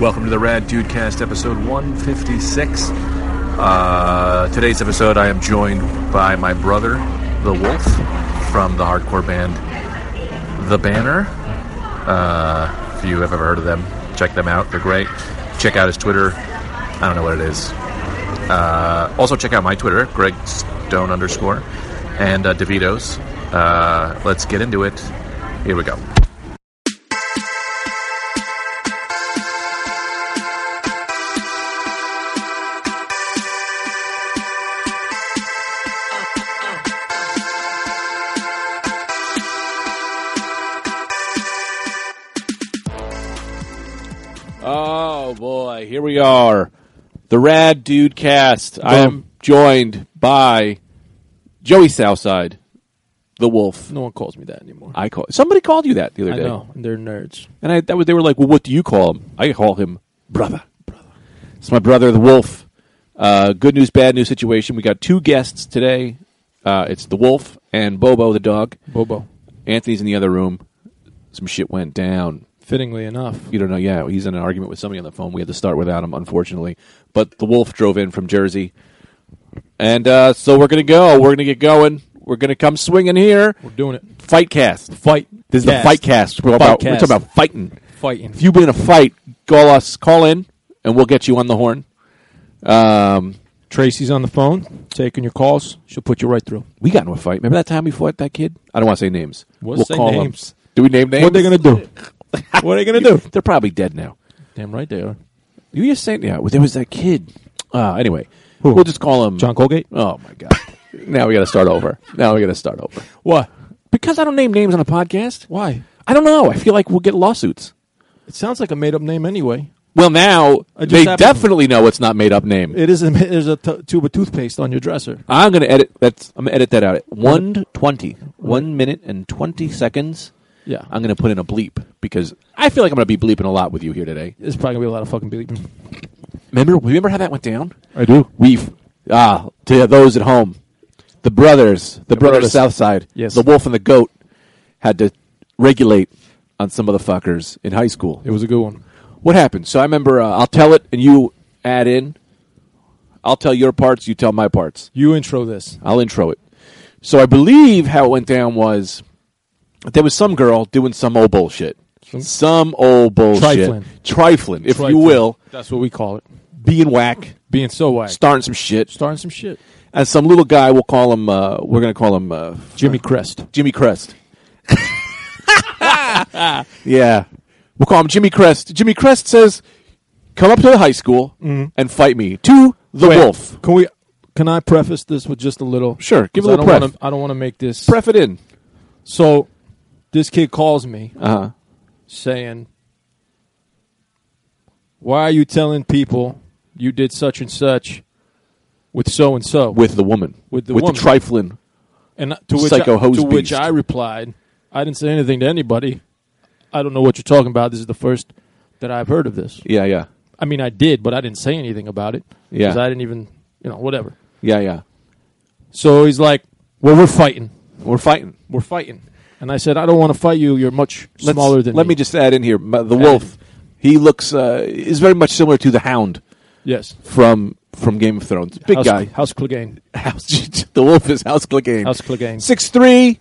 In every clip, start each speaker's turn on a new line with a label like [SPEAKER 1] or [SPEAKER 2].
[SPEAKER 1] Welcome to the Rad Dudecast, episode 156. Uh, today's episode, I am joined by my brother, The Wolf, from the hardcore band The Banner. Uh, if you have ever heard of them, check them out. They're great. Check out his Twitter. I don't know what it is. Uh, also, check out my Twitter, Greg Stone underscore, and uh, DeVito's. Uh, let's get into it. Here we go.
[SPEAKER 2] Oh boy, here we are. The Rad Dude Cast. I am joined by Joey Southside, the Wolf.
[SPEAKER 3] No one calls me that anymore.
[SPEAKER 2] I call somebody called you that the other
[SPEAKER 3] I
[SPEAKER 2] day,
[SPEAKER 3] know. and They're nerds.
[SPEAKER 2] and I that was, they were like, "Well, what do you call him?" I call him brother. Brother. It's my brother, the Wolf. Uh, good news, bad news situation. We got two guests today. Uh, it's the Wolf and Bobo the dog.
[SPEAKER 3] Bobo.
[SPEAKER 2] Anthony's in the other room. Some shit went down.
[SPEAKER 3] Fittingly enough.
[SPEAKER 2] you don't know. Yeah, he's in an argument with somebody on the phone. We had to start without him, unfortunately. But the wolf drove in from Jersey, and uh, so we're gonna go. We're gonna get going. We're gonna come swinging here.
[SPEAKER 3] We're doing it.
[SPEAKER 2] Fight cast.
[SPEAKER 3] Fight.
[SPEAKER 2] This is the fight cast. We're, about, we're
[SPEAKER 3] Fightcast.
[SPEAKER 2] talking about fighting.
[SPEAKER 3] Fighting.
[SPEAKER 2] If you win a fight, call us. Call in, and we'll get you on the horn. Um,
[SPEAKER 3] Tracy's on the phone, taking your calls. She'll put you right through.
[SPEAKER 2] we got into a fight. Remember that time we fought that kid? I don't want to say names.
[SPEAKER 3] We'll
[SPEAKER 2] we'll
[SPEAKER 3] say
[SPEAKER 2] call him.
[SPEAKER 3] names.
[SPEAKER 2] Do we name names?
[SPEAKER 3] What are they going to do? what are they going to do?
[SPEAKER 2] They're probably dead now.
[SPEAKER 3] Damn right they are.
[SPEAKER 2] You were saying, yeah, well, there was that kid. Uh, anyway,
[SPEAKER 3] Who?
[SPEAKER 2] we'll just call him
[SPEAKER 3] John Colgate?
[SPEAKER 2] Oh my god! now we got to start over. Now we got to start over
[SPEAKER 3] What?
[SPEAKER 2] because I don't name names on a podcast.
[SPEAKER 3] Why?
[SPEAKER 2] I don't know. I feel like we'll get lawsuits.
[SPEAKER 3] It sounds like a made up name anyway.
[SPEAKER 2] Well, now
[SPEAKER 3] I just
[SPEAKER 2] they
[SPEAKER 3] happened-
[SPEAKER 2] definitely know it's not made up name.
[SPEAKER 3] It is a, there's a t- tube of toothpaste on your dresser.
[SPEAKER 2] I'm gonna edit. That's I'm gonna edit that out. At one twenty, one minute and twenty seconds.
[SPEAKER 3] Yeah.
[SPEAKER 2] I'm gonna put in a bleep because I feel like I'm gonna be bleeping a lot with you here today.
[SPEAKER 3] There's probably going to be a lot of fucking bleeping.
[SPEAKER 2] Remember, remember how that went down?
[SPEAKER 3] I do.
[SPEAKER 2] We've ah to those at home, the brothers, the, brothers,
[SPEAKER 3] brothers.
[SPEAKER 2] Southside,
[SPEAKER 3] Yes.
[SPEAKER 2] the wolf and the goat, had to regulate on some of the fuckers in high school.
[SPEAKER 3] It was a good one.
[SPEAKER 2] What happened? So I remember uh, I'll tell it and you add in. I'll tell your parts, you tell my parts.
[SPEAKER 3] You intro this.
[SPEAKER 2] I'll intro it. So I believe how it went down was there was some girl doing some old bullshit.
[SPEAKER 3] Some-
[SPEAKER 2] Some old bullshit.
[SPEAKER 3] Trifling.
[SPEAKER 2] Trifling, if you
[SPEAKER 3] Trifling.
[SPEAKER 2] will.
[SPEAKER 3] That's what we call it.
[SPEAKER 2] Being whack,
[SPEAKER 3] Being so whack.
[SPEAKER 2] starting some shit.
[SPEAKER 3] Starting some shit.
[SPEAKER 2] and some little guy. We'll call him. Uh, we're going to call him uh,
[SPEAKER 3] Jimmy Crest.
[SPEAKER 2] Jimmy Crest. yeah, we'll call him Jimmy Crest. Jimmy Crest says, "Come up to the high school
[SPEAKER 3] Mm-hmm.
[SPEAKER 2] and fight me to the
[SPEAKER 3] Wait,
[SPEAKER 2] wolf."
[SPEAKER 3] Can we? Can I preface this with just a little?
[SPEAKER 2] Sure, give
[SPEAKER 3] 'Cause
[SPEAKER 2] a little
[SPEAKER 3] I
[SPEAKER 2] pref.
[SPEAKER 3] don't Wanna, I don't want to make this.
[SPEAKER 2] Pref it in.
[SPEAKER 3] So, this kid calls me
[SPEAKER 2] Uh huh.
[SPEAKER 3] saying, "Why are you telling people you did such and such with so and so?"
[SPEAKER 2] With the woman.
[SPEAKER 3] With the
[SPEAKER 2] with
[SPEAKER 3] woman.
[SPEAKER 2] the trifling.
[SPEAKER 3] And to which
[SPEAKER 2] Psycho
[SPEAKER 3] I,
[SPEAKER 2] hose
[SPEAKER 3] to which
[SPEAKER 2] beast.
[SPEAKER 3] I replied, "I didn't say anything to anybody. I don't know what you're talking about. This is the first that I've heard of this.
[SPEAKER 2] Yeah, yeah,
[SPEAKER 3] I mean, I did, but I didn't say anything about it
[SPEAKER 2] Yeah.
[SPEAKER 3] I didn't even, you know, whatever."
[SPEAKER 2] yeah, yeah.
[SPEAKER 3] So he's like, "Well, we're fighting."
[SPEAKER 2] We're fighting.
[SPEAKER 3] we're fighting. And I said, I don't want to fight you. You're much
[SPEAKER 2] Let's-
[SPEAKER 3] smaller than
[SPEAKER 2] Let me just add in here. my- The
[SPEAKER 3] Add
[SPEAKER 2] wolf. He looks uh, is very much similar to the hound
[SPEAKER 3] Yes,
[SPEAKER 2] from from Game of Thrones. Big
[SPEAKER 3] House,
[SPEAKER 2] guy.
[SPEAKER 3] House Clegane,
[SPEAKER 2] House, the wolf is House Clegane.
[SPEAKER 3] House Clegane,
[SPEAKER 2] Six three,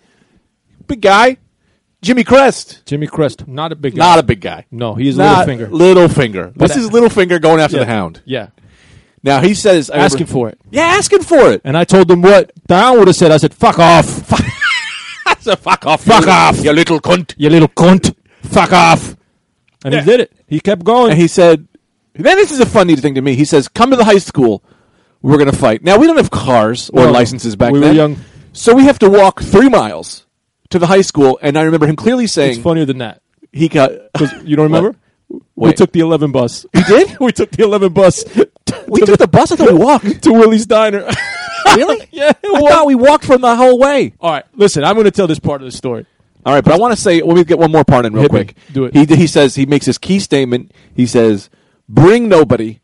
[SPEAKER 2] big guy. Jimmy Crest,
[SPEAKER 3] Jimmy Crest, not a big guy.
[SPEAKER 2] not a big guy.
[SPEAKER 3] no, he is
[SPEAKER 2] Not
[SPEAKER 3] Littlefinger.
[SPEAKER 2] Littlefinger.
[SPEAKER 3] But
[SPEAKER 2] This
[SPEAKER 3] I-
[SPEAKER 2] is Littlefinger going after
[SPEAKER 3] yeah.
[SPEAKER 2] the Hound.
[SPEAKER 3] Yeah,
[SPEAKER 2] Now he says, I
[SPEAKER 3] asking
[SPEAKER 2] remember-
[SPEAKER 3] for it.
[SPEAKER 2] Yeah, asking for it.
[SPEAKER 3] And I told him what Dion would have said. I said, "Fuck off,
[SPEAKER 2] That's a fuck off.
[SPEAKER 3] Fuck off.
[SPEAKER 2] you little cunt.
[SPEAKER 3] you little cunt, fuck off." And
[SPEAKER 2] Yeah.
[SPEAKER 3] he did it. He kept going.
[SPEAKER 2] And he said, then this is a funny thing to me. He says, come to the high school. We're gonna fight. Now we don't have cars or
[SPEAKER 3] No,
[SPEAKER 2] licenses back
[SPEAKER 3] we were
[SPEAKER 2] then,
[SPEAKER 3] young.
[SPEAKER 2] so we have to walk three miles to the high school. And I remember him clearly
[SPEAKER 3] it's
[SPEAKER 2] saying,
[SPEAKER 3] funnier than that.
[SPEAKER 2] he got.
[SPEAKER 3] You don't remember? We
[SPEAKER 2] Wait.
[SPEAKER 3] took the eleven bus.
[SPEAKER 2] He did.
[SPEAKER 3] we took the eleven bus to,
[SPEAKER 2] We took the bus. I thought we walked.
[SPEAKER 3] to Willie's Diner.
[SPEAKER 2] Really?
[SPEAKER 3] yeah.
[SPEAKER 2] I thought we walked from the whole way.
[SPEAKER 3] All right, listen. I'm going to tell this part of the story.
[SPEAKER 2] All right, but I want to say, let me get one more part in real
[SPEAKER 3] Hit me.
[SPEAKER 2] quick.
[SPEAKER 3] Do it.
[SPEAKER 2] He, he says, he makes his key statement. He says, bring nobody,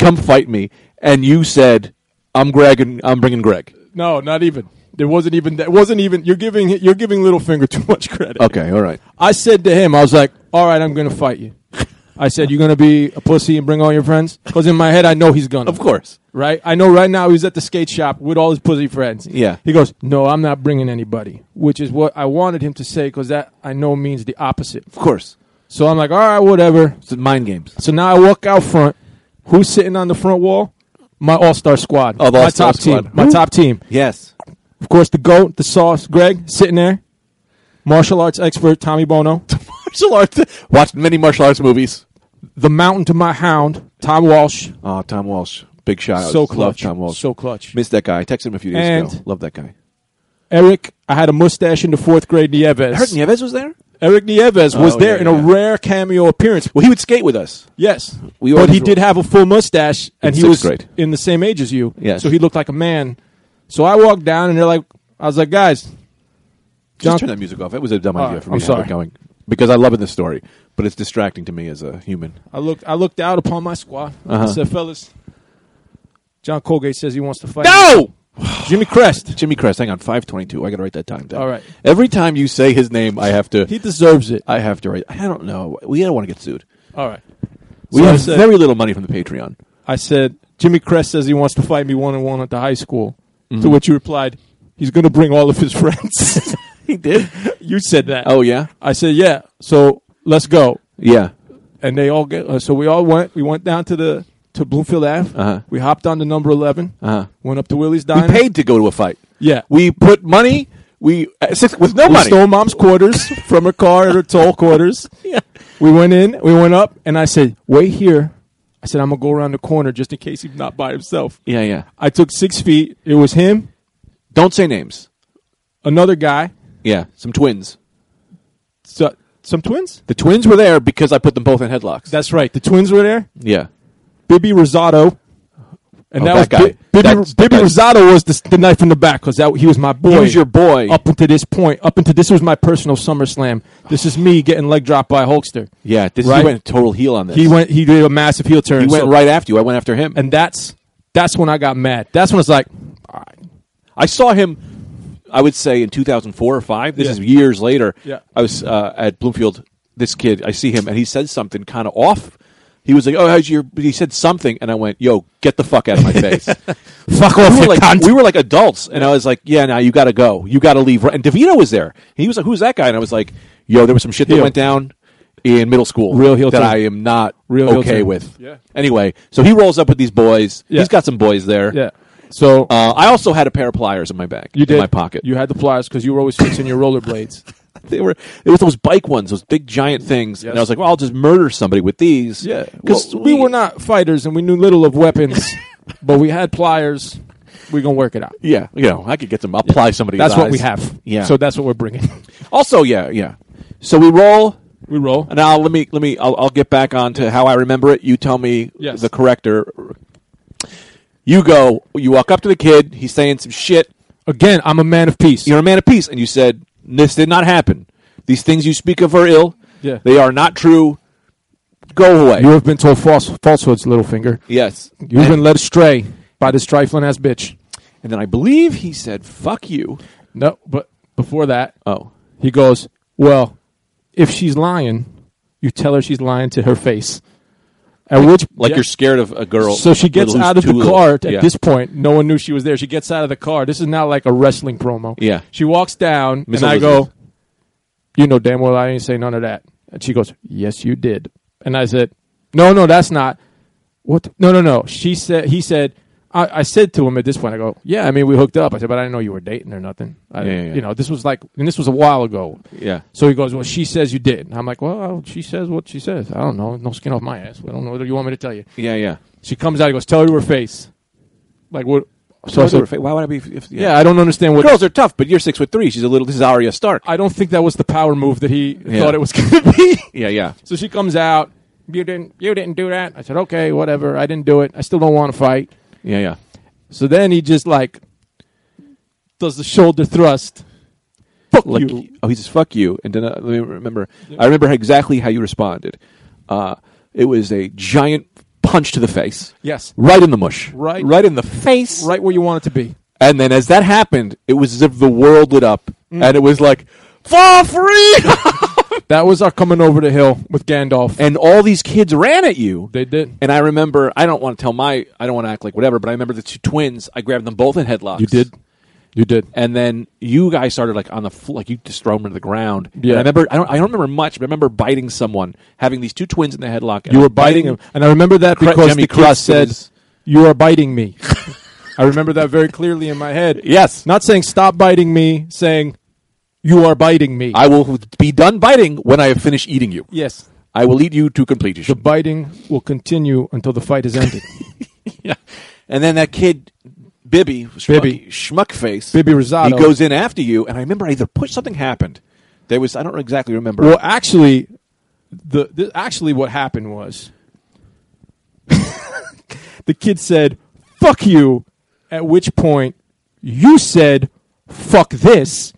[SPEAKER 2] come fight me. And you said, I'm Greg and I'm bringing Greg.
[SPEAKER 3] No, not even. There wasn't even. That wasn't even. You're giving. You're giving Littlefinger too much credit.
[SPEAKER 2] Okay, all right.
[SPEAKER 3] I said to him, I was like, "All right, I'm going to fight you." I said, "You're gonna be a pussy and bring all your friends," because in my head, I know he's gonna.
[SPEAKER 4] Of course.
[SPEAKER 3] right? I know right now he's at the skate shop with all his pussy friends.
[SPEAKER 4] Yeah.
[SPEAKER 3] He goes, "No, I'm not bringing anybody," which is what I wanted him to say because that I know means the opposite.
[SPEAKER 4] Of course.
[SPEAKER 3] So I'm like, "All right, whatever."
[SPEAKER 4] It's mind games.
[SPEAKER 3] So now I walk out front. Who's sitting on the front wall? My all star squad.
[SPEAKER 4] Oh, the
[SPEAKER 3] my
[SPEAKER 4] all-star
[SPEAKER 3] top
[SPEAKER 4] squad.
[SPEAKER 3] team. My
[SPEAKER 4] Woo.
[SPEAKER 3] top team.
[SPEAKER 4] Yes.
[SPEAKER 3] Of course, the goat, the sauce, Greg sitting there. Martial arts expert Tommy Bono.
[SPEAKER 4] martial arts. Watched many martial arts movies.
[SPEAKER 3] the mountain to my hound, Tom Walsh.
[SPEAKER 4] Oh, Tom Walsh. Big shot.
[SPEAKER 3] So
[SPEAKER 4] Love
[SPEAKER 3] clutch.
[SPEAKER 4] Tom Walsh.
[SPEAKER 3] So clutch.
[SPEAKER 4] Missed that guy. I texted him a few days ago.
[SPEAKER 3] And-
[SPEAKER 4] Love that guy.
[SPEAKER 3] Eric, I had a mustache in the fourth grade Nieves.
[SPEAKER 4] Eric Nieves was there?
[SPEAKER 3] Eric Nieves was
[SPEAKER 4] Oh,
[SPEAKER 3] there
[SPEAKER 4] yeah,
[SPEAKER 3] in
[SPEAKER 4] yeah.
[SPEAKER 3] a rare cameo appearance.
[SPEAKER 4] Well, he would skate with us.
[SPEAKER 3] Yes,
[SPEAKER 4] We
[SPEAKER 3] but
[SPEAKER 4] always
[SPEAKER 3] he
[SPEAKER 4] were-
[SPEAKER 3] did have a full mustache, and he
[SPEAKER 4] sixth
[SPEAKER 3] was
[SPEAKER 4] grade.
[SPEAKER 3] in the same age as you.
[SPEAKER 4] Yes.
[SPEAKER 3] so he looked like a man. So I walked down, and they're like, "I was like, guys, John-
[SPEAKER 4] Just turn that music off. It was a dumb idea
[SPEAKER 3] right,
[SPEAKER 4] for me
[SPEAKER 3] I'm
[SPEAKER 4] to have it
[SPEAKER 3] sorry.
[SPEAKER 4] going because I love it in the story, but it's distracting to me as a human.
[SPEAKER 3] I looked, I looked out upon my squad. I
[SPEAKER 4] Uh-huh.
[SPEAKER 3] said, fellas, John Colgate says he wants to fight.
[SPEAKER 4] No,
[SPEAKER 3] Jimmy Crest,
[SPEAKER 4] Jimmy Crest. Hang on, five twenty-two. I got to write that time down.
[SPEAKER 3] All right.
[SPEAKER 4] Every time you say his name, I have to.
[SPEAKER 3] he deserves it.
[SPEAKER 4] I have to write. I don't know. We don't want to get sued.
[SPEAKER 3] All right.
[SPEAKER 4] We
[SPEAKER 3] So I
[SPEAKER 4] have
[SPEAKER 3] said-
[SPEAKER 4] very little money from the Patreon.
[SPEAKER 3] I said, Jimmy Crest says he wants to fight me one on one at the high school.
[SPEAKER 4] Mm-hmm.
[SPEAKER 3] To which you replied, he's going to bring all of his friends.
[SPEAKER 4] He did.
[SPEAKER 3] you said that.
[SPEAKER 4] Oh yeah,
[SPEAKER 3] I said, yeah. So let's go.
[SPEAKER 4] yeah.
[SPEAKER 3] And they all get. Uh, so we all went. We went down to the to Bloomfield Ave.
[SPEAKER 4] Uh-huh.
[SPEAKER 3] We hopped on to number 11
[SPEAKER 4] Uh-huh.
[SPEAKER 3] Went up to Willie's
[SPEAKER 4] We
[SPEAKER 3] Diner.
[SPEAKER 4] paid to go to a fight.
[SPEAKER 3] Yeah.
[SPEAKER 4] We put money. We uh, six, with no
[SPEAKER 3] We
[SPEAKER 4] money.
[SPEAKER 3] stole mom's quarters from her car at her toll quarters.
[SPEAKER 4] Yeah.
[SPEAKER 3] We went in. We went up, and I said, wait here. I said, I'm gonna go around the corner just in case he's not by himself.
[SPEAKER 4] Yeah, yeah.
[SPEAKER 3] I took six feet. It was him,
[SPEAKER 4] Don't say names.
[SPEAKER 3] another guy,
[SPEAKER 4] Yeah, some twins.
[SPEAKER 3] so, some twins.
[SPEAKER 4] The twins were there because I put them both in headlocks.
[SPEAKER 3] That's right. The twins were there.
[SPEAKER 4] yeah.
[SPEAKER 3] Bibby Rosato. And
[SPEAKER 4] Oh,
[SPEAKER 3] that,
[SPEAKER 4] that
[SPEAKER 3] was
[SPEAKER 4] guy.
[SPEAKER 3] Bi- Bibby,
[SPEAKER 4] That's-
[SPEAKER 3] Bibby
[SPEAKER 4] that's-
[SPEAKER 3] Rosato was the, the knife in the back because he was my boy.
[SPEAKER 4] He was your boy.
[SPEAKER 3] Up until this point, up until this was my personal SummerSlam. This is me getting leg dropped by Hulkster.
[SPEAKER 4] Yeah, this
[SPEAKER 3] Right.
[SPEAKER 4] he went total heel on this.
[SPEAKER 3] He went. He did a massive heel turn.
[SPEAKER 4] He went
[SPEAKER 3] so-
[SPEAKER 4] right after you. I went after him, and
[SPEAKER 3] and that's that's when I got mad. That's when it's like, all right,
[SPEAKER 4] I saw him. I would say in 2004 or five. This
[SPEAKER 3] Yeah.
[SPEAKER 4] is years later.
[SPEAKER 3] Yeah.
[SPEAKER 4] I was uh, at Bloomfield. This kid, I see him, and he said something kind of off. He was like, "Oh, how's your?" He said something, and I went, "Yo, get the fuck out of my face."
[SPEAKER 3] fuck
[SPEAKER 4] we
[SPEAKER 3] off,
[SPEAKER 4] were
[SPEAKER 3] you
[SPEAKER 4] like
[SPEAKER 3] cunt.
[SPEAKER 4] we were like adults, and I was like, "Yeah, now you got to go, you got to leave." And Davino was there. He was like, "Who's that guy?" And I was like, "Yo, there was some shit that
[SPEAKER 3] Heel.
[SPEAKER 4] went down in middle school,
[SPEAKER 3] Real heel
[SPEAKER 4] that
[SPEAKER 3] turn.
[SPEAKER 4] I am not
[SPEAKER 3] Real heel
[SPEAKER 4] okay
[SPEAKER 3] turn.
[SPEAKER 4] with."
[SPEAKER 3] Yeah.
[SPEAKER 4] Anyway, so he rolls up with these boys.
[SPEAKER 3] Yeah.
[SPEAKER 4] He's got some boys there.
[SPEAKER 3] yeah. So
[SPEAKER 4] Uh, I also had a pair of pliers in my bag.
[SPEAKER 3] you did
[SPEAKER 4] in my pocket.
[SPEAKER 3] You had the pliers because you were always fixing your rollerblades.
[SPEAKER 4] they were it was those bike ones, those big giant things, and I
[SPEAKER 3] Yes.
[SPEAKER 4] was like, "Well, I'll just murder somebody with these."
[SPEAKER 3] Yeah, because
[SPEAKER 4] because
[SPEAKER 3] we, were not fighters and we knew little of weapons, but we had pliers. We're gonna work it out.
[SPEAKER 4] Yeah, you know, I could get some. I'll ply somebody.
[SPEAKER 3] That's what we have.
[SPEAKER 4] Yeah.
[SPEAKER 3] So that's what we're bringing.
[SPEAKER 4] Also, yeah, yeah. So we roll.
[SPEAKER 3] We roll.
[SPEAKER 4] And Now let me let me I'll, I'll get back on to how I remember it. You tell me
[SPEAKER 3] Yes.
[SPEAKER 4] the corrector. You go. You walk up to the kid. He's saying some shit.
[SPEAKER 3] Again, I'm a man of peace.
[SPEAKER 4] You're a man of peace, and you said this did not happen. These things you speak of are ill.
[SPEAKER 3] Yeah.
[SPEAKER 4] they are not true. Go away.
[SPEAKER 3] You have been told false falsehoods, Littlefinger.
[SPEAKER 4] yes,
[SPEAKER 3] You've been led astray by this trifling ass bitch.
[SPEAKER 4] And then I believe he said, "Fuck you."
[SPEAKER 3] No, but before that,
[SPEAKER 4] Oh,
[SPEAKER 3] he goes, "Well, if she's lying, you tell her she's lying to her face." At which,
[SPEAKER 4] like
[SPEAKER 3] Yeah.
[SPEAKER 4] you're scared of a girl.
[SPEAKER 3] So she gets
[SPEAKER 4] little who's
[SPEAKER 3] out of the
[SPEAKER 4] too little.
[SPEAKER 3] car at
[SPEAKER 4] Yeah.
[SPEAKER 3] this point. No one knew she was there. She gets out of the car. This is not like a wrestling promo.
[SPEAKER 4] Yeah.
[SPEAKER 3] She walks down,
[SPEAKER 4] Miss
[SPEAKER 3] and I
[SPEAKER 4] Elizabeth.
[SPEAKER 3] go, You know damn well I ain't say none of that. And she goes, Yes, you did. And I said, No, no, that's not. What? No, no, no. She said, He said, I, I said to him at this point, I go, Yeah, I mean, we hooked up. I said, But I didn't know you were dating or nothing. I,
[SPEAKER 4] Yeah, yeah, yeah.
[SPEAKER 3] You know, this was like, and this was a while ago.
[SPEAKER 4] Yeah.
[SPEAKER 3] So he goes, Well, she says you did. And I'm like, Well, she says what she says. I don't know. No skin off my ass. I don't know what you want me to tell you.
[SPEAKER 4] Yeah, yeah.
[SPEAKER 3] She comes out. He goes, "Tell her to her face." Like what? So I
[SPEAKER 4] Girls
[SPEAKER 3] said,
[SPEAKER 4] are fa- why would I be? If, yeah.
[SPEAKER 3] yeah, I don't understand what.
[SPEAKER 4] girls are tough, but you're six foot three. She's a little. This is Arya Stark.
[SPEAKER 3] I don't think that was the power move that he
[SPEAKER 4] Yeah.
[SPEAKER 3] thought it was going to be.
[SPEAKER 4] yeah, yeah.
[SPEAKER 3] So she comes out. You didn't. You didn't do that. I said, "Okay, whatever. I didn't do it. I still don't want to fight."
[SPEAKER 4] Yeah, yeah.
[SPEAKER 3] So then he just like does the shoulder thrust. Fuck
[SPEAKER 4] Like,
[SPEAKER 3] you.
[SPEAKER 4] oh, he says, "Fuck you," and then uh, let me remember. I remember exactly how you responded. Uh, it was a giant punch to the face.
[SPEAKER 3] Yes.
[SPEAKER 4] Right in the mush.
[SPEAKER 3] Right.
[SPEAKER 4] Right in the face.
[SPEAKER 3] Right where you want it to be.
[SPEAKER 4] And then as that
[SPEAKER 3] Mm.
[SPEAKER 4] happened, it was as if the world lit up, and it was like for freedom.
[SPEAKER 3] that was our coming over the hill with Gandalf.
[SPEAKER 4] and all these kids ran at you.
[SPEAKER 3] they did.
[SPEAKER 4] And I remember, I don't want to tell my, I don't want to act like whatever, but I remember the two twins. I grabbed them both in headlocks.
[SPEAKER 3] You did. You did.
[SPEAKER 4] And then you guys started like on the floor, like you just throw them to the ground. And
[SPEAKER 3] Yeah.
[SPEAKER 4] I remember, I don't, I don't remember much, but I remember biting someone, having these two twins in the headlock. and
[SPEAKER 3] You
[SPEAKER 4] I
[SPEAKER 3] were
[SPEAKER 4] was
[SPEAKER 3] biting him. And I remember that
[SPEAKER 4] Cra-
[SPEAKER 3] because
[SPEAKER 4] Jimmy
[SPEAKER 3] the kid
[SPEAKER 4] Crust
[SPEAKER 3] said,
[SPEAKER 4] is-
[SPEAKER 3] You are biting me. I remember that very clearly in my head.
[SPEAKER 4] Yes.
[SPEAKER 3] Not saying stop biting me, saying you are biting me.
[SPEAKER 4] I will be done biting when I have finished eating you.
[SPEAKER 3] yes.
[SPEAKER 4] I will eat you to completion.
[SPEAKER 3] The biting will continue until the fight is ended.
[SPEAKER 4] yeah. And then that kid, Bibby, schmuck,
[SPEAKER 3] Bibby.
[SPEAKER 4] schmuck face,
[SPEAKER 3] Bibby Rosado.
[SPEAKER 4] he goes in after you, and I remember I either push something happened. There was I don't exactly remember.
[SPEAKER 3] well, actually, the, the actually what happened was the kid said, "Fuck you," at which point you said, "Fuck this,"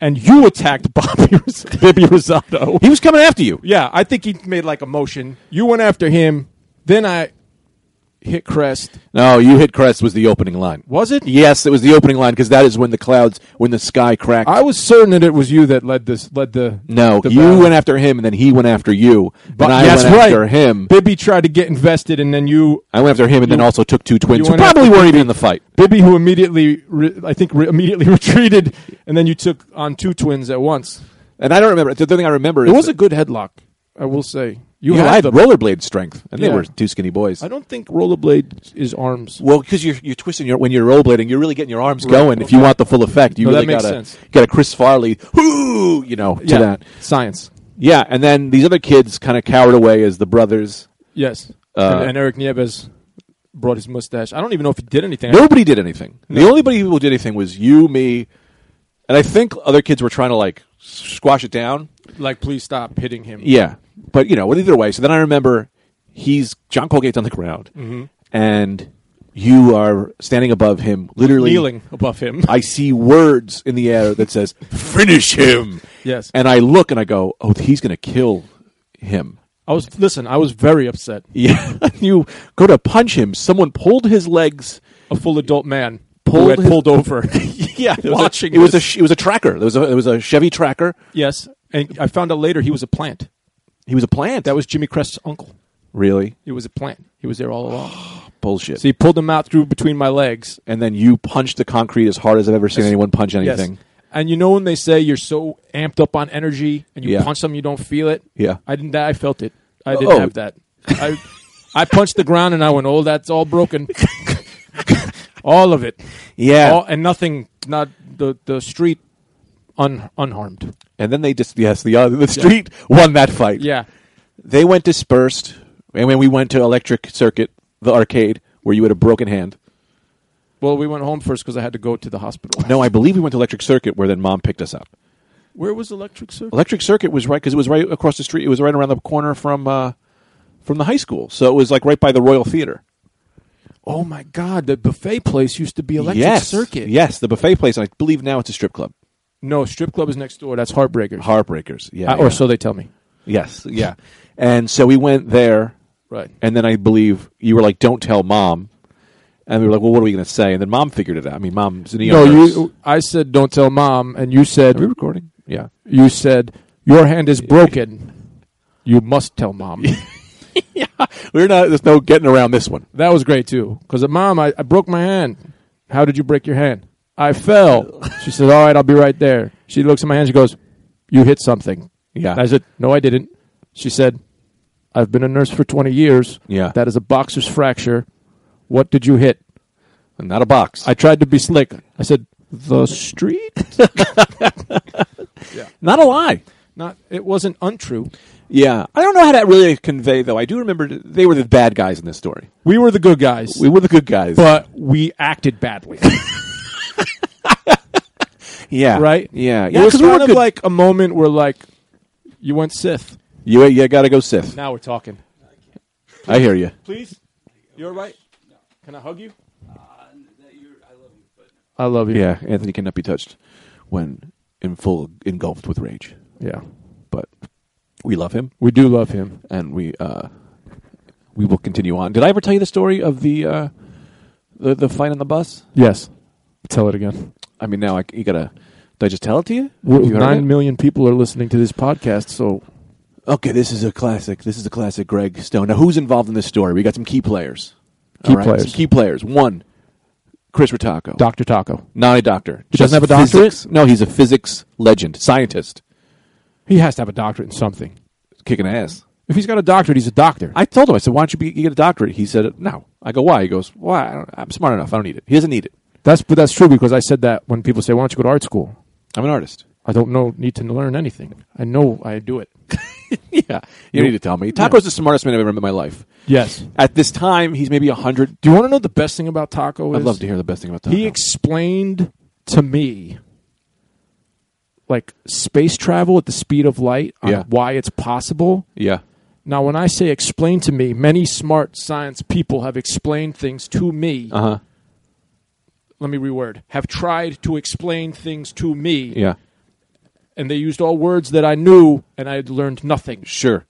[SPEAKER 3] and you attacked Bobby Ros- Bibby Rosado.
[SPEAKER 4] he was coming after you.
[SPEAKER 3] Yeah, I think he made like a motion. You went after him. Then I hit Crest.
[SPEAKER 4] No, you hit crest was the opening line.
[SPEAKER 3] Was it?
[SPEAKER 4] Yes, it was the opening line because that is when the clouds, when the sky cracked.
[SPEAKER 3] I was certain that it was you that led this. Led the
[SPEAKER 4] no,
[SPEAKER 3] the
[SPEAKER 4] you
[SPEAKER 3] battle.
[SPEAKER 4] went after him, and then he went after you. and I
[SPEAKER 3] that's
[SPEAKER 4] went
[SPEAKER 3] right.
[SPEAKER 4] after him.
[SPEAKER 3] Bibby tried to get invested, and then you
[SPEAKER 4] I went after him, and then also took two twins who
[SPEAKER 3] went after
[SPEAKER 4] probably weren't even in the fight.
[SPEAKER 3] Bibby, who immediately, re- I think, re- immediately retreated, and then you took on two twins at once.
[SPEAKER 4] And I don't remember. The other thing I remember
[SPEAKER 3] It
[SPEAKER 4] is
[SPEAKER 3] was a
[SPEAKER 4] that-
[SPEAKER 3] good headlock, I will say. You
[SPEAKER 4] you know, I
[SPEAKER 3] had them.
[SPEAKER 4] had rollerblade strength, and they
[SPEAKER 3] Yeah.
[SPEAKER 4] were two skinny boys.
[SPEAKER 3] I don't think rollerblade is arms.
[SPEAKER 4] Well, because you're you're twisting your when you're rollerblading, you're really getting your arms going. If you want the full effect, you
[SPEAKER 3] No, that
[SPEAKER 4] really
[SPEAKER 3] makes
[SPEAKER 4] gotta
[SPEAKER 3] sense.
[SPEAKER 4] gotta Chris Farley, whoo, you know, to that.
[SPEAKER 3] science.
[SPEAKER 4] Yeah, and then these other kids kind of cowered away as the brothers.
[SPEAKER 3] Yes,
[SPEAKER 4] Uh,
[SPEAKER 3] and, and Eric Nieves brought his mustache. I don't even know if he did anything.
[SPEAKER 4] Nobody did anything. The only body who did anything was you, me, and I think other kids were trying to like squash it down.
[SPEAKER 3] like, please stop hitting him.
[SPEAKER 4] Yeah, but you know, well, either way. So then I remember he's John Colgate's on the ground,
[SPEAKER 3] Mm-hmm.
[SPEAKER 4] and you are standing above him, literally
[SPEAKER 3] kneeling above him.
[SPEAKER 4] I see words in the air that says "finish him."
[SPEAKER 3] Yes.
[SPEAKER 4] and I look and I go, "Oh, he's going to kill him."
[SPEAKER 3] I was listen. I was very upset.
[SPEAKER 4] Yeah, you go to punch him. Someone pulled his legs.
[SPEAKER 3] A full adult man who
[SPEAKER 4] Pulled
[SPEAKER 3] had
[SPEAKER 4] his-
[SPEAKER 3] pulled over.
[SPEAKER 4] Yeah, it was
[SPEAKER 3] Watching
[SPEAKER 4] A, it was a
[SPEAKER 3] this.
[SPEAKER 4] sh- it was a tracker. There was a it was a Chevy tracker.
[SPEAKER 3] yes, and I found out later he was a plant.
[SPEAKER 4] He was a plant.
[SPEAKER 3] That was Jimmy Crest's uncle.
[SPEAKER 4] really
[SPEAKER 3] It was a plant. He was there all along.
[SPEAKER 4] bullshit.
[SPEAKER 3] So he pulled them out through between my legs.
[SPEAKER 4] and then you punched the concrete as hard as I've ever seen anyone punch anything.
[SPEAKER 3] Yes. And you know when they say you're so amped up on energy and you
[SPEAKER 4] Yeah.
[SPEAKER 3] punch something you don't feel it?
[SPEAKER 4] Yeah.
[SPEAKER 3] I didn't that I felt it. I didn't
[SPEAKER 4] Oh.
[SPEAKER 3] have that. I I punched the ground and I went, Oh, that's all broken. all of it.
[SPEAKER 4] Yeah,
[SPEAKER 3] All, and nothing not the, the street un, unharmed.
[SPEAKER 4] and then they just yes the uh, the street won that fight.
[SPEAKER 3] Yeah.
[SPEAKER 4] they went dispersed, and when we went to Electric Circuit, the arcade where you had a broken hand.
[SPEAKER 3] Well, we went home first because I had to go to the hospital.
[SPEAKER 4] No, I believe we went to Electric Circuit where then mom picked us up.
[SPEAKER 3] Where was Electric Circuit?
[SPEAKER 4] Electric Circuit was right because it was right across the street. It was right around the corner from uh, from the high school, so it was like right by the Royal Theater.
[SPEAKER 3] Oh my God! The buffet place used to be Electric
[SPEAKER 4] yes,
[SPEAKER 3] Circuit.
[SPEAKER 4] Yes, the buffet place. and I believe now it's a strip club.
[SPEAKER 3] No, strip club is next door. That's Heartbreakers.
[SPEAKER 4] Heartbreakers. Yeah.
[SPEAKER 3] Uh, or
[SPEAKER 4] yeah.
[SPEAKER 3] so they tell me.
[SPEAKER 4] Yes. Yeah. And so we went there,
[SPEAKER 3] Right.
[SPEAKER 4] and then I believe you were like, "Don't tell mom," and we were like, "Well, what are we going to say?" And then mom figured it out. I mean, mom's an ER
[SPEAKER 3] No,
[SPEAKER 4] nurse.
[SPEAKER 3] you. I said don't tell mom, and you
[SPEAKER 4] Are we
[SPEAKER 3] said
[SPEAKER 4] recording? Yeah.
[SPEAKER 3] you said your hand is broken. You must tell mom.
[SPEAKER 4] We're not. There's no getting around this one.
[SPEAKER 3] that was great too, because mom, I, I broke my hand. How did you break your hand? I fell. She said, "All right, I'll be right there." She looks at my hand. She goes, "You hit something."
[SPEAKER 4] Yeah.
[SPEAKER 3] I said, "No, I didn't." She said, "I've been a nurse for twenty years.
[SPEAKER 4] Yeah.
[SPEAKER 3] that is a boxer's fracture. What did you hit?"
[SPEAKER 4] Not a box.
[SPEAKER 3] I tried to be slick. I said, "The street."
[SPEAKER 4] not a lie.
[SPEAKER 3] Not. It wasn't untrue.
[SPEAKER 4] Yeah, I don't know how to really convey though. I do remember they were the bad guys in this story.
[SPEAKER 3] We were the good guys,
[SPEAKER 4] We were the good guys,
[SPEAKER 3] but we acted badly,
[SPEAKER 4] yeah,
[SPEAKER 3] right?
[SPEAKER 4] yeah,
[SPEAKER 3] it
[SPEAKER 4] yeah.
[SPEAKER 3] was
[SPEAKER 4] Because we were
[SPEAKER 3] kind of
[SPEAKER 4] good. Like,
[SPEAKER 3] like a moment where, like, you went Sith.
[SPEAKER 4] you, you gotta go Sith.
[SPEAKER 3] Now we're talking.
[SPEAKER 4] I hear you.
[SPEAKER 3] Please, you're right. Can I hug you? I love you.
[SPEAKER 4] Yeah, Anthony cannot be touched when in full engulfed with rage,
[SPEAKER 3] Yeah.
[SPEAKER 4] but we love him
[SPEAKER 3] We do love him.
[SPEAKER 4] and we uh, we will continue on. Did I ever tell you the story of the uh, the the fight on the bus?
[SPEAKER 3] Yes. Tell it again.
[SPEAKER 4] I mean, now I, you gotta Did I just tell it to you?
[SPEAKER 3] Well,
[SPEAKER 4] You heard it?
[SPEAKER 3] Nine million people are listening to this podcast, so
[SPEAKER 4] Okay, this is a classic. This is a classic Greg Stone. Now, who's involved in this story? We got some key players.
[SPEAKER 3] Key players.
[SPEAKER 4] Some key players. One, Chris Rotaco.
[SPEAKER 3] Dr. Taco.
[SPEAKER 4] Not a doctor.
[SPEAKER 3] He doesn't have a doctorate?
[SPEAKER 4] physics- No, he's a physics legend, scientist,
[SPEAKER 3] He has to have a doctorate in something.
[SPEAKER 4] kicking ass.
[SPEAKER 3] If he's got a doctorate, he's a doctor.
[SPEAKER 4] I told him, I said, why don't you, be, you get a doctorate? He said, no. I go, why? He goes, why? I don't, I'm smart enough. I don't need it. He doesn't need it.
[SPEAKER 3] that's but that's true because I said that when people say, "Why don't you go to art school?"
[SPEAKER 4] I'm an artist.
[SPEAKER 3] I don't know need to learn anything. I know I do it.
[SPEAKER 4] Yeah. You don't need to tell me. Taco's the smartest man I've ever met in my life.
[SPEAKER 3] Yes.
[SPEAKER 4] At this time, he's maybe 100.
[SPEAKER 3] Do you want to know the best thing about Taco? Is
[SPEAKER 4] I'd love to hear the best thing about Taco.
[SPEAKER 3] He explained to me like space travel at the speed of light on
[SPEAKER 4] Yeah.
[SPEAKER 3] why it's possible.
[SPEAKER 4] yeah.
[SPEAKER 3] Now, when I say explain to me, many smart science people have explained things to me.
[SPEAKER 4] Uh huh.
[SPEAKER 3] Let me reword. Have tried to explain things to me,
[SPEAKER 4] Yeah.
[SPEAKER 3] and they used all words that I knew, and I had learned nothing.
[SPEAKER 4] Sure.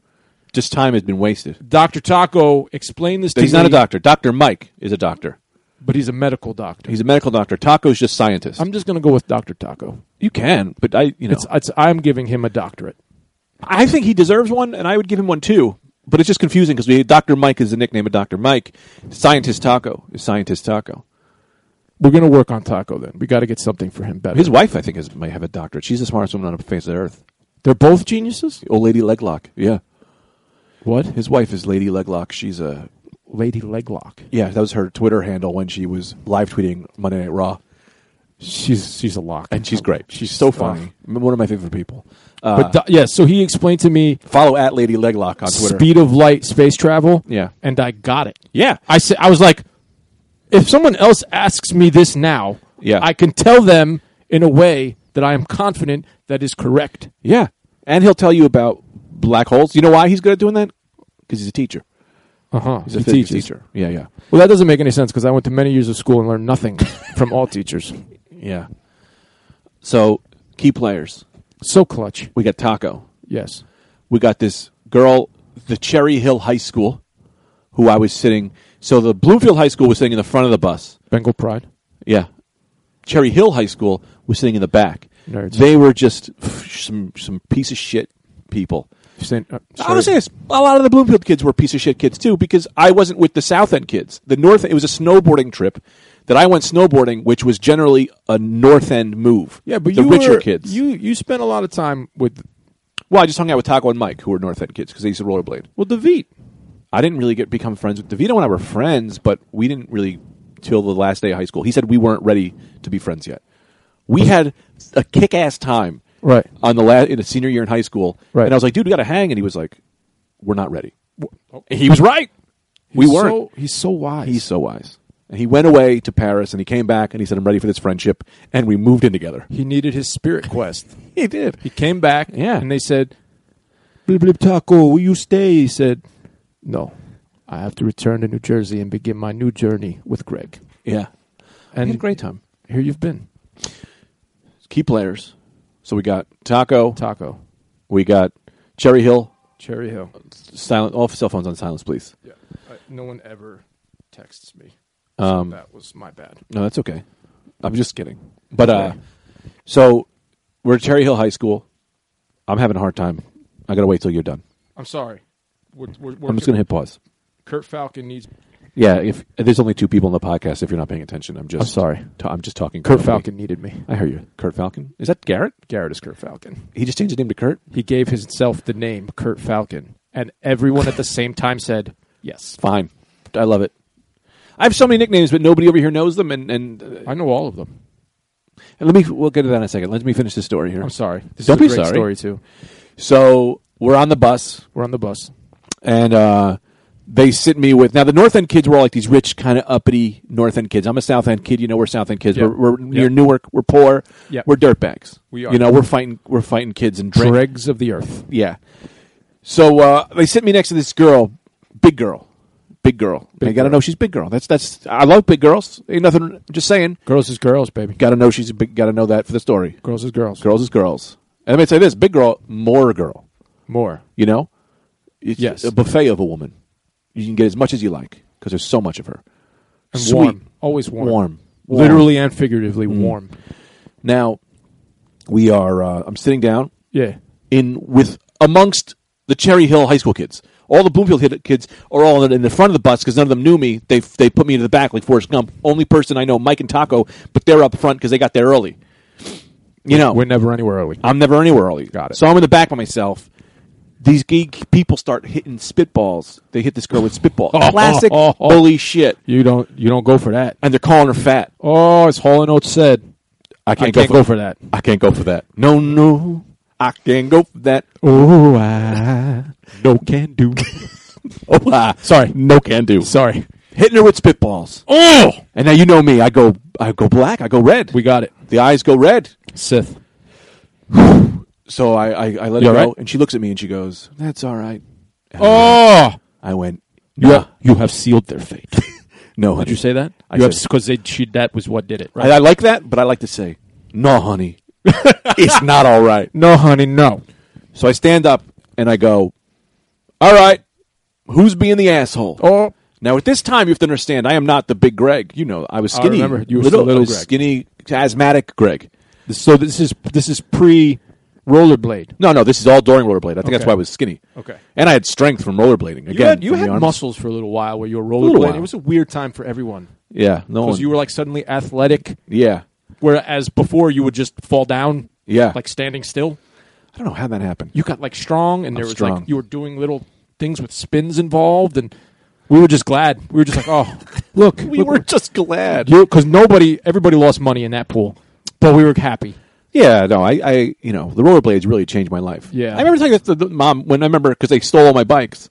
[SPEAKER 4] Just time has been wasted.
[SPEAKER 3] Dr. Taco explained this to
[SPEAKER 4] He's not a
[SPEAKER 3] me,
[SPEAKER 4] doctor. Dr. Mike is a doctor.
[SPEAKER 3] but he's a medical doctor.
[SPEAKER 4] He's a medical doctor. Taco's just scientist.
[SPEAKER 3] I'm just going to go with Dr. Taco.
[SPEAKER 4] you can, but I, you know,
[SPEAKER 3] It's, it's, I'm giving him a doctorate.
[SPEAKER 4] I think he deserves one, and I would give him one too. But it's just confusing because Dr. Mike is the nickname of Dr. Mike. Scientist Taco is Scientist Taco.
[SPEAKER 3] We're going to work on Taco then. We got to get something for him better.
[SPEAKER 4] His wife, I think, is, might have a doctorate. She's the smartest woman on the face of the earth.
[SPEAKER 3] They're both geniuses?
[SPEAKER 4] Old Lady Leglock. Yeah.
[SPEAKER 3] What?
[SPEAKER 4] His wife is Lady Leglock. She's a
[SPEAKER 3] Lady Leglock.
[SPEAKER 4] yeah. That was her Twitter handle when she was live tweeting Monday Night Raw,
[SPEAKER 3] She's she's a lock.
[SPEAKER 4] and she's great. She's so funny. One of my favorite people. Uh,
[SPEAKER 3] Oh, But do- yeah, so he explained to me
[SPEAKER 4] follow at Lady Leglock on Twitter.
[SPEAKER 3] speed of light space travel.
[SPEAKER 4] Yeah.
[SPEAKER 3] And I got it.
[SPEAKER 4] Yeah.
[SPEAKER 3] I said I was like if someone else asks me this now,
[SPEAKER 4] Yeah.
[SPEAKER 3] I can tell them in a way that I am confident that is correct.
[SPEAKER 4] Yeah. And he'll tell you about black holes. You know why he's good at doing that? Because he's a teacher.
[SPEAKER 3] Uh-huh.
[SPEAKER 4] He's a physics teacher. Yeah, yeah.
[SPEAKER 3] Well, that doesn't make any sense because I went to many years of school and learned nothing from all teachers.
[SPEAKER 4] Yeah. So, key players.
[SPEAKER 3] So clutch.
[SPEAKER 4] We got Taco.
[SPEAKER 3] Yes.
[SPEAKER 4] We got this girl, the Cherry Hill High School, who I was sitting. So, the Bloomfield High School was sitting in the front of the bus.
[SPEAKER 3] Bengal pride.
[SPEAKER 4] Yeah. Cherry Hill High School was sitting in the back.
[SPEAKER 3] Nerds.
[SPEAKER 4] They were just some, some piece of shit people.
[SPEAKER 3] Saying, uh,
[SPEAKER 4] I
[SPEAKER 3] sorry.
[SPEAKER 4] was this. A lot of the Bloomfield kids were piece of shit kids too, because I wasn't with the South End kids. The North. It was a snowboarding trip that I went snowboarding, which was generally a North End move.
[SPEAKER 3] Yeah, but
[SPEAKER 4] the
[SPEAKER 3] you
[SPEAKER 4] richer
[SPEAKER 3] were-
[SPEAKER 4] kids.
[SPEAKER 3] You you spent a lot of time with
[SPEAKER 4] well, I just hung out with Taco and Mike, who were North End kids, because they used to rollerblade.
[SPEAKER 3] well David.
[SPEAKER 4] I didn't really get become friends with Devito and I were friends, but we didn't really till the last day of high school. He said we weren't ready to be friends yet. We had a kick ass time
[SPEAKER 3] Right.
[SPEAKER 4] on the last in the senior year in high school,
[SPEAKER 3] Right.
[SPEAKER 4] And I was like, dude, we got to hang, and he was like, we're not ready. And he was right. we
[SPEAKER 3] Oh, He's
[SPEAKER 4] weren't.
[SPEAKER 3] So, he's so wise.
[SPEAKER 4] He's so wise. And he went away to Paris and he came back and he said, I'm ready for this friendship. And we moved in together.
[SPEAKER 3] he needed his spirit quest.
[SPEAKER 4] He did.
[SPEAKER 3] He came back.
[SPEAKER 4] Yeah.
[SPEAKER 3] And they said, "Blip blip taco, will you stay?" He said, "No, I have to return to New Jersey and begin my new journey with Greg."
[SPEAKER 4] Yeah. And
[SPEAKER 3] And
[SPEAKER 4] had a great time.
[SPEAKER 3] here you've been,
[SPEAKER 4] Key players. So we got Taco.
[SPEAKER 3] Taco, Uh,
[SPEAKER 4] We got Cherry Hill.
[SPEAKER 3] Cherry Hill.
[SPEAKER 4] Silent. All cell phones on silence, please.
[SPEAKER 3] Yeah. no one ever texts me.
[SPEAKER 4] Um,
[SPEAKER 3] that was my bad.
[SPEAKER 4] No, that's okay. I'm just kidding. But uh, so we're at Cherry Hill High School. I'm having a hard time. I got to wait till you're done.
[SPEAKER 3] I'm sorry. We're, we're,
[SPEAKER 4] I'm just going to hit pause.
[SPEAKER 3] Kurt Falcon needs.
[SPEAKER 4] Yeah, if there's only two people in the podcast, if you're not paying attention, I'm just
[SPEAKER 3] sorry.
[SPEAKER 4] Ta- I'm just talking.
[SPEAKER 3] Kurt
[SPEAKER 4] globally.
[SPEAKER 3] Falcon needed me.
[SPEAKER 4] I hear you. Kurt Falcon. Is that Garrett?
[SPEAKER 3] Garrett is Kurt Falcon.
[SPEAKER 4] He just changed his name to Kurt.
[SPEAKER 3] He gave himself the name Kurt Falcon, and everyone at the same time said yes.
[SPEAKER 4] Fine. I love it. I have so many nicknames, but nobody over here knows them. And and, uh,
[SPEAKER 3] I know all of them.
[SPEAKER 4] and let me we'll get to that in a second. Let me finish this story here.
[SPEAKER 3] I'm sorry. This
[SPEAKER 4] Don't
[SPEAKER 3] is a
[SPEAKER 4] be
[SPEAKER 3] great
[SPEAKER 4] sorry.
[SPEAKER 3] story too.
[SPEAKER 4] So we're on the bus,
[SPEAKER 3] We're on the bus.
[SPEAKER 4] and uh, they sit me with now. The North End kids were all like these rich, kind of uppity North End kids. I'm a South End kid. You know, we're South End kids.
[SPEAKER 3] Yep.
[SPEAKER 4] We're, we're near
[SPEAKER 3] Yep.
[SPEAKER 4] Newark. We're poor.
[SPEAKER 3] Yep.
[SPEAKER 4] We're dirtbags.
[SPEAKER 3] We are.
[SPEAKER 4] You know, we're fighting. We're fighting kids and drink.
[SPEAKER 3] Dregs of the earth.
[SPEAKER 4] Yeah. So uh, they sit me next to this girl, big girl, big girl. I got to
[SPEAKER 3] girl.
[SPEAKER 4] know she's big girl. That's that's. I love big girls. Ain't nothing. I'm Just saying.
[SPEAKER 3] Girls is girls, baby.
[SPEAKER 4] Got to know she's a big. Got to know that for the story.
[SPEAKER 3] Girls is girls.
[SPEAKER 4] Girls is girls. And let me say this: big girl, more girl.
[SPEAKER 3] More.
[SPEAKER 4] You know, it's
[SPEAKER 3] Yes.
[SPEAKER 4] a buffet of a woman. You can get as much as you like because there's so much of her.
[SPEAKER 3] And Oh.
[SPEAKER 4] Sweet.
[SPEAKER 3] warm. Always warm.
[SPEAKER 4] Warm. Mm.
[SPEAKER 3] Literally and figuratively warm.
[SPEAKER 4] Now, we are. Uh, I'm sitting down
[SPEAKER 3] Yeah.
[SPEAKER 4] in with amongst the Cherry Hill high school kids. All the Bloomfield hit- kids are all in the- in the front of the bus because none of them knew me. They they put me into the back like Forrest Gump. Only person I know, Mike and Taco, but they're up front because they got there early. You know,
[SPEAKER 3] We're never anywhere early.
[SPEAKER 4] I'm never anywhere early.
[SPEAKER 3] Got it.
[SPEAKER 4] So I'm in the back by myself. These geek people start hitting spitballs. They hit this girl with spitball. Classic bully shit.
[SPEAKER 3] You don't you don't go for that.
[SPEAKER 4] And they're calling her fat.
[SPEAKER 3] Oh, as Hall and Oates said,
[SPEAKER 4] I
[SPEAKER 3] I
[SPEAKER 4] can't,
[SPEAKER 3] can't
[SPEAKER 4] go, for,
[SPEAKER 3] go for that.
[SPEAKER 4] I can't go for that. No, no. I can't go for that.
[SPEAKER 3] Oh, I no can do.
[SPEAKER 4] Oh, ah.
[SPEAKER 3] Sorry.
[SPEAKER 4] No can do.
[SPEAKER 3] Sorry.
[SPEAKER 4] hitting her with spitballs.
[SPEAKER 3] Oh,
[SPEAKER 4] And now you know me. I go I go black. I go red.
[SPEAKER 3] we got it.
[SPEAKER 4] the eyes go red.
[SPEAKER 3] Sith.
[SPEAKER 4] So I, I, I let
[SPEAKER 3] You
[SPEAKER 4] her
[SPEAKER 3] all
[SPEAKER 4] go,
[SPEAKER 3] right?
[SPEAKER 4] and she looks at me and she goes, "That's all right." And
[SPEAKER 3] Oh,
[SPEAKER 4] I went.
[SPEAKER 3] you
[SPEAKER 4] "Nah,
[SPEAKER 3] have, you have sealed their fate.
[SPEAKER 4] no.
[SPEAKER 3] Did you say that?
[SPEAKER 4] I
[SPEAKER 3] you
[SPEAKER 4] said-
[SPEAKER 3] because she that was what did it, right?
[SPEAKER 4] I, I like that, but I like to say, "No, honey, it's not all right."
[SPEAKER 3] no, honey, no.
[SPEAKER 4] So I stand up and I go, "All right, who's being the asshole?"
[SPEAKER 3] Oh,
[SPEAKER 4] Now at this time, you have to understand, I am not the big Greg. You know, I was
[SPEAKER 3] I
[SPEAKER 4] skinny.
[SPEAKER 3] remember. You were still little
[SPEAKER 4] I was
[SPEAKER 3] Greg.
[SPEAKER 4] skinny, asthmatic Greg.
[SPEAKER 3] so this is this is pre rollerblade.
[SPEAKER 4] No, no, this is all during rollerblade. I think that's
[SPEAKER 3] Okay.
[SPEAKER 4] why I was skinny.
[SPEAKER 3] Okay.
[SPEAKER 4] and I had strength from rollerblading. Again,
[SPEAKER 3] You had, you
[SPEAKER 4] from the
[SPEAKER 3] had
[SPEAKER 4] arms.
[SPEAKER 3] muscles for a little while Oh. where you were
[SPEAKER 4] little
[SPEAKER 3] rollerblading.
[SPEAKER 4] while.
[SPEAKER 3] It was a weird time for everyone
[SPEAKER 4] Yeah, no
[SPEAKER 3] because
[SPEAKER 4] one.
[SPEAKER 3] you were like suddenly athletic,
[SPEAKER 4] yeah,
[SPEAKER 3] whereas before you would just fall down,
[SPEAKER 4] yeah.
[SPEAKER 3] like standing still.
[SPEAKER 4] I don't know how that happened.
[SPEAKER 3] you got like strong and there was
[SPEAKER 4] strong.
[SPEAKER 3] like you were doing little things with spins involved and we were just glad we were just like oh look
[SPEAKER 4] we were just glad.
[SPEAKER 3] because nobody everybody lost money in that pool but we were happy
[SPEAKER 4] Yeah, no, I, I, you know, the rollerblades really changed my life.
[SPEAKER 3] Yeah.
[SPEAKER 4] I remember talking to the, the mom when I remember because they stole all my bikes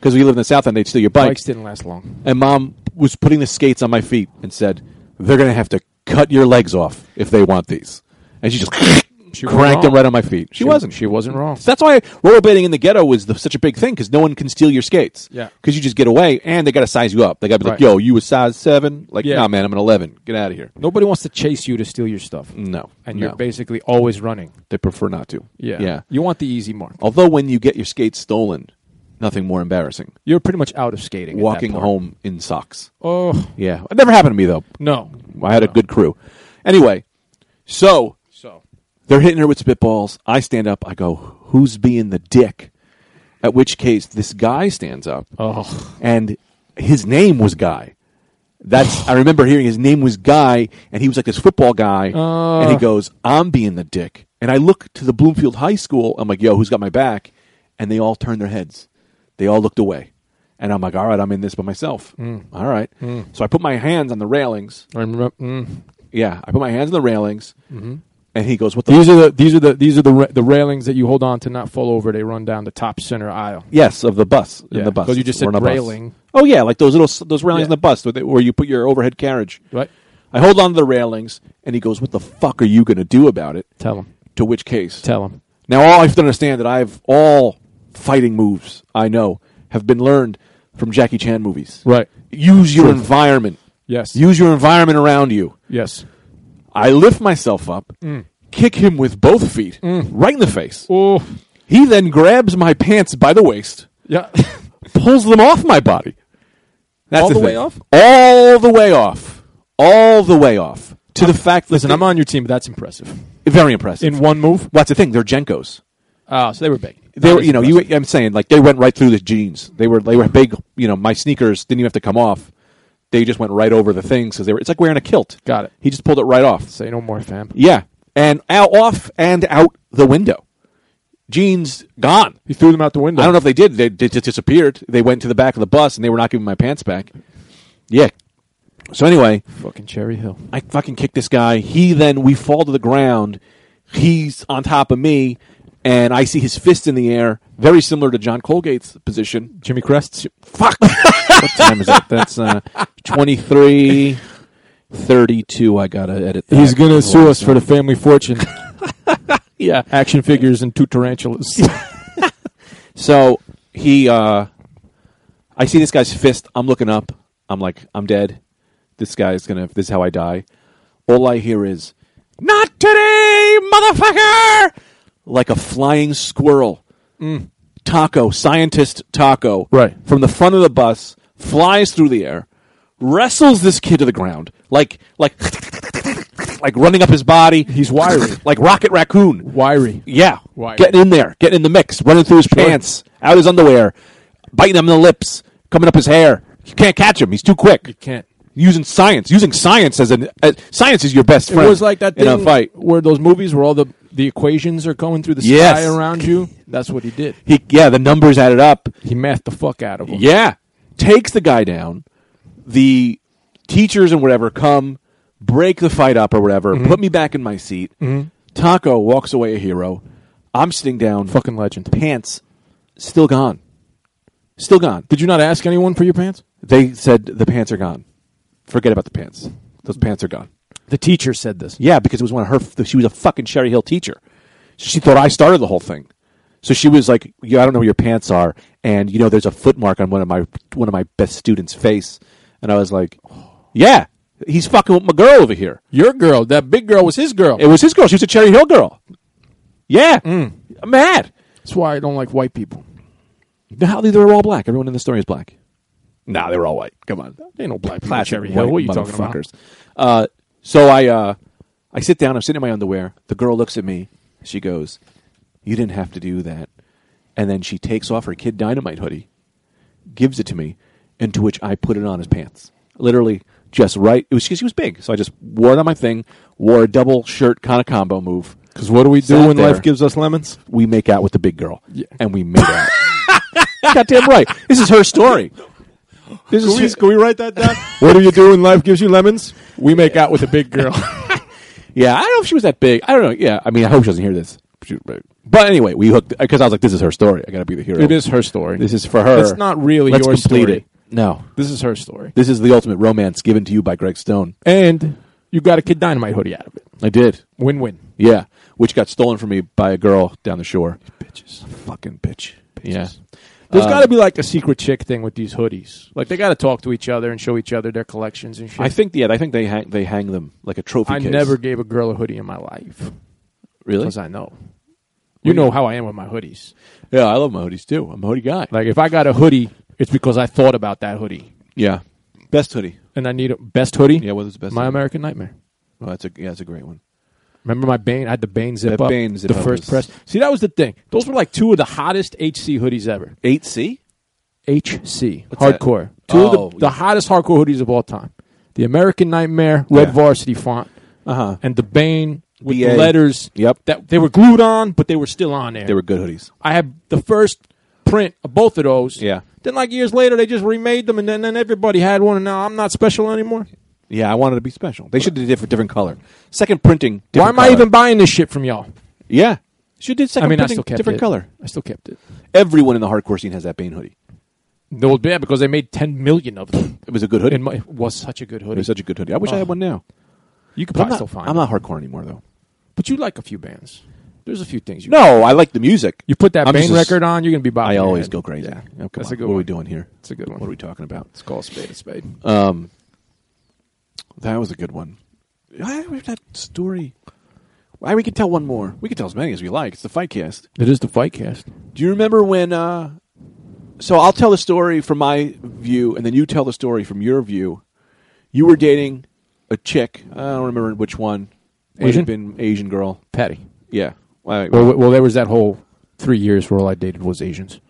[SPEAKER 4] because we live in the south end, they'd steal your
[SPEAKER 3] bikes
[SPEAKER 4] bikes,
[SPEAKER 3] didn't last long
[SPEAKER 4] and mom was putting the skates on my feet and said, "They're gonna have to cut your legs off if they want these," and she just
[SPEAKER 3] She was
[SPEAKER 4] cranked them
[SPEAKER 3] wrong.
[SPEAKER 4] right on my feet. She, wasn't.
[SPEAKER 3] she wasn't wrong
[SPEAKER 4] That's why rollerblading in the ghetto was the, such a big thing because no one can steal your skates.
[SPEAKER 3] Yeah.
[SPEAKER 4] because you just get away, and they got to size you up. They got to be like,
[SPEAKER 3] Right.
[SPEAKER 4] "Yo, you a size seven? Like,
[SPEAKER 3] Yeah.
[SPEAKER 4] nah, man, I'm an eleven. Get out of here."
[SPEAKER 3] nobody wants to chase you to steal your stuff
[SPEAKER 4] No,
[SPEAKER 3] and
[SPEAKER 4] no.
[SPEAKER 3] you're basically always running
[SPEAKER 4] They prefer not to. yeah.
[SPEAKER 3] you want the easy mark
[SPEAKER 4] Although when you get your skates stolen, nothing more embarrassing.
[SPEAKER 3] you're pretty much out of skating at that
[SPEAKER 4] Walking
[SPEAKER 3] part.
[SPEAKER 4] home in socks.
[SPEAKER 3] oh
[SPEAKER 4] Yeah, it never happened to me though.
[SPEAKER 3] no
[SPEAKER 4] I had a good crew. Anyway, so
[SPEAKER 3] so
[SPEAKER 4] they're hitting her with spitballs. I stand up. I go, "Who's being the dick?" At which case, this guy stands up,
[SPEAKER 3] oh
[SPEAKER 4] and his name was Guy. That's I remember hearing his name was Guy, and he was like this football guy, and he
[SPEAKER 3] Uh.
[SPEAKER 4] goes, "I'm being the dick." And I look to the Bloomfield High School. I'm like, "Yo, who's got my back?" And they all turned their heads. They all looked away, and I'm like, "All right, I'm in this by myself."
[SPEAKER 3] Mm.
[SPEAKER 4] All right, so I put my hands on the railings.
[SPEAKER 3] I remember, mm.
[SPEAKER 4] Yeah, I put my hands on the railings,
[SPEAKER 3] Mm-hmm.
[SPEAKER 4] and he goes, "What the?"
[SPEAKER 3] these are the these are the these are the ra- the railings that you hold on to not fall over they run down the top center aisle
[SPEAKER 4] Yes, of the bus. In
[SPEAKER 3] Yeah,
[SPEAKER 4] the bus.
[SPEAKER 3] 'cause you just said
[SPEAKER 4] We're on a bus.
[SPEAKER 3] railing.
[SPEAKER 4] Oh yeah, like those little s- those railings
[SPEAKER 3] Yeah.
[SPEAKER 4] in the bus where, they, where you put your overhead carriage.
[SPEAKER 3] right
[SPEAKER 4] I hold on to the railings, and he goes, "What the fuck are you going to do about it?"
[SPEAKER 3] tell them
[SPEAKER 4] To which case,
[SPEAKER 3] tell them
[SPEAKER 4] now all I have to understand that I've all fighting moves I know have been learned from Jackie Chan movies.
[SPEAKER 3] Right.
[SPEAKER 4] Use your environment.
[SPEAKER 3] Yes.
[SPEAKER 4] Use your environment around you.
[SPEAKER 3] Yes.
[SPEAKER 4] I lift myself up,
[SPEAKER 3] Mm.
[SPEAKER 4] kick him with both feet right in the face.
[SPEAKER 3] Oh.
[SPEAKER 4] He then grabs my pants by the waist,
[SPEAKER 3] Yeah.
[SPEAKER 4] pulls them off my body. That's
[SPEAKER 3] All the
[SPEAKER 4] thing.
[SPEAKER 3] way off?
[SPEAKER 4] All the way off. All the way off. To the fact,
[SPEAKER 3] Uh, Listen,
[SPEAKER 4] that
[SPEAKER 3] I'm on your team. But that's impressive.
[SPEAKER 4] very impressive.
[SPEAKER 3] In one move.
[SPEAKER 4] Well, that's the thing. They're Jenkos.
[SPEAKER 3] Ah, so they were big.
[SPEAKER 4] They were, you know, you, I'm saying like they went right through the jeans. They were, they were big. You know, my sneakers didn't even have to come off. They just went right over the things because they were. It's like wearing a kilt.
[SPEAKER 3] Got it.
[SPEAKER 4] He just pulled it right off.
[SPEAKER 3] Say no more, fam.
[SPEAKER 4] Yeah, and out off and out the window. Jeans gone.
[SPEAKER 3] He threw them out the window.
[SPEAKER 4] I don't know if they did. They, they just disappeared. They went to the back of the bus and they were not giving my pants back. Yeah. So anyway,
[SPEAKER 3] Fucking Cherry Hill.
[SPEAKER 4] I fucking kick this guy. He then we fall to the ground. He's on top of me, and I see his fist in the air, very similar to John Colgate's position.
[SPEAKER 3] Jimmy Crest.
[SPEAKER 4] Fuck. what time is that? That's uh, 23, 32. I gotta edit. That.
[SPEAKER 3] He's gonna sue us for the family fortune,
[SPEAKER 4] Yeah.
[SPEAKER 3] action figures, and two tarantulas.
[SPEAKER 4] So he, uh, I see this guy's fist. I'm looking up. I'm like, I'm dead. This guy's gonna. This is how I die. All I hear is, "Not today, motherfucker!" Like a flying squirrel. Taco, scientist Taco,
[SPEAKER 3] Mm. Right.
[SPEAKER 4] from the front of the bus, flies through the air, wrestles this kid to the ground, like like like running up his body.
[SPEAKER 3] He's wiry.
[SPEAKER 4] like Rocket Raccoon.
[SPEAKER 3] Wiry.
[SPEAKER 4] Yeah,
[SPEAKER 3] Wiry.
[SPEAKER 4] getting in there, getting in the mix, running through his pants, out his underwear, biting him in the lips, coming up his hair. You can't catch him. He's too quick.
[SPEAKER 3] You can't.
[SPEAKER 4] Using science, using science as an as, science is your best
[SPEAKER 3] It
[SPEAKER 4] friend.
[SPEAKER 3] was like that thing
[SPEAKER 4] in a fight.
[SPEAKER 3] where those movies where all the the equations are going through the
[SPEAKER 4] Yes.
[SPEAKER 3] sky around you. That's what he did.
[SPEAKER 4] He yeah, the numbers added up.
[SPEAKER 3] He mathed the fuck out of him.
[SPEAKER 4] Yeah. Takes the guy down. The teachers and whatever come, break the fight up or whatever,
[SPEAKER 3] Mm-hmm.
[SPEAKER 4] put me back in my seat. Taco walks away a hero. I'm sitting down,
[SPEAKER 3] Fucking legend.
[SPEAKER 4] pants still gone. Still gone.
[SPEAKER 3] Did you not ask anyone for your pants?
[SPEAKER 4] They said the pants are gone. Forget about the pants. Those pants are gone.
[SPEAKER 3] The teacher said this.
[SPEAKER 4] Yeah, because it was one of her. She was a fucking Sherry Hill teacher. She thought I started the whole thing. So she was like, "Yeah, I don't know where your pants are," and you know, there's a foot mark on one of my one of my best students' face, and I was like, "Yeah, he's fucking with my girl over here."
[SPEAKER 3] Your girl, that big girl, was his girl.
[SPEAKER 4] It was his girl. She was a Cherry Hill girl. Yeah, I'm mad.
[SPEAKER 3] That's why I don't like white people.
[SPEAKER 4] Now they were all black. Everyone in the story is black. Nah, they were all white. Come on,
[SPEAKER 3] They ain't no black people.
[SPEAKER 4] Classic
[SPEAKER 3] Cherry Hill.
[SPEAKER 4] white
[SPEAKER 3] What are you talking about?
[SPEAKER 4] motherfuckers. Uh, so I, uh, I sit down. I'm sitting in my underwear. The girl looks at me. She goes, "You didn't have to do that." And then she takes off her Kid Dynamite hoodie, gives it to me, and to which I put it on his pants. Literally, just right. It was she, she was big, so I just wore it on my thing. Wore a double shirt kind of combo move.
[SPEAKER 3] Because what do we do
[SPEAKER 4] Sat
[SPEAKER 3] when
[SPEAKER 4] there.
[SPEAKER 3] life gives us lemons?
[SPEAKER 4] We make out with the big girl, and we made out. Goddamn right. This is her story. This is her-
[SPEAKER 3] we write that down? what do you do when life gives you lemons? We make out with a big girl.
[SPEAKER 4] Yeah, I don't know if she was that big. I don't know. Yeah, I mean, I hope she doesn't hear this. She- But but anyway, we hooked because I was like, "This is her story. I got to be the hero."
[SPEAKER 3] it is her story.
[SPEAKER 4] This is for her.
[SPEAKER 3] It's not really
[SPEAKER 4] Let's
[SPEAKER 3] your
[SPEAKER 4] complete
[SPEAKER 3] story.
[SPEAKER 4] It. No,
[SPEAKER 3] This is her story.
[SPEAKER 4] this is the ultimate romance given to you by Greg Stone.
[SPEAKER 3] And you got a Kid Dynamite hoodie out of it.
[SPEAKER 4] I did.
[SPEAKER 3] Win win.
[SPEAKER 4] Yeah, which got stolen from me by a girl down the shore. Bitches, fucking bitch. Yeah,
[SPEAKER 3] There's
[SPEAKER 4] Um,
[SPEAKER 3] got to be like a secret chick thing with these hoodies. Like they got to talk to each other and show each other their collections and shit.
[SPEAKER 4] I think. Yeah, I think they hang they hang them like a trophy.
[SPEAKER 3] I
[SPEAKER 4] case.
[SPEAKER 3] never gave a girl a hoodie in my life
[SPEAKER 4] really.
[SPEAKER 3] because I know. You know how I am with my hoodies.
[SPEAKER 4] Yeah, I love my hoodies too. I'm a hoodie guy.
[SPEAKER 3] Like if I got a hoodie, it's because I thought about that hoodie,
[SPEAKER 4] yeah, best hoodie.
[SPEAKER 3] and I need a best hoodie.
[SPEAKER 4] Yeah, what is the best?
[SPEAKER 3] my
[SPEAKER 4] hoodie?
[SPEAKER 3] American Nightmare.
[SPEAKER 4] Oh, that's a yeah, that's a great one.
[SPEAKER 3] Remember my Bane? I had the Bane zip
[SPEAKER 4] The
[SPEAKER 3] up.
[SPEAKER 4] Bane zip
[SPEAKER 3] the
[SPEAKER 4] up
[SPEAKER 3] first
[SPEAKER 4] is-
[SPEAKER 3] press. See, that was the thing. Those were like two of the hottest HC hoodies ever.
[SPEAKER 4] Eight C.
[SPEAKER 3] HC
[SPEAKER 4] that?
[SPEAKER 3] hardcore. Two
[SPEAKER 4] Oh,
[SPEAKER 3] of the, the
[SPEAKER 4] yeah.
[SPEAKER 3] hottest hardcore hoodies of all time. The American Nightmare red
[SPEAKER 4] Yeah.
[SPEAKER 3] varsity font
[SPEAKER 4] Uh huh.
[SPEAKER 3] and the Bane with
[SPEAKER 4] BA.
[SPEAKER 3] the letters.
[SPEAKER 4] Yep.
[SPEAKER 3] That they were glued on, but they were still on there.
[SPEAKER 4] They were good hoodies.
[SPEAKER 3] I have the first print of both of those.
[SPEAKER 4] Yeah.
[SPEAKER 3] Then like years later they just remade them and then, then everybody had one and now I'm not special anymore.
[SPEAKER 4] Yeah, I wanted to be special. They should have did it for different color. Second printing. Different
[SPEAKER 3] Why am I
[SPEAKER 4] color.
[SPEAKER 3] even buying this shit from y'all?
[SPEAKER 4] Yeah, should did second
[SPEAKER 3] I mean I
[SPEAKER 4] printing
[SPEAKER 3] still kept
[SPEAKER 4] different
[SPEAKER 3] it.
[SPEAKER 4] color.
[SPEAKER 3] I still kept it.
[SPEAKER 4] Everyone in the hardcore scene has that Bane hoodie.
[SPEAKER 3] No, yeah, because they made ten million of them.
[SPEAKER 4] It was a good hoodie.
[SPEAKER 3] And my, it was such a good
[SPEAKER 4] it
[SPEAKER 3] hoodie.
[SPEAKER 4] was such a good hoodie. I wish I
[SPEAKER 3] Oh.
[SPEAKER 4] had one now.
[SPEAKER 3] you could
[SPEAKER 4] But I'm
[SPEAKER 3] probably
[SPEAKER 4] not,
[SPEAKER 3] still find.
[SPEAKER 4] I'm
[SPEAKER 3] them.
[SPEAKER 4] not hardcore anymore though.
[SPEAKER 3] But you like a few bands. There's a few things you
[SPEAKER 4] No, I like the music.
[SPEAKER 3] You put that
[SPEAKER 4] I'm
[SPEAKER 3] Bane
[SPEAKER 4] just a s-
[SPEAKER 3] record on, you're gonna be bobbing.
[SPEAKER 4] I
[SPEAKER 3] your
[SPEAKER 4] always
[SPEAKER 3] head.
[SPEAKER 4] go crazy.
[SPEAKER 3] Yeah.
[SPEAKER 4] Oh, come
[SPEAKER 3] That's
[SPEAKER 4] on.
[SPEAKER 3] a good
[SPEAKER 4] What are we
[SPEAKER 3] one.
[SPEAKER 4] doing here?
[SPEAKER 3] That's a good one. Uh,
[SPEAKER 4] What are we talking about?
[SPEAKER 3] Let's call a spade a spade.
[SPEAKER 4] Um, that was a good one. I have that story. Why we can tell one more. We can tell as many as we like. It's the fight cast.
[SPEAKER 3] It is the fight cast.
[SPEAKER 4] Do you remember when? Uh, so I'll tell the story from my view, and then you tell the story from your view. You were dating a chick. I don't remember which one. Might
[SPEAKER 3] Asian?
[SPEAKER 4] have been Asian girl.
[SPEAKER 3] Patty.
[SPEAKER 4] Yeah. All right,
[SPEAKER 3] Well, w- well, there was that whole three years where all I dated was Asians,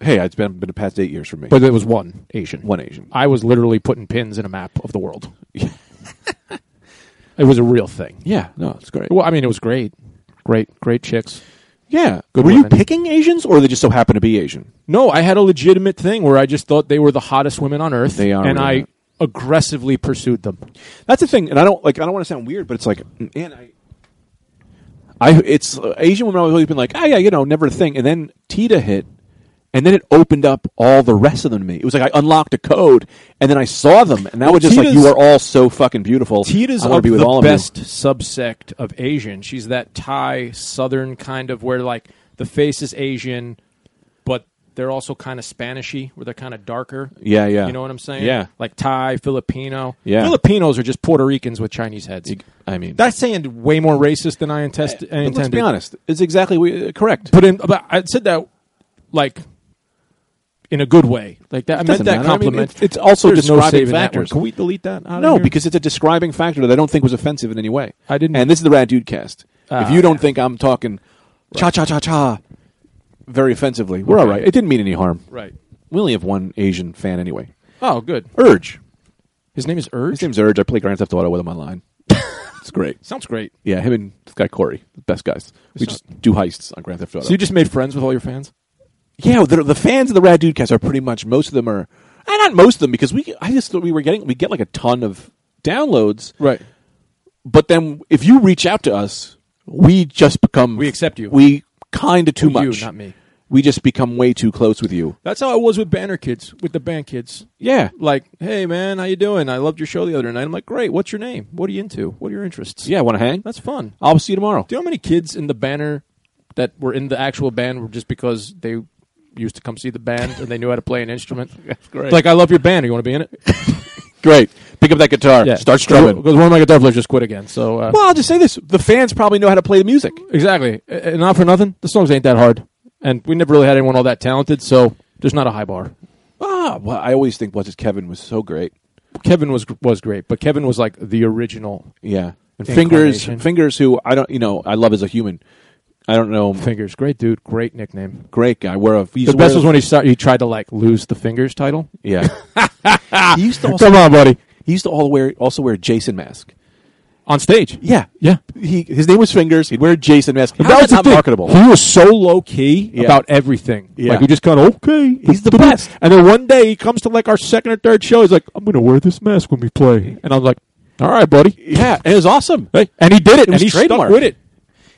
[SPEAKER 4] hey, it's been been the past eight years for me.
[SPEAKER 3] but there was one Asian.
[SPEAKER 4] one Asian.
[SPEAKER 3] I was literally putting pins in a map of the world. it was a real thing.
[SPEAKER 4] Yeah. No, it's great.
[SPEAKER 3] Well, I mean, it was great, great, great chicks.
[SPEAKER 4] Yeah.
[SPEAKER 3] Good
[SPEAKER 4] were you
[SPEAKER 3] women.
[SPEAKER 4] picking Asians, or they just so happened to be Asian?
[SPEAKER 3] No, I had a legitimate thing where I just thought they were the hottest women on earth.
[SPEAKER 4] They are
[SPEAKER 3] and
[SPEAKER 4] really
[SPEAKER 3] I
[SPEAKER 4] hot.
[SPEAKER 3] aggressively pursued them.
[SPEAKER 4] That's the thing, and I don't like. I don't want to sound weird, but it's like, and I, I it's uh, Asian women always always been like, ah, yeah, you know, never a thing. And then Tita hit, and then it opened up all the rest of them to me. It was like I unlocked a code, and then I saw them, and that was just like,
[SPEAKER 3] Tita's-
[SPEAKER 4] you are all so fucking beautiful.
[SPEAKER 3] Tita's
[SPEAKER 4] I wanna
[SPEAKER 3] of
[SPEAKER 4] be with
[SPEAKER 3] the
[SPEAKER 4] all
[SPEAKER 3] best
[SPEAKER 4] Of
[SPEAKER 3] subsect of Asian. She's that Thai southern kind of where like the face is Asian, but they're also kind of Spanishy, where they're kind of darker.
[SPEAKER 4] you. Yeah, yeah.
[SPEAKER 3] You know what I'm saying?
[SPEAKER 4] Yeah.
[SPEAKER 3] Like Thai, Filipino.
[SPEAKER 4] Yeah.
[SPEAKER 3] Filipinos are just Puerto Ricans with Chinese heads.
[SPEAKER 4] I mean,
[SPEAKER 3] That's saying way more racist than I intest-
[SPEAKER 4] but
[SPEAKER 3] intended.
[SPEAKER 4] let's be honest. It's exactly we- uh, correct.
[SPEAKER 3] But in, but I said that like in a good way. Like that, I meant
[SPEAKER 4] Doesn't
[SPEAKER 3] that
[SPEAKER 4] matter. I mean,
[SPEAKER 3] compliment.
[SPEAKER 4] it's- it's also
[SPEAKER 3] There's no
[SPEAKER 4] describing
[SPEAKER 3] saving that
[SPEAKER 4] factors.
[SPEAKER 3] one. Can we delete that? out of
[SPEAKER 4] No,
[SPEAKER 3] here?
[SPEAKER 4] because it's a describing factor that I don't think was offensive in any way.
[SPEAKER 3] I didn't-
[SPEAKER 4] And this is the Rat Dude cast.
[SPEAKER 3] Ah,
[SPEAKER 4] if you don't think I'm talking cha cha cha cha very offensively, we're all right. It didn't mean any harm.
[SPEAKER 3] right.
[SPEAKER 4] We only have one Asian fan anyway.
[SPEAKER 3] Oh, good.
[SPEAKER 4] Urge.
[SPEAKER 3] His name is
[SPEAKER 4] His
[SPEAKER 3] Urge.
[SPEAKER 4] name's Urge. I play Grand Theft Auto with him online. it's great.
[SPEAKER 3] Sounds great.
[SPEAKER 4] Yeah, him and this guy Corey, the best guys. We
[SPEAKER 3] It's
[SPEAKER 4] just do heists on Grand Theft Auto.
[SPEAKER 3] So you just made friends with all your fans?
[SPEAKER 4] yeah, the, the fans of the Rad Dudecast are pretty much most of them are, and not most of them because we I just thought we were getting we get like a ton of downloads,
[SPEAKER 3] Right.
[SPEAKER 4] but then if you reach out to us, we just become
[SPEAKER 3] We accept you.
[SPEAKER 4] We kind of too
[SPEAKER 3] Well, you,
[SPEAKER 4] much,
[SPEAKER 3] not me.
[SPEAKER 4] We just become way too close with you.
[SPEAKER 3] That's how I was with Banner Kids, with the band kids.
[SPEAKER 4] Yeah,
[SPEAKER 3] Like, hey man, how you doing? I loved your show the other night. I'm like, great. What's your name? What are you into? What are your interests?
[SPEAKER 4] yeah. Want to hang?
[SPEAKER 3] that's fun.
[SPEAKER 4] I'll see you tomorrow.
[SPEAKER 3] Do you know how many kids in the banner that were in the actual band were just because they used to come see the band and they knew how to play an instrument? That's
[SPEAKER 4] great.
[SPEAKER 3] Like, I love your band. You want to be in it?
[SPEAKER 4] Great. Pick up that guitar. Start strumming.
[SPEAKER 3] Because one of my guitar players just quit again. So uh,
[SPEAKER 4] Well, I'll just say this: the fans probably know how to play the music.
[SPEAKER 3] exactly, A- and not for nothing, the songs ain't that hard, and we never really had anyone all that talented. So there's not a high bar.
[SPEAKER 4] Ah, well, I always think what's his Kevin was so great.
[SPEAKER 3] Kevin was was great, but Kevin was like the original
[SPEAKER 4] Yeah, and fingers,
[SPEAKER 3] Incarnation.
[SPEAKER 4] fingers. Who I don't, you know, I love as a human. I don't know, him.
[SPEAKER 3] fingers. Great dude, great nickname.
[SPEAKER 4] great guy. Wear a
[SPEAKER 3] The best was when he started, he tried to like lose the fingers title.
[SPEAKER 4] yeah. he used to also,
[SPEAKER 3] Come on, buddy,
[SPEAKER 4] he used to all wear also wear a Jason mask.
[SPEAKER 3] on stage.
[SPEAKER 4] Yeah,
[SPEAKER 3] Yeah.
[SPEAKER 4] He his name was Fingers. He'd wear a Jason mask. How is
[SPEAKER 3] the
[SPEAKER 4] that
[SPEAKER 3] thing.
[SPEAKER 4] marketable?
[SPEAKER 3] He was so low key
[SPEAKER 4] Yeah.
[SPEAKER 3] about everything.
[SPEAKER 4] Yeah.
[SPEAKER 3] Like he just kind of okay.
[SPEAKER 4] He's the best.
[SPEAKER 3] And then one day he comes to like our second or third show. He's like, "I'm gonna wear this mask when we play," and I'm like, "All right, buddy."
[SPEAKER 4] Yeah, and it was awesome.
[SPEAKER 3] Hey, and he did it.
[SPEAKER 4] It
[SPEAKER 3] and
[SPEAKER 4] was
[SPEAKER 3] he
[SPEAKER 4] trademarked.
[SPEAKER 3] stuck with it.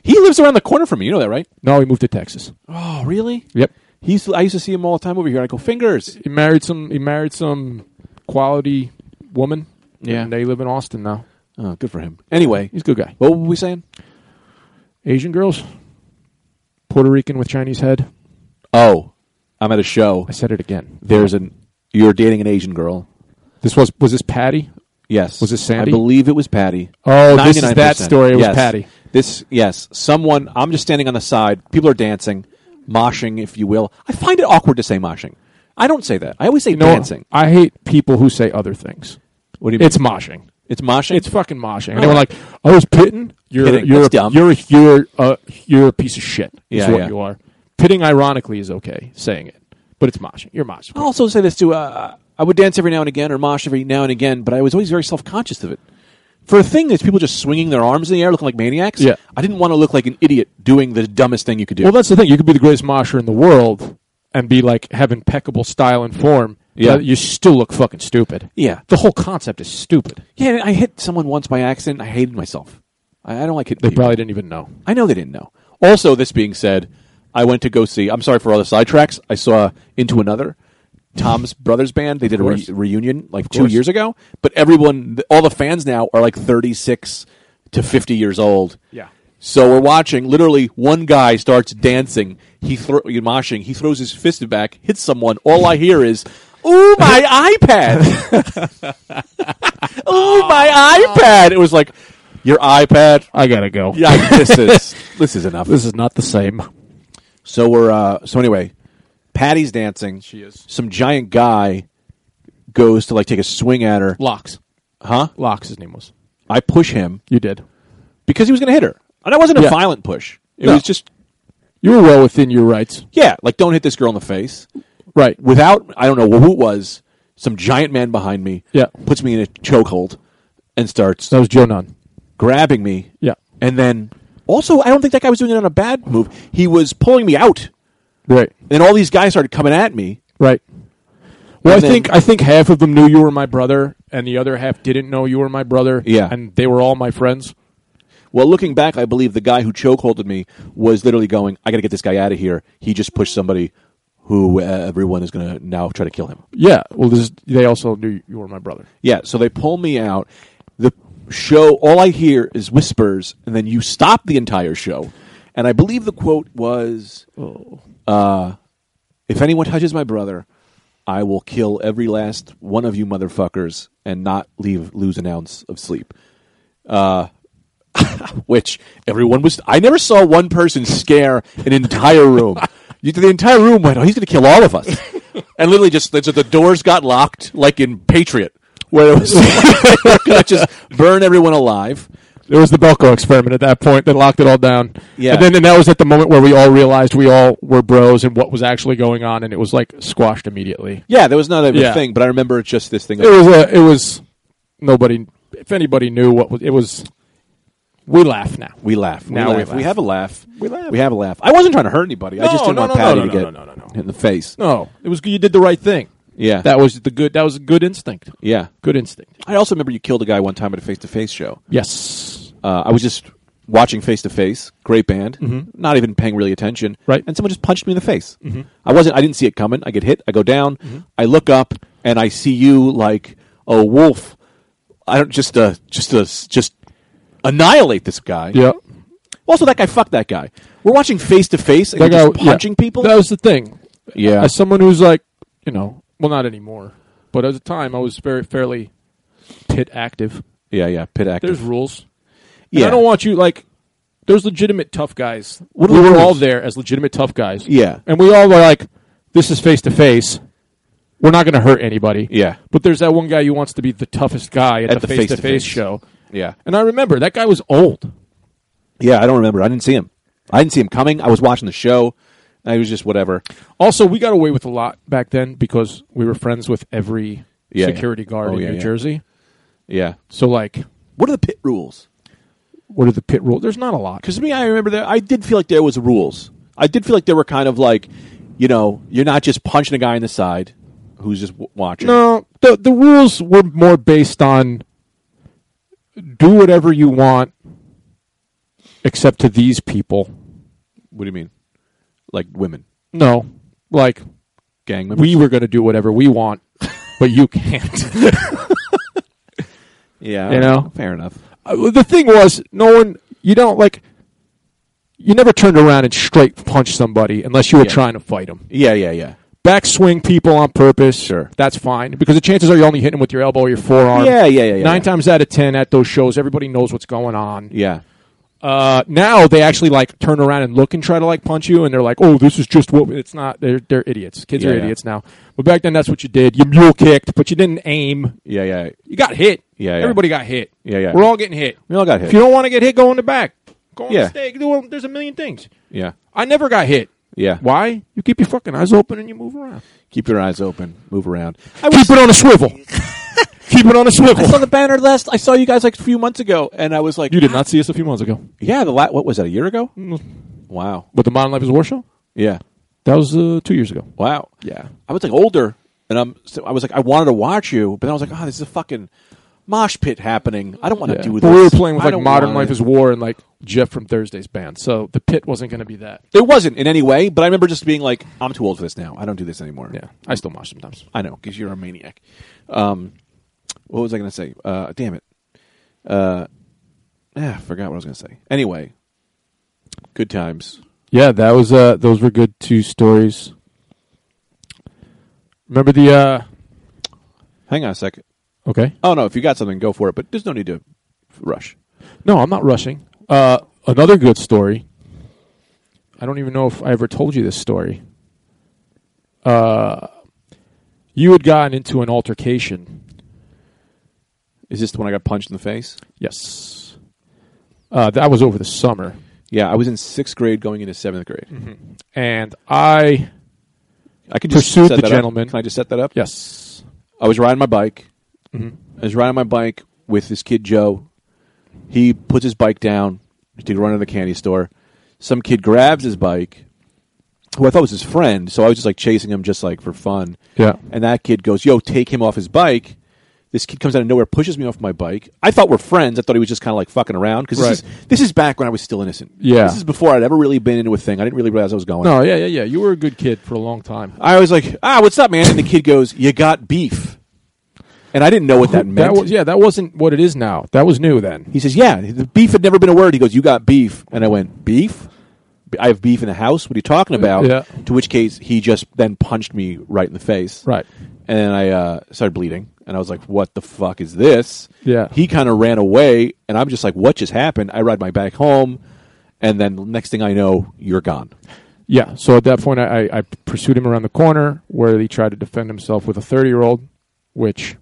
[SPEAKER 4] He lives around the corner from me. You know that, right?
[SPEAKER 3] No, he moved to Texas.
[SPEAKER 4] Oh, really?
[SPEAKER 3] Yep.
[SPEAKER 4] He used to, I used to see him all the time over here. I go Fingers.
[SPEAKER 3] He married some. He married some quality woman.
[SPEAKER 4] Yeah.
[SPEAKER 3] And they live in Austin now.
[SPEAKER 4] Oh, good for him. Anyway,
[SPEAKER 3] He's a good guy.
[SPEAKER 4] what were we saying?
[SPEAKER 3] Asian girls, Puerto Rican with Chinese head.
[SPEAKER 4] Oh, I'm at a show.
[SPEAKER 3] I said it again.
[SPEAKER 4] There's an you're dating an Asian girl.
[SPEAKER 3] This was was this Patty?
[SPEAKER 4] Yes.
[SPEAKER 3] Was it Sandy?
[SPEAKER 4] I believe it was Patty.
[SPEAKER 3] Oh, this is that
[SPEAKER 4] 99%.
[SPEAKER 3] story. It was
[SPEAKER 4] Yes.
[SPEAKER 3] Patty.
[SPEAKER 4] This yes. Someone I'm just standing on the side. People are dancing, moshing, if you will. I find it awkward to say moshing. I don't say that. I always say
[SPEAKER 3] You know,
[SPEAKER 4] dancing.
[SPEAKER 3] I hate people who say other things.
[SPEAKER 4] What do you mean?
[SPEAKER 3] It's moshing.
[SPEAKER 4] It's moshing?
[SPEAKER 3] It's fucking moshing. And they were like, "I was pitting. You're
[SPEAKER 4] Pitting.
[SPEAKER 3] you're
[SPEAKER 4] That's dumb.
[SPEAKER 3] you're you're uh, you're a piece of shit. Is
[SPEAKER 4] Yeah,
[SPEAKER 3] what
[SPEAKER 4] yeah.
[SPEAKER 3] you are. Pitting ironically is okay saying it, but it's moshing. You're moshing.
[SPEAKER 4] I'll also say this too. Uh, I would dance every now and again or mosh every now and again, but I was always very self conscious of it. For a thing that's people just swinging their arms in the air looking like maniacs,
[SPEAKER 3] Yeah.
[SPEAKER 4] I didn't want to look like an idiot doing the dumbest thing you could do.
[SPEAKER 3] Well, that's the thing. You could be the greatest mosher in the world and be like have impeccable style and form.
[SPEAKER 4] Yeah.
[SPEAKER 3] but you still look fucking stupid.
[SPEAKER 4] yeah.
[SPEAKER 3] The whole concept is stupid.
[SPEAKER 4] Yeah, I hit someone once by accident. I hated myself. I, I don't like hitting
[SPEAKER 3] They
[SPEAKER 4] people.
[SPEAKER 3] probably didn't even know.
[SPEAKER 4] I know they didn't know. Also, this being said, I went to go see. I'm sorry for all the sidetracks. I saw Into Another, Tom's Brothers Band. They did a re-
[SPEAKER 3] course.
[SPEAKER 4] reunion like two
[SPEAKER 3] course.
[SPEAKER 4] years ago, but everyone, th- all the fans now are like 36 to 50 years old.
[SPEAKER 3] Yeah.
[SPEAKER 4] So we're watching. Literally, one guy starts dancing. He thro- you're moshing. He throws his fist back, hits someone. All I hear is, "Ooh, my iPad! Ooh, my iPad!" It was like your iPad.
[SPEAKER 3] I gotta go.
[SPEAKER 4] Yeah, this is this is enough.
[SPEAKER 3] This is not the same.
[SPEAKER 4] So we're uh, so anyway. Patty's dancing. She
[SPEAKER 3] is.
[SPEAKER 4] Some giant guy goes to like take a swing at her,
[SPEAKER 3] Locks.
[SPEAKER 4] huh?
[SPEAKER 3] Locks. His name was.
[SPEAKER 4] I push him
[SPEAKER 3] You did.
[SPEAKER 4] because he was going to hit her, and that wasn't a
[SPEAKER 3] Yeah.
[SPEAKER 4] violent push. It
[SPEAKER 3] No.
[SPEAKER 4] was just
[SPEAKER 3] You were well within your rights.
[SPEAKER 4] yeah, like don't hit this girl in the face.
[SPEAKER 3] Right.
[SPEAKER 4] Without I don't know who it was. Some giant man behind me.
[SPEAKER 3] Yeah.
[SPEAKER 4] puts me in a chokehold and starts
[SPEAKER 3] That was Joe Nunn.
[SPEAKER 4] grabbing me.
[SPEAKER 3] Yeah.
[SPEAKER 4] and then also I don't think that guy was doing it on a bad move. He was pulling me out,
[SPEAKER 3] Right.
[SPEAKER 4] and then all these guys started coming at me.
[SPEAKER 3] Right. Well, I
[SPEAKER 4] And then-
[SPEAKER 3] think I think half of them knew you were my brother, and the other half didn't know you were my brother.
[SPEAKER 4] Yeah.
[SPEAKER 3] and they were all my friends.
[SPEAKER 4] Well, looking back, I believe the guy who chokeholded me was literally going, "I got to get this guy out of here." He just pushed somebody who uh, everyone is going to now try to kill him.
[SPEAKER 3] Yeah. Well, this, they also knew you were my brother.
[SPEAKER 4] Yeah, so they pull me out. The show, all I hear is whispers, and then you stop the entire show. And I believe the quote was, uh, "If anyone touches my brother, I will kill every last one of you motherfuckers and not leave lose an ounce of sleep." Uh, which everyone was. I never saw one person scare an entire room. You, the entire room went, "Oh, he's going to kill all of us." and literally just the, the doors got locked, like in Patriot, where it was gonna just burn everyone alive.
[SPEAKER 3] There was the Belko experiment at that point that locked it all down.
[SPEAKER 4] Yeah.
[SPEAKER 3] And then and that was at the moment where we all realized we all were bros and what was actually going on, and it was like squashed immediately.
[SPEAKER 4] Yeah, there was not a
[SPEAKER 3] Yeah.
[SPEAKER 4] thing, but I remember it's just this thing.
[SPEAKER 3] It was a, it was nobody. If anybody knew what was, it was, we laugh now.
[SPEAKER 4] we laugh. We
[SPEAKER 3] Now we
[SPEAKER 4] laugh. we
[SPEAKER 3] laugh.
[SPEAKER 4] have a laugh.
[SPEAKER 3] We laugh.
[SPEAKER 4] We have a laugh. I wasn't trying to hurt anybody. I
[SPEAKER 3] No,
[SPEAKER 4] just didn't
[SPEAKER 3] no,
[SPEAKER 4] want
[SPEAKER 3] no, no, no,
[SPEAKER 4] Patty to
[SPEAKER 3] no,
[SPEAKER 4] get
[SPEAKER 3] no, no, no, no.
[SPEAKER 4] hit in the face.
[SPEAKER 3] No, it was you did the right thing.
[SPEAKER 4] Yeah.
[SPEAKER 3] That was the good. That was a good instinct.
[SPEAKER 4] yeah.
[SPEAKER 3] Good instinct.
[SPEAKER 4] I also remember you killed a guy one time at a face to face show.
[SPEAKER 3] Yes.
[SPEAKER 4] Uh, I was just watching Face to Face, great band, not even paying really attention.
[SPEAKER 3] Mm-hmm. Right. Mm-hmm.
[SPEAKER 4] And someone just punched me in the face. I wasn't. I didn't see it coming. I get hit. I go down. I look up and I see you like a wolf. I don't just uh, just uh, just annihilate this guy.
[SPEAKER 3] Yeah.
[SPEAKER 4] Also, that guy fucked that guy. We're watching Face to Face and you're just
[SPEAKER 3] yeah.
[SPEAKER 4] punching people.
[SPEAKER 3] That was the thing.
[SPEAKER 4] yeah.
[SPEAKER 3] As someone who's like, you know, well, not anymore, but at the time I was very fairly pit active.
[SPEAKER 4] yeah. Yeah. Pit actor.
[SPEAKER 3] There's rules. And
[SPEAKER 4] Yeah.
[SPEAKER 3] I don't want you like. There's legitimate tough guys.
[SPEAKER 4] What are
[SPEAKER 3] we
[SPEAKER 4] the
[SPEAKER 3] were
[SPEAKER 4] rules?
[SPEAKER 3] all there as legitimate tough guys.
[SPEAKER 4] Yeah.
[SPEAKER 3] And we all were like, this is face to face. We're not going to hurt anybody.
[SPEAKER 4] Yeah.
[SPEAKER 3] But there's that one guy who wants to be the toughest guy at,
[SPEAKER 4] At
[SPEAKER 3] the
[SPEAKER 4] the
[SPEAKER 3] face to face
[SPEAKER 4] face-to-face.
[SPEAKER 3] show.
[SPEAKER 4] Yeah.
[SPEAKER 3] And I remember that guy was old.
[SPEAKER 4] Yeah. I don't remember. I didn't see him. I didn't see him coming. I was watching the show. I was just whatever.
[SPEAKER 3] Also, we got away with a lot back then because we were friends with every
[SPEAKER 4] Yeah,
[SPEAKER 3] security
[SPEAKER 4] yeah.
[SPEAKER 3] guard
[SPEAKER 4] Oh,
[SPEAKER 3] in
[SPEAKER 4] yeah,
[SPEAKER 3] New
[SPEAKER 4] yeah.
[SPEAKER 3] Jersey.
[SPEAKER 4] Yeah.
[SPEAKER 3] So, like,
[SPEAKER 4] What are the pit rules?
[SPEAKER 3] what are the pit rules? There's not a lot.
[SPEAKER 4] Because me, I remember that I did feel like there was rules. I did feel like there were kind of like, you know, you're not just punching a guy in the side who's just w- watching.
[SPEAKER 3] No, the the rules were more based on do whatever you want, except to these people.
[SPEAKER 4] What do you mean? Like women,
[SPEAKER 3] No, like
[SPEAKER 4] gang members.
[SPEAKER 3] we were going to do whatever we want, but you can't.
[SPEAKER 4] yeah,
[SPEAKER 3] You know?
[SPEAKER 4] fair enough.
[SPEAKER 3] Uh, the thing was, no one you don't like. You never turned around and straight punched somebody unless you were
[SPEAKER 4] Yeah.
[SPEAKER 3] trying to fight them.
[SPEAKER 4] Yeah, yeah, yeah,
[SPEAKER 3] Backswing people on purpose,
[SPEAKER 4] Sure.
[SPEAKER 3] that's fine because the chances are you're only hitting them with your elbow or your forearm.
[SPEAKER 4] yeah, yeah, yeah, yeah.
[SPEAKER 3] Nine times out of ten at those shows, everybody knows what's going on.
[SPEAKER 4] Yeah,
[SPEAKER 3] uh, now they actually like turn around and look and try to like punch you, and they're like, "Oh, this is just what it's not." They're they're idiots. Kids
[SPEAKER 4] Yeah,
[SPEAKER 3] are
[SPEAKER 4] yeah.
[SPEAKER 3] idiots now. But back then, that's what you did. You mule kicked, but you didn't aim.
[SPEAKER 4] yeah, yeah.
[SPEAKER 3] You got hit.
[SPEAKER 4] Yeah, yeah.
[SPEAKER 3] everybody got hit.
[SPEAKER 4] Yeah, yeah.
[SPEAKER 3] We're all getting hit.
[SPEAKER 4] We all got hit.
[SPEAKER 3] If you don't want to get hit, go in the back. Go on
[SPEAKER 4] Yeah.
[SPEAKER 3] the stage. Do- There's a million things.
[SPEAKER 4] Yeah,
[SPEAKER 3] I never got hit.
[SPEAKER 4] yeah.
[SPEAKER 3] Why? You keep your fucking eyes open and you move around.
[SPEAKER 4] Keep your eyes open. Move around.
[SPEAKER 3] keep it on a swivel. keep it on a
[SPEAKER 4] I saw
[SPEAKER 3] swivel.
[SPEAKER 4] the banner last. I saw you guys like a few months ago, and I was like,
[SPEAKER 3] You did Mm. not see us a few months ago
[SPEAKER 4] Yeah, the la- what was that? A year ago? Wow.
[SPEAKER 3] with the Modern Life is War show.
[SPEAKER 4] Yeah.
[SPEAKER 3] That was uh, two years ago.
[SPEAKER 4] Wow.
[SPEAKER 3] Yeah.
[SPEAKER 4] I was like older, and I'm. So I was like, I wanted to watch you, but then I was like, oh, this is a fucking mosh pit happening. I don't want to
[SPEAKER 3] Yeah.
[SPEAKER 4] do this.
[SPEAKER 3] But we were playing with
[SPEAKER 4] I
[SPEAKER 3] like
[SPEAKER 4] don't
[SPEAKER 3] Modern
[SPEAKER 4] wanna-
[SPEAKER 3] Life is War and like Jeff from Thursday's band, so the pit wasn't going to be that.
[SPEAKER 4] It wasn't in any way, but I remember just being like, I'm too old for this now. I don't do this anymore.
[SPEAKER 3] Yeah, I still mosh sometimes.
[SPEAKER 4] I know because you're a maniac. Um, what was I going to say? Uh, damn it. Uh, yeah, I forgot what I was going to say. Anyway, good times.
[SPEAKER 3] Yeah, that was uh, those were good two stories. Remember the uh,
[SPEAKER 4] Hang on a second.
[SPEAKER 3] okay?
[SPEAKER 4] Oh no, if you got something, go for it. But there's no need to rush.
[SPEAKER 3] No, I'm not rushing. Uh, another good story. I don't even know if I ever told you this story. Uh, you had gotten into an altercation
[SPEAKER 4] Is this the one I got punched in the face?
[SPEAKER 3] Yes. Uh, that was over the summer.
[SPEAKER 4] Yeah, I was in sixth grade going into seventh grade.
[SPEAKER 3] And I.
[SPEAKER 4] I could just
[SPEAKER 3] Pursued
[SPEAKER 4] set
[SPEAKER 3] the
[SPEAKER 4] that up.
[SPEAKER 3] gentleman.
[SPEAKER 4] Can I just set that up?
[SPEAKER 3] Yes.
[SPEAKER 4] I was riding my bike. I was riding my bike with this kid Joe. He puts his bike down to run to the candy store. Some kid grabs his bike, who I thought was his friend. So I was just like chasing him, just like for fun.
[SPEAKER 3] Yeah.
[SPEAKER 4] And that kid goes, "Yo, take him off his bike." This kid comes out of nowhere, pushes me off my bike. I thought we're friends. I thought he was just kind of like fucking around because
[SPEAKER 3] Right.
[SPEAKER 4] this is this is back when I was still innocent.
[SPEAKER 3] Yeah.
[SPEAKER 4] this is before I'd ever really been into a thing. I didn't really realize I was going.
[SPEAKER 3] No, yeah, yeah, yeah. You were a good kid for a long time.
[SPEAKER 4] I was like, ah, what's up, man? And the kid goes, you got beef. And I didn't know what that meant.
[SPEAKER 3] That was yeah. That wasn't what it is now. That was new then.
[SPEAKER 4] he says, yeah, the beef had never been a word. He goes, you got beef. And I went, beef? B- I have beef in the house? What are you talking about?
[SPEAKER 3] Yeah.
[SPEAKER 4] To which case, he just then punched me right in the face.
[SPEAKER 3] Right.
[SPEAKER 4] And then I uh, started bleeding. And I was like, what the fuck is this?
[SPEAKER 3] Yeah.
[SPEAKER 4] He kind of ran away. And I'm just like, what just happened? I ride my bike home. And then next thing I know, you're gone.
[SPEAKER 3] Yeah. So at that point, I, I I pursued him around the corner where he tried to defend himself with a 30 year old, which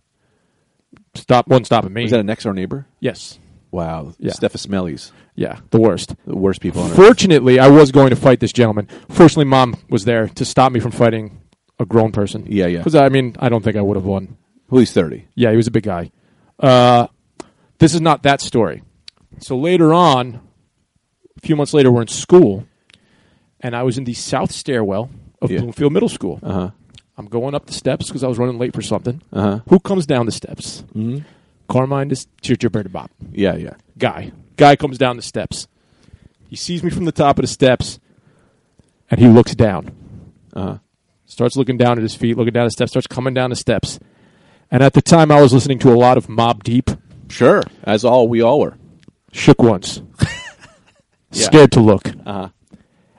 [SPEAKER 3] stop wasn't stopping me.
[SPEAKER 4] Was that a next door neighbor?
[SPEAKER 3] yes.
[SPEAKER 4] Wow.
[SPEAKER 3] Yeah.
[SPEAKER 4] Steph Smellies.
[SPEAKER 3] Yeah. The worst.
[SPEAKER 4] The worst people on earth.
[SPEAKER 3] Fortunately, I was going to fight this gentleman. Fortunately, mom was there to stop me from fighting a grown person.
[SPEAKER 4] Yeah, yeah.
[SPEAKER 3] Because, I mean, I don't think I would have won.
[SPEAKER 4] Well, he's 30.
[SPEAKER 3] Yeah, he was a big guy. Uh, this is not that story. So later on, a few months later, we're in school, and I was in the south stairwell of
[SPEAKER 4] Yeah.
[SPEAKER 3] Bloomfield Middle School.
[SPEAKER 4] Uh huh.
[SPEAKER 3] I'm going up the steps because I was running late for something.
[SPEAKER 4] Uh huh.
[SPEAKER 3] Who comes down the steps?
[SPEAKER 4] Mm-hmm.
[SPEAKER 3] Carmine, this Gilberto Bob
[SPEAKER 4] Yeah, yeah.
[SPEAKER 3] guy. Guy comes down the steps. He sees me from the top of the steps, and he looks down.
[SPEAKER 4] Uh-huh.
[SPEAKER 3] Starts looking down at his feet, looking down the steps, starts coming down the steps. And at the time, I was listening to a lot of Mob Deep,
[SPEAKER 4] Sure. As all we all were.
[SPEAKER 3] shook once,
[SPEAKER 4] Yeah.
[SPEAKER 3] scared to look.
[SPEAKER 4] Uh huh.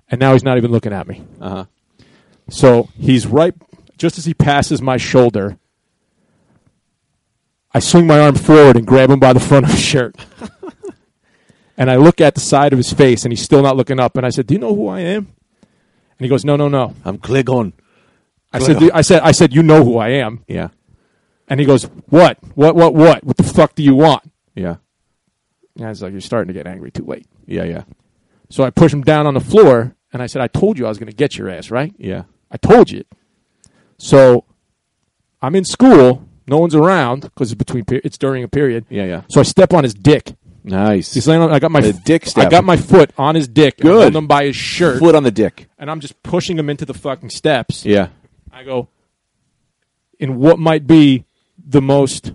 [SPEAKER 3] And now he's not even looking at me.
[SPEAKER 4] Uh huh.
[SPEAKER 3] So he's right, just as he passes my shoulder, I swing my arm forward and grab him by the front of his shirt. and I look at the side of his face, and he's still not looking up. And I said, Do you know who I am? And he goes, No, no, no.
[SPEAKER 4] I'm Clegon.
[SPEAKER 3] I said, "Do- I said, I said, You know who I am.
[SPEAKER 4] Yeah.
[SPEAKER 3] And he goes, What? What, what, what? What the fuck do you want?
[SPEAKER 4] Yeah.
[SPEAKER 3] And I was like, You're starting to get angry too late.
[SPEAKER 4] Yeah, yeah.
[SPEAKER 3] So I push him down on the floor, and I said, I told you I was going to get your ass, right?
[SPEAKER 4] Yeah.
[SPEAKER 3] I told you. So I'm in school. No one's around because it's between. Per- it's during a period.
[SPEAKER 4] Yeah, yeah.
[SPEAKER 3] So I step on his dick.
[SPEAKER 4] Nice.
[SPEAKER 3] He's laying on. I got my
[SPEAKER 4] The dick
[SPEAKER 3] I
[SPEAKER 4] step.
[SPEAKER 3] got my foot on his dick. and I'm
[SPEAKER 4] Good.
[SPEAKER 3] holding him by his shirt,
[SPEAKER 4] Foot on the dick.
[SPEAKER 3] and I'm just pushing him into the fucking steps.
[SPEAKER 4] Yeah.
[SPEAKER 3] I go in what might be the most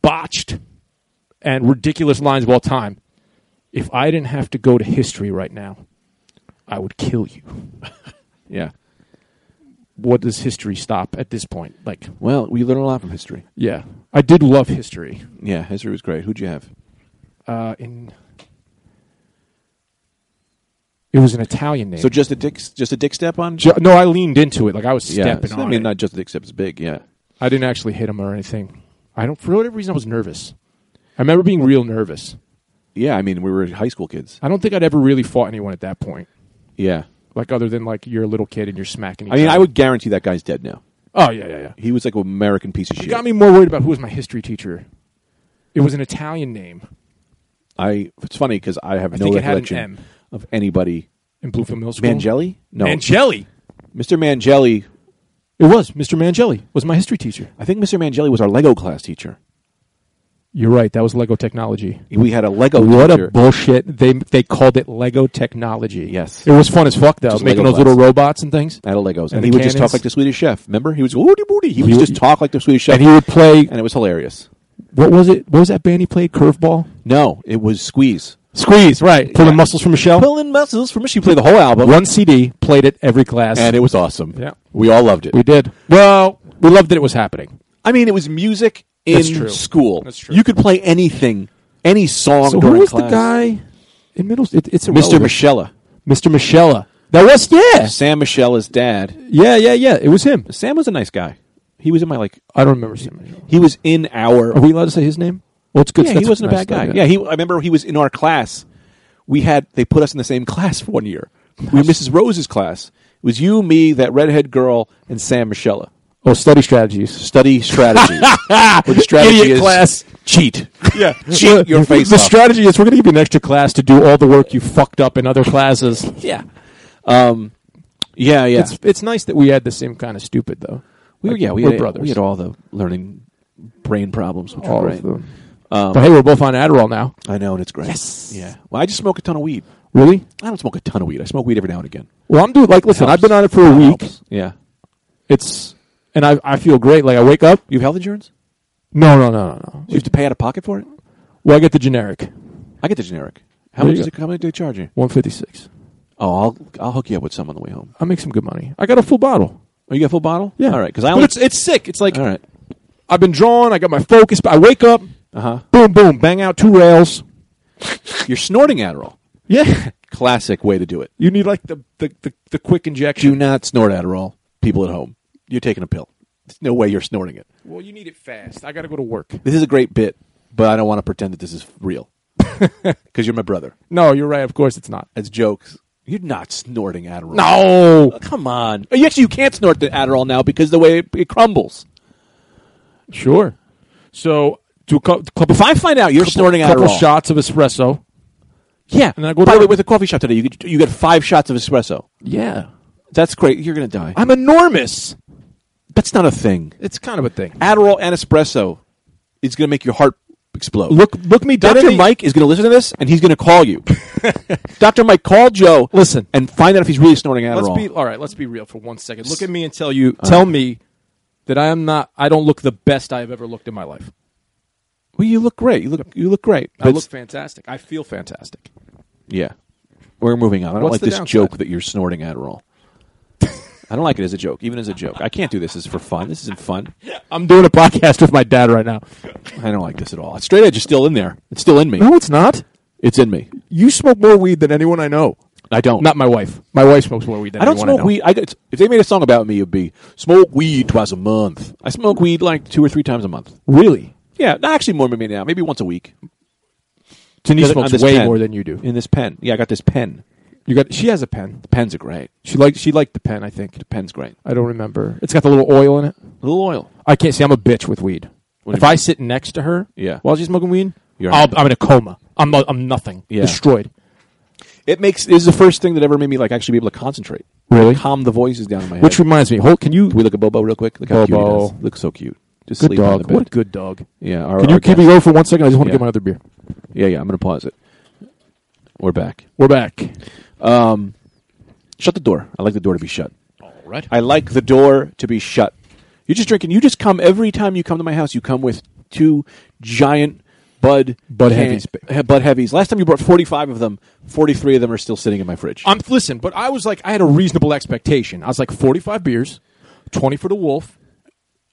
[SPEAKER 3] botched and ridiculous lines of all time. If I didn't have to go to history right now, I would kill you.
[SPEAKER 4] Yeah.
[SPEAKER 3] What does history stop at this point? Like,
[SPEAKER 4] Well, we learn a lot from history.
[SPEAKER 3] Yeah, I did love history.
[SPEAKER 4] Yeah, history was great. Who'd you have?
[SPEAKER 3] Uh, in it was an Italian name.
[SPEAKER 4] So just a dick, just a dick step on.
[SPEAKER 3] Ju- no, I leaned into it like I was stepping
[SPEAKER 4] so,
[SPEAKER 3] on
[SPEAKER 4] I mean,
[SPEAKER 3] it.
[SPEAKER 4] not just a dick step. It's big. Yeah.
[SPEAKER 3] I didn't actually hit him or anything. I don't. For whatever reason, I was nervous. I remember being real nervous.
[SPEAKER 4] Yeah. I mean, we were high school kids.
[SPEAKER 3] I don't think I'd ever really fought anyone at that point,
[SPEAKER 4] Yeah.
[SPEAKER 3] like other than like you're a little kid and you're smacking. Each
[SPEAKER 4] I mean, I
[SPEAKER 3] other.
[SPEAKER 4] would guarantee that guy's dead now.
[SPEAKER 3] Oh yeah, yeah, yeah.
[SPEAKER 4] He was like an American piece of
[SPEAKER 3] You
[SPEAKER 4] shit.
[SPEAKER 3] got me more worried about who was my history teacher. It was an Italian name
[SPEAKER 4] I. It's funny because I have no
[SPEAKER 3] think it had an
[SPEAKER 4] recollection
[SPEAKER 3] M.
[SPEAKER 4] of anybody.
[SPEAKER 3] in Bluefield Middle School.
[SPEAKER 4] Mangelli? No.
[SPEAKER 3] Mangelli.
[SPEAKER 4] Mr. Mangelli.
[SPEAKER 3] It was Mr. Mangelli was my history teacher.
[SPEAKER 4] I think Mr. Mangelli was our Lego class teacher.
[SPEAKER 3] You're right. That was Lego technology.
[SPEAKER 4] We had a Lego
[SPEAKER 3] What
[SPEAKER 4] teacher.
[SPEAKER 3] a bullshit! They they called it Lego technology.
[SPEAKER 4] Yes.
[SPEAKER 3] it was fun as fuck though,
[SPEAKER 4] Just
[SPEAKER 3] making
[SPEAKER 4] Lego
[SPEAKER 3] those little
[SPEAKER 4] blocks.
[SPEAKER 3] robots and things.
[SPEAKER 4] Out of Legos, and,
[SPEAKER 3] And
[SPEAKER 4] he
[SPEAKER 3] the
[SPEAKER 4] would just talk
[SPEAKER 3] cannons.
[SPEAKER 4] like the Swedish Chef. Remember, he was woody booty. He would
[SPEAKER 3] He-
[SPEAKER 4] just talk like the Swedish Chef,
[SPEAKER 3] And he would play.
[SPEAKER 4] and it was hilarious.
[SPEAKER 3] What was it? What was that band he played? Curveball,
[SPEAKER 4] No, it was Squeeze.
[SPEAKER 3] squeeze, right? Pulling
[SPEAKER 4] Yeah.
[SPEAKER 3] muscles from Michelle.
[SPEAKER 4] Pulling muscles from she played the whole album,
[SPEAKER 3] One CD, played it every class,
[SPEAKER 4] and it was awesome.
[SPEAKER 3] Yeah.
[SPEAKER 4] we all loved it.
[SPEAKER 3] we did. Well, we loved that it was happening.
[SPEAKER 4] I mean, it was music
[SPEAKER 3] That's
[SPEAKER 4] in
[SPEAKER 3] true.
[SPEAKER 4] school.
[SPEAKER 3] That's true.
[SPEAKER 4] You could play anything, any song
[SPEAKER 3] So
[SPEAKER 4] during
[SPEAKER 3] who was the
[SPEAKER 4] class.
[SPEAKER 3] guy Oh, in middle? It, it's
[SPEAKER 4] Mr.
[SPEAKER 3] irrelevant.
[SPEAKER 4] Michella,
[SPEAKER 3] Mr. Michella. That was yeah,
[SPEAKER 4] Sam Michella's dad.
[SPEAKER 3] yeah, yeah, yeah. It was him.
[SPEAKER 4] Sam was a nice guy. He was in my like.
[SPEAKER 3] I don't remember seeing him.
[SPEAKER 4] He was in our.
[SPEAKER 3] Are we allowed to say his name? Well, it's good.
[SPEAKER 4] yeah,
[SPEAKER 3] that's
[SPEAKER 4] he wasn't a
[SPEAKER 3] nice,
[SPEAKER 4] bad guy.
[SPEAKER 3] though,
[SPEAKER 4] Yeah, he. I remember he was in our class. We had they put us in the same class for one year. We were Mrs. Rose's class. It was you, me, that redhead girl, and Sam Michella.
[SPEAKER 3] Oh, study strategies.
[SPEAKER 4] Study strategy. Where the strategy
[SPEAKER 3] Idiot
[SPEAKER 4] is
[SPEAKER 3] class.
[SPEAKER 4] cheat.
[SPEAKER 3] Yeah,
[SPEAKER 4] Cheat your face
[SPEAKER 3] The
[SPEAKER 4] off.
[SPEAKER 3] strategy is we're going to give you an extra class to do all the work you fucked up in other classes.
[SPEAKER 4] Yeah. Um, yeah, yeah.
[SPEAKER 3] It's it's nice that we had the same kind of stupid though.
[SPEAKER 4] we were,
[SPEAKER 3] Like,
[SPEAKER 4] yeah, we
[SPEAKER 3] we're
[SPEAKER 4] had,
[SPEAKER 3] brothers.
[SPEAKER 4] We had all the learning brain problems, which
[SPEAKER 3] All
[SPEAKER 4] were
[SPEAKER 3] of
[SPEAKER 4] great.
[SPEAKER 3] them.
[SPEAKER 4] Um,
[SPEAKER 3] but hey, we're both on Adderall now.
[SPEAKER 4] I know, and it's great. Yes. Yeah. Well, I just smoke a ton of weed.
[SPEAKER 3] Really?
[SPEAKER 4] I don't smoke a ton of weed. I smoke weed every now and again.
[SPEAKER 3] Well, I'm doing like listen. I've been on it for a week.
[SPEAKER 4] Yeah.
[SPEAKER 3] It's and I I feel great. Like I wake up.
[SPEAKER 4] You have health insurance?
[SPEAKER 3] No, no, no, no, no.
[SPEAKER 4] You have to pay out of pocket for it?
[SPEAKER 3] Well, I get the generic.
[SPEAKER 4] I get the generic. How
[SPEAKER 3] There
[SPEAKER 4] much
[SPEAKER 3] you
[SPEAKER 4] is it? How much do they charge you?
[SPEAKER 3] One fifty six.
[SPEAKER 4] Oh, I'll I'll hook you up with some on the way home.
[SPEAKER 3] I make some good money. I got a full bottle.
[SPEAKER 4] Oh, you got a full bottle?
[SPEAKER 3] Yeah.
[SPEAKER 4] All right. Because I
[SPEAKER 3] But
[SPEAKER 4] only.
[SPEAKER 3] it's it's sick. It's like
[SPEAKER 4] all right.
[SPEAKER 3] I've been drawing. I got my focus. But I wake up.
[SPEAKER 4] Uh huh.
[SPEAKER 3] Boom, boom, bang out two rails.
[SPEAKER 4] You're snorting Adderall.
[SPEAKER 3] Yeah.
[SPEAKER 4] Classic way to do it.
[SPEAKER 3] You need like the the, the, the quick injection.
[SPEAKER 4] Do not snort Adderall, people at home. You're taking a pill. There's no way you're snorting it.
[SPEAKER 3] Well, you need it fast. I got to go to work.
[SPEAKER 4] This is a great bit, but I don't want to pretend that this is real because you're my brother.
[SPEAKER 3] No, you're right. Of course, it's not.
[SPEAKER 4] It's jokes. You're not snorting Adderall.
[SPEAKER 3] No.
[SPEAKER 4] Come on. Actually, you can't snort the Adderall now because the way it, it crumbles.
[SPEAKER 3] Sure. So do a cou- couple,
[SPEAKER 4] If I find out you're snorting Adderall,
[SPEAKER 3] couple shots of espresso.
[SPEAKER 4] yeah.
[SPEAKER 3] and then I go to
[SPEAKER 4] By the
[SPEAKER 3] work.
[SPEAKER 4] way, with a coffee shop today, you get, you get five shots of espresso.
[SPEAKER 3] Yeah.
[SPEAKER 4] That's great. You're gonna die.
[SPEAKER 3] I'm enormous.
[SPEAKER 4] That's not a thing.
[SPEAKER 3] It's kind of a thing.
[SPEAKER 4] Adderall and espresso is gonna make your heart explode.
[SPEAKER 3] Look, look me down.
[SPEAKER 4] Dr.
[SPEAKER 3] in the-
[SPEAKER 4] Mike is going to listen to this, and he's going to call you. Dr. Mike, call Joe.
[SPEAKER 3] Listen.
[SPEAKER 4] and find out if he's really snorting
[SPEAKER 3] Let's
[SPEAKER 4] Adderall.
[SPEAKER 3] be all right. Let's be real for one second. Look at me and tell you, tell me that I am not. I don't look the best I have ever looked in my life.
[SPEAKER 4] well, you look great. You look you look great.
[SPEAKER 3] I
[SPEAKER 4] But
[SPEAKER 3] look fantastic. I feel fantastic.
[SPEAKER 4] yeah, we're moving on. I don't
[SPEAKER 3] What's
[SPEAKER 4] like
[SPEAKER 3] the
[SPEAKER 4] this
[SPEAKER 3] downside?
[SPEAKER 4] joke that you're snorting Adderall. I don't like it as a joke, even as a joke. I can't do this. This is for fun. This isn't fun.
[SPEAKER 3] I'm doing a podcast with my dad right now.
[SPEAKER 4] I don't like this at all. Straight edge is still in there. It's still in me.
[SPEAKER 3] No, it's not.
[SPEAKER 4] It's in me.
[SPEAKER 3] You smoke more weed than anyone I know.
[SPEAKER 4] I don't.
[SPEAKER 3] Not my wife. My wife smokes more weed than
[SPEAKER 4] I don't
[SPEAKER 3] anyone
[SPEAKER 4] smoke
[SPEAKER 3] know.
[SPEAKER 4] weed. I, it's- if they made a song about me, it'd be smoke weed twice a month. I smoke weed like two or three times a month.
[SPEAKER 3] Really?
[SPEAKER 4] Yeah, no, actually more maybe now, maybe once a week.
[SPEAKER 3] Denise
[SPEAKER 4] Got it on
[SPEAKER 3] smokes
[SPEAKER 4] this
[SPEAKER 3] way
[SPEAKER 4] pen.
[SPEAKER 3] more than you do.
[SPEAKER 4] In this pen. Yeah, I got this pen.
[SPEAKER 3] You got. She has a pen.
[SPEAKER 4] Pens are great.
[SPEAKER 3] She liked. She liked the pen. I think.
[SPEAKER 4] Pen's great.
[SPEAKER 3] I don't remember. It's got the little oil in it.
[SPEAKER 4] A little oil.
[SPEAKER 3] I can't see. I'm a bitch with weed.
[SPEAKER 4] What do
[SPEAKER 3] if
[SPEAKER 4] you
[SPEAKER 3] I sit next to her,
[SPEAKER 4] Yeah.
[SPEAKER 3] while she's smoking weed,
[SPEAKER 4] You're
[SPEAKER 3] I'll,
[SPEAKER 4] right.
[SPEAKER 3] I'm in a coma. I'm not, I'm nothing.
[SPEAKER 4] Yeah.
[SPEAKER 3] Destroyed.
[SPEAKER 4] It makes this is the first thing that ever made me like actually be able to concentrate.
[SPEAKER 3] Really?
[SPEAKER 4] Calm the voices down in my head.
[SPEAKER 3] Which reminds me, Holt, can you?
[SPEAKER 4] Can we look at Bobo real quick? Look how cute he
[SPEAKER 3] Bobo.
[SPEAKER 4] does. Looks so cute. Just
[SPEAKER 3] Good
[SPEAKER 4] sleeping on the
[SPEAKER 3] dog.
[SPEAKER 4] bed.
[SPEAKER 3] What a good dog.
[SPEAKER 4] Yeah. Our,
[SPEAKER 3] Can you
[SPEAKER 4] our
[SPEAKER 3] keep
[SPEAKER 4] guest-
[SPEAKER 3] me going for one second? I just want
[SPEAKER 4] Yeah.
[SPEAKER 3] to get my other beer.
[SPEAKER 4] Yeah, yeah. I'm gonna pause it. We're back.
[SPEAKER 3] We're back.
[SPEAKER 4] Shut the door. I like the door to be shut.
[SPEAKER 3] All right.
[SPEAKER 4] I like the door to be shut. You're just drinking. You just come every time you come to my house. You come with two giant Bud
[SPEAKER 3] Bud Heavies.
[SPEAKER 4] he- Bud heavies. Last time you brought 45 of them. 43 of them are still sitting in my fridge.
[SPEAKER 3] I'm listen, but I was like, I had a reasonable expectation. I was like, 45 beers, 20 for the wolf,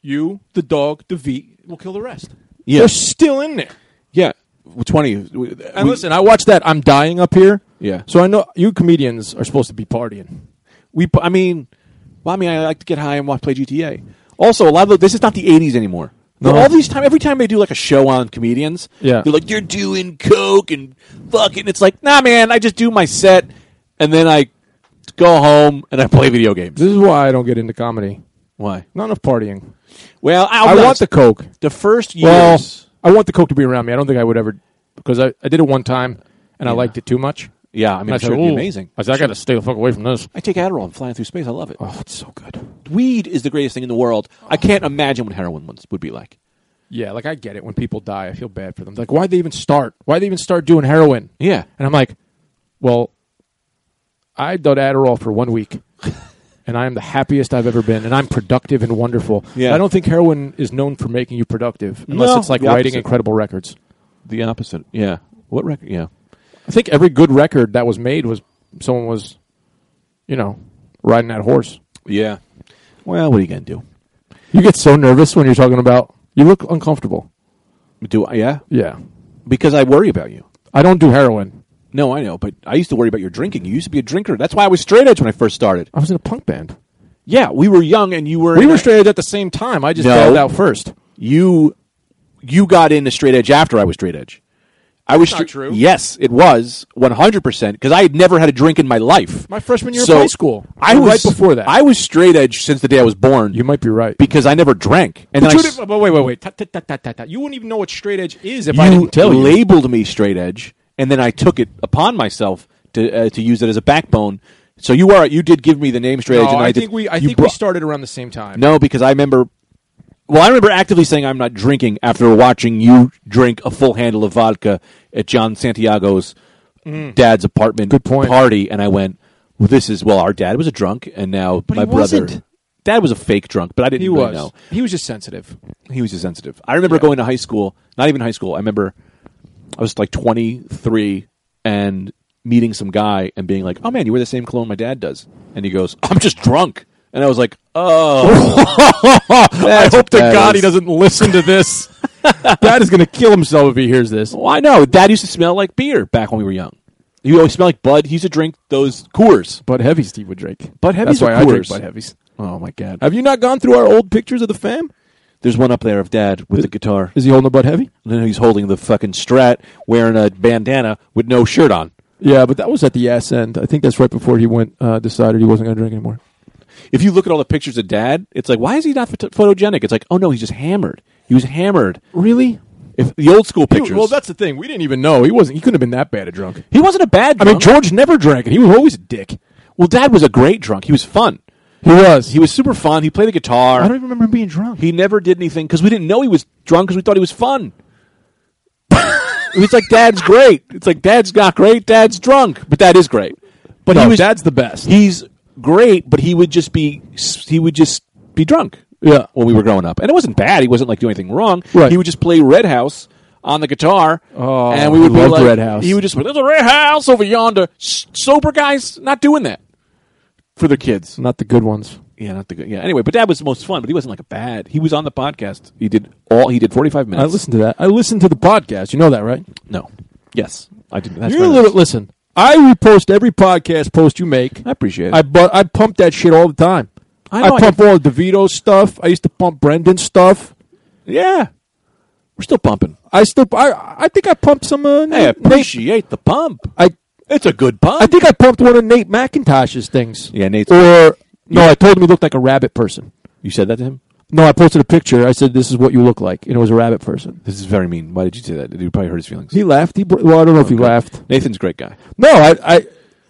[SPEAKER 3] you, the dog, the V will kill the rest.
[SPEAKER 4] Yeah.
[SPEAKER 3] They're still in there.
[SPEAKER 4] yeah, 20. We-
[SPEAKER 3] And
[SPEAKER 4] we-
[SPEAKER 3] listen, I watched that. I'm dying up here.
[SPEAKER 4] Yeah.
[SPEAKER 3] So I know you comedians are supposed to be partying.
[SPEAKER 4] We, I mean, well, I mean, I like to get high and watch play GTA. Also, a lot of the, this is not the '80s anymore.
[SPEAKER 3] No.
[SPEAKER 4] All these time, every time they do like a show on comedians,
[SPEAKER 3] Yeah.
[SPEAKER 4] they're like, "You're doing coke and fucking." It's like, nah, man, I just do my set and then I go home and I play video games.
[SPEAKER 3] This is why I don't get into comedy.
[SPEAKER 4] Why?
[SPEAKER 3] Not enough partying.
[SPEAKER 4] Well, I'll
[SPEAKER 3] I
[SPEAKER 4] be
[SPEAKER 3] want
[SPEAKER 4] honest,
[SPEAKER 3] the coke.
[SPEAKER 4] the first
[SPEAKER 3] Well,
[SPEAKER 4] years.
[SPEAKER 3] I want the coke to be around me. I don't think I would ever because I, I did it one time and I liked it too much.
[SPEAKER 4] yeah, I mean,
[SPEAKER 3] And I
[SPEAKER 4] I'm
[SPEAKER 3] said,
[SPEAKER 4] sure it'd be
[SPEAKER 3] "Ooh."
[SPEAKER 4] amazing.
[SPEAKER 3] I said, I got to stay the fuck away from this.
[SPEAKER 4] I take Adderall and flying through space. I love it.
[SPEAKER 3] Oh, it's so good.
[SPEAKER 4] Weed is the greatest thing in the world. I can't imagine what heroin ones would be like.
[SPEAKER 3] Yeah, like I get it. When people die, I feel bad for them. Like, why'd they even start? Why'd they even start doing heroin?
[SPEAKER 4] Yeah,
[SPEAKER 3] And I'm like, well, I've done Adderall for one week. And I am the happiest I've ever been, and I'm productive and wonderful.
[SPEAKER 4] Yeah.
[SPEAKER 3] I don't think heroin is known for making you productive, unless
[SPEAKER 4] No,
[SPEAKER 3] it's like
[SPEAKER 4] the
[SPEAKER 3] writing
[SPEAKER 4] opposite.
[SPEAKER 3] incredible records.
[SPEAKER 4] the opposite. Yeah, what record? Yeah,
[SPEAKER 3] I think every good record that was made was someone was, you know, riding that horse.
[SPEAKER 4] yeah. Well, what are you gonna do?
[SPEAKER 3] You get so nervous when you're talking about. You look uncomfortable.
[SPEAKER 4] Do I? Yeah,
[SPEAKER 3] Yeah,
[SPEAKER 4] because I worry about you.
[SPEAKER 3] I don't do heroin.
[SPEAKER 4] No, I know, but I used to worry about your drinking. You used to be a drinker. That's why I was straight edge when I first started.
[SPEAKER 3] I was in a punk band.
[SPEAKER 4] Yeah, we were young, and you were.
[SPEAKER 3] We were straight edge at the same time. I just
[SPEAKER 4] No.
[SPEAKER 3] found out first.
[SPEAKER 4] You, you got into straight edge after I was straight edge. I was
[SPEAKER 3] not
[SPEAKER 4] stra-
[SPEAKER 3] true.
[SPEAKER 4] Yes, it was one hundred percent because I had never had a drink in my life.
[SPEAKER 3] My freshman year of
[SPEAKER 4] So,
[SPEAKER 3] high school.
[SPEAKER 4] I
[SPEAKER 3] Right
[SPEAKER 4] was
[SPEAKER 3] before that.
[SPEAKER 4] I was straight edge since the day I was born.
[SPEAKER 3] You might be right.
[SPEAKER 4] because I never drank, and
[SPEAKER 3] But
[SPEAKER 4] then
[SPEAKER 3] you
[SPEAKER 4] I s-
[SPEAKER 3] didn't- but wait, wait, wait. Ta- ta- ta- ta- ta- ta. You wouldn't even know what straight edge is if
[SPEAKER 4] you
[SPEAKER 3] I didn't tell you.
[SPEAKER 4] labeled me straight edge, and then I took it upon myself to uh, to use it as a backbone. So you are you did give me the name straight
[SPEAKER 3] No,
[SPEAKER 4] edge. And
[SPEAKER 3] I,
[SPEAKER 4] I, did-
[SPEAKER 3] think we. I
[SPEAKER 4] you
[SPEAKER 3] think we
[SPEAKER 4] brought-
[SPEAKER 3] started around the same time.
[SPEAKER 4] no because I remember. Well, I remember actively saying I'm not drinking after watching you drink a full handle of vodka at John Santiago's dad's apartment
[SPEAKER 3] Mm. Good point.
[SPEAKER 4] party, and I went, "Well, this is well, our dad was a drunk, and now my
[SPEAKER 3] he
[SPEAKER 4] brother."
[SPEAKER 3] wasn't.
[SPEAKER 4] Dad was a fake drunk, but I didn't
[SPEAKER 3] he
[SPEAKER 4] really
[SPEAKER 3] was.
[SPEAKER 4] know
[SPEAKER 3] He was just sensitive.
[SPEAKER 4] he was just sensitive. I remember going to high school, not even high school. I remember I was like 23 and meeting some guy and being like, "Oh man, you wear the same cologne my dad does." And he goes, "I'm just drunk." And I was like, "Oh,
[SPEAKER 3] I hope to
[SPEAKER 4] badass.
[SPEAKER 3] God he doesn't listen to this. Dad is going to kill himself if he hears this.
[SPEAKER 4] well, I know. Dad used to smell like beer back when we were young. He always smelled like Bud. He used to drink those Coors.
[SPEAKER 3] Bud Heavy Steve would drink.
[SPEAKER 4] Bud Heavies
[SPEAKER 3] That's why
[SPEAKER 4] or
[SPEAKER 3] I drink
[SPEAKER 4] Coors?
[SPEAKER 3] Bud Heavies.
[SPEAKER 4] Oh my god!
[SPEAKER 3] Have you not gone through our old pictures of the fam?
[SPEAKER 4] There's one up there of Dad with the guitar,
[SPEAKER 3] Is he holding a Bud Heavy?
[SPEAKER 4] and then he's holding the fucking Strat, wearing a bandana with no shirt on.
[SPEAKER 3] Yeah, but that was at the ass end. I think that's right before he went uh, decided he wasn't going to drink anymore.
[SPEAKER 4] If you look at all the pictures of Dad, it's like, why is he not phot- photogenic? It's like, oh no, he's just hammered. He was hammered.
[SPEAKER 3] Really?
[SPEAKER 4] If the old school pictures,
[SPEAKER 3] well, that's the thing. We didn't even know he wasn't. He couldn't have been that bad a drunk.
[SPEAKER 4] he wasn't a bad.
[SPEAKER 3] I
[SPEAKER 4] Drunk.
[SPEAKER 3] mean, George never drank, and he was always a dick.
[SPEAKER 4] well, Dad was a great drunk. He was fun.
[SPEAKER 3] He was.
[SPEAKER 4] He was super fun. He played the guitar.
[SPEAKER 3] I don't even remember him being drunk.
[SPEAKER 4] He never did anything because we didn't know he was drunk because we thought he was fun. it was like dad's great. It's like dad's not great. Dad's drunk, but dad is great. But
[SPEAKER 3] No,
[SPEAKER 4] he was
[SPEAKER 3] Dad's the best.
[SPEAKER 4] He's great, but he would just be he would just be drunk.
[SPEAKER 3] Yeah.
[SPEAKER 4] when we were growing up, and it wasn't bad. He wasn't like doing anything wrong.
[SPEAKER 3] Right.
[SPEAKER 4] He would just play Red House on the guitar,
[SPEAKER 3] Oh,
[SPEAKER 4] and we would
[SPEAKER 3] I
[SPEAKER 4] be
[SPEAKER 3] loved
[SPEAKER 4] like,
[SPEAKER 3] Red House.
[SPEAKER 4] He would just there's a Red House over yonder. Shh, sober guys not doing that for their kids.
[SPEAKER 3] Not the good ones.
[SPEAKER 4] Yeah, not the good. Yeah. Anyway, but Dad was the most fun, but he wasn't like a bad. He was on the podcast. He did all. He did forty five
[SPEAKER 3] I
[SPEAKER 4] minutes.
[SPEAKER 3] listened to that. I listened to the podcast. You know that, right?
[SPEAKER 4] No. Yes, I did. That's
[SPEAKER 3] You're a
[SPEAKER 4] very
[SPEAKER 3] little
[SPEAKER 4] nice.
[SPEAKER 3] listen. I repost every podcast post you make.
[SPEAKER 4] I appreciate it.
[SPEAKER 3] I but I pump that shit all the time.
[SPEAKER 4] I
[SPEAKER 3] I,
[SPEAKER 4] know, I
[SPEAKER 3] pump all DeVito stuff. I used to pump Brendan stuff.
[SPEAKER 4] yeah, we're still pumping.
[SPEAKER 3] I still I I think I pumped some. Uh,
[SPEAKER 4] I
[SPEAKER 3] Nate, Nate,
[SPEAKER 4] appreciate the pump.
[SPEAKER 3] I
[SPEAKER 4] It's a good pump.
[SPEAKER 3] I think I pumped one of Nate McIntosh's things.
[SPEAKER 4] Yeah, Nate's-
[SPEAKER 3] Or no, I told him he looked like a rabbit person.
[SPEAKER 4] you said that to him.
[SPEAKER 3] No, I posted a picture. I said, "This is what you look like," and it was a rabbit person.
[SPEAKER 4] This is very mean. Why did you say that? You probably hurt his feelings.
[SPEAKER 3] He laughed. He br- well, I don't know if he laughed.
[SPEAKER 4] Nathan's a great guy.
[SPEAKER 3] No, I, I,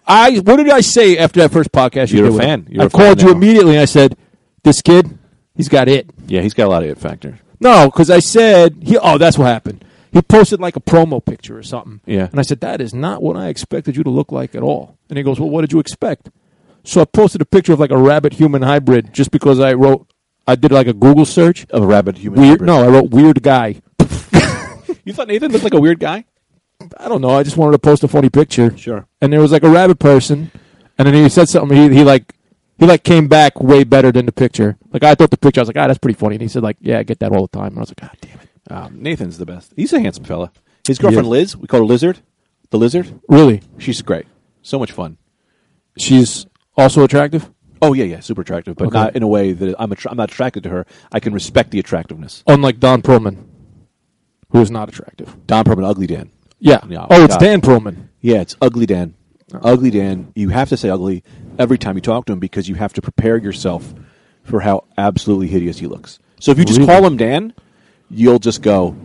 [SPEAKER 3] I. What did I say after that first podcast? you
[SPEAKER 4] You're a
[SPEAKER 3] did with
[SPEAKER 4] fan.
[SPEAKER 3] him?
[SPEAKER 4] You're
[SPEAKER 3] I
[SPEAKER 4] a fan
[SPEAKER 3] called you
[SPEAKER 4] now.
[SPEAKER 3] immediately. and I said, "This kid, he's got it."
[SPEAKER 4] Yeah, he's got a lot of it factor.
[SPEAKER 3] No, because I said he. Oh, that's what happened. He posted like a promo picture or something.
[SPEAKER 4] Yeah.
[SPEAKER 3] and I said that is not what I expected you to look like at all. And he goes, "Well, what did you expect?" So I posted a picture of like a rabbit human hybrid just because I wrote. I did like a Google search.
[SPEAKER 4] Of a rabid human.
[SPEAKER 3] Weird.
[SPEAKER 4] hybrid.
[SPEAKER 3] No, I wrote weird guy.
[SPEAKER 4] you thought Nathan looked like a weird guy.
[SPEAKER 3] I don't know. I just wanted to post a funny picture.
[SPEAKER 4] Sure.
[SPEAKER 3] And there was like a rabbit person, and then he said something. He, he like he like came back way better than the picture. Like I thought the picture. I was like, ah, that's pretty funny. And he said like, yeah, I get that all the time. And I was like, God damn it,
[SPEAKER 4] Um, Nathan's the best. He's a handsome fella. His girlfriend Liz, we call her Lizard. The Lizard.
[SPEAKER 3] really?
[SPEAKER 4] She's great. So much fun.
[SPEAKER 3] She's also attractive.
[SPEAKER 4] Oh yeah, yeah, super attractive, but not in a way that I'm attra- I'm not attracted to her. I can respect the attractiveness.
[SPEAKER 3] unlike Don Perlman, who is not attractive.
[SPEAKER 4] Don Perlman, ugly Dan.
[SPEAKER 3] Yeah.
[SPEAKER 4] Yeah,
[SPEAKER 3] oh, it's
[SPEAKER 4] God.
[SPEAKER 3] Dan Perlman.
[SPEAKER 4] Yeah, it's ugly Dan.
[SPEAKER 3] Oh.
[SPEAKER 4] Ugly Dan. You have to say ugly every time you talk to him because you have to prepare yourself for how absolutely hideous he looks. So if you just
[SPEAKER 3] Really?
[SPEAKER 4] call him Dan, you'll just go,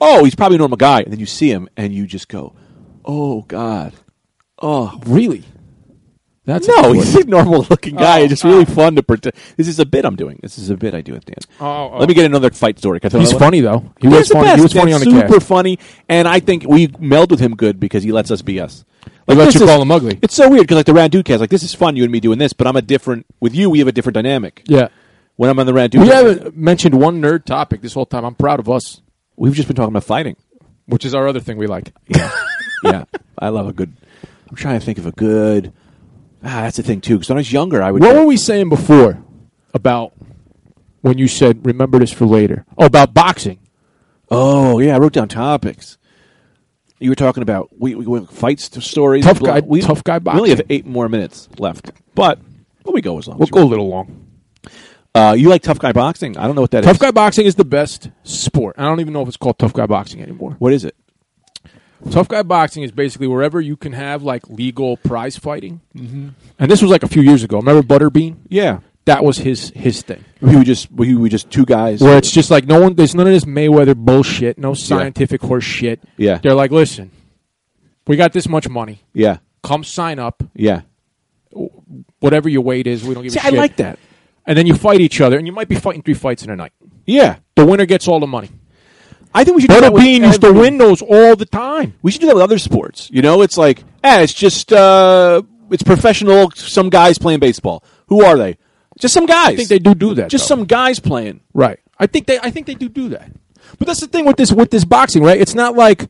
[SPEAKER 4] "Oh, he's probably a normal guy," and then you see him and you just go, "Oh God." Oh
[SPEAKER 3] Really? That's
[SPEAKER 4] no,
[SPEAKER 3] awkward.
[SPEAKER 4] he's a normal-looking guy.
[SPEAKER 3] Oh,
[SPEAKER 4] it's just really fun to pretend. This is a bit I'm doing. This is a bit I do with Dan.
[SPEAKER 3] Oh, oh.
[SPEAKER 4] Let me get another fight story. Can I tell
[SPEAKER 3] He's
[SPEAKER 4] that one?
[SPEAKER 3] funny though. He
[SPEAKER 4] He
[SPEAKER 3] was funny. He was funny on the
[SPEAKER 4] super
[SPEAKER 3] cast.
[SPEAKER 4] funny, and I think we meld with him good because he lets us be us.
[SPEAKER 3] He lets
[SPEAKER 4] this
[SPEAKER 3] you call him ugly.
[SPEAKER 4] It's so weird because like the Randu cast, like this is fun, you and me doing this, but I'm a different. With you, we have a different dynamic.
[SPEAKER 3] Yeah.
[SPEAKER 4] When I'm on the Randu,
[SPEAKER 3] We
[SPEAKER 4] cast,
[SPEAKER 3] haven't mentioned one nerd topic this whole time. I'm proud of us,
[SPEAKER 4] we've just been talking about fighting.
[SPEAKER 3] which is our other thing we like.
[SPEAKER 4] Yeah, yeah. I love a good. I'm trying to think of a good. Ah, that's the thing too. Because when I was younger, I would.
[SPEAKER 3] What were we saying before about when you said remember this for later? Oh, about boxing.
[SPEAKER 4] Oh yeah, I wrote down topics. You were talking about we, we went fights to stories.
[SPEAKER 3] Tough guy-
[SPEAKER 4] We,
[SPEAKER 3] tough guy
[SPEAKER 4] We only have
[SPEAKER 3] boxing.
[SPEAKER 4] eight more minutes left, but let me go as long.
[SPEAKER 3] We'll
[SPEAKER 4] as you
[SPEAKER 3] go a little long.
[SPEAKER 4] Uh, you like tough guy boxing? I don't know what that is.
[SPEAKER 3] Tough guy boxing is the best sport. I don't even know if it's called tough guy boxing anymore.
[SPEAKER 4] What is it?
[SPEAKER 3] Tough guy boxing is basically wherever you can have like legal prize fighting. Mm-hmm. And this was like a few years ago. Remember Butterbean?
[SPEAKER 4] Yeah,
[SPEAKER 3] That was his his thing.
[SPEAKER 4] we were just we were just two guys.
[SPEAKER 3] Where it's just like no one. There's none of this Mayweather bullshit. No scientific horse shit.
[SPEAKER 4] Yeah.
[SPEAKER 3] They're like, listen, we got this much money.
[SPEAKER 4] Yeah,
[SPEAKER 3] Come sign up.
[SPEAKER 4] yeah.
[SPEAKER 3] Whatever your weight is, we don't give
[SPEAKER 4] See,
[SPEAKER 3] a
[SPEAKER 4] I
[SPEAKER 3] shit.
[SPEAKER 4] like that.
[SPEAKER 3] And then you fight each other, and you might be fighting three fights in a night.
[SPEAKER 4] Yeah,
[SPEAKER 3] The winner gets all the money.
[SPEAKER 4] I think we should. do that with
[SPEAKER 3] Butterbean used to
[SPEAKER 4] every-
[SPEAKER 3] win those all the time.
[SPEAKER 4] We should do that with other sports. You know, it's like ah, it's just uh, it's professional. Some guys playing baseball. Who are they? Just some guys.
[SPEAKER 3] I think they do do that.
[SPEAKER 4] Just
[SPEAKER 3] though.
[SPEAKER 4] some guys playing.
[SPEAKER 3] Right. I think they I think they do do that. But that's the thing with this with this boxing, right? It's not like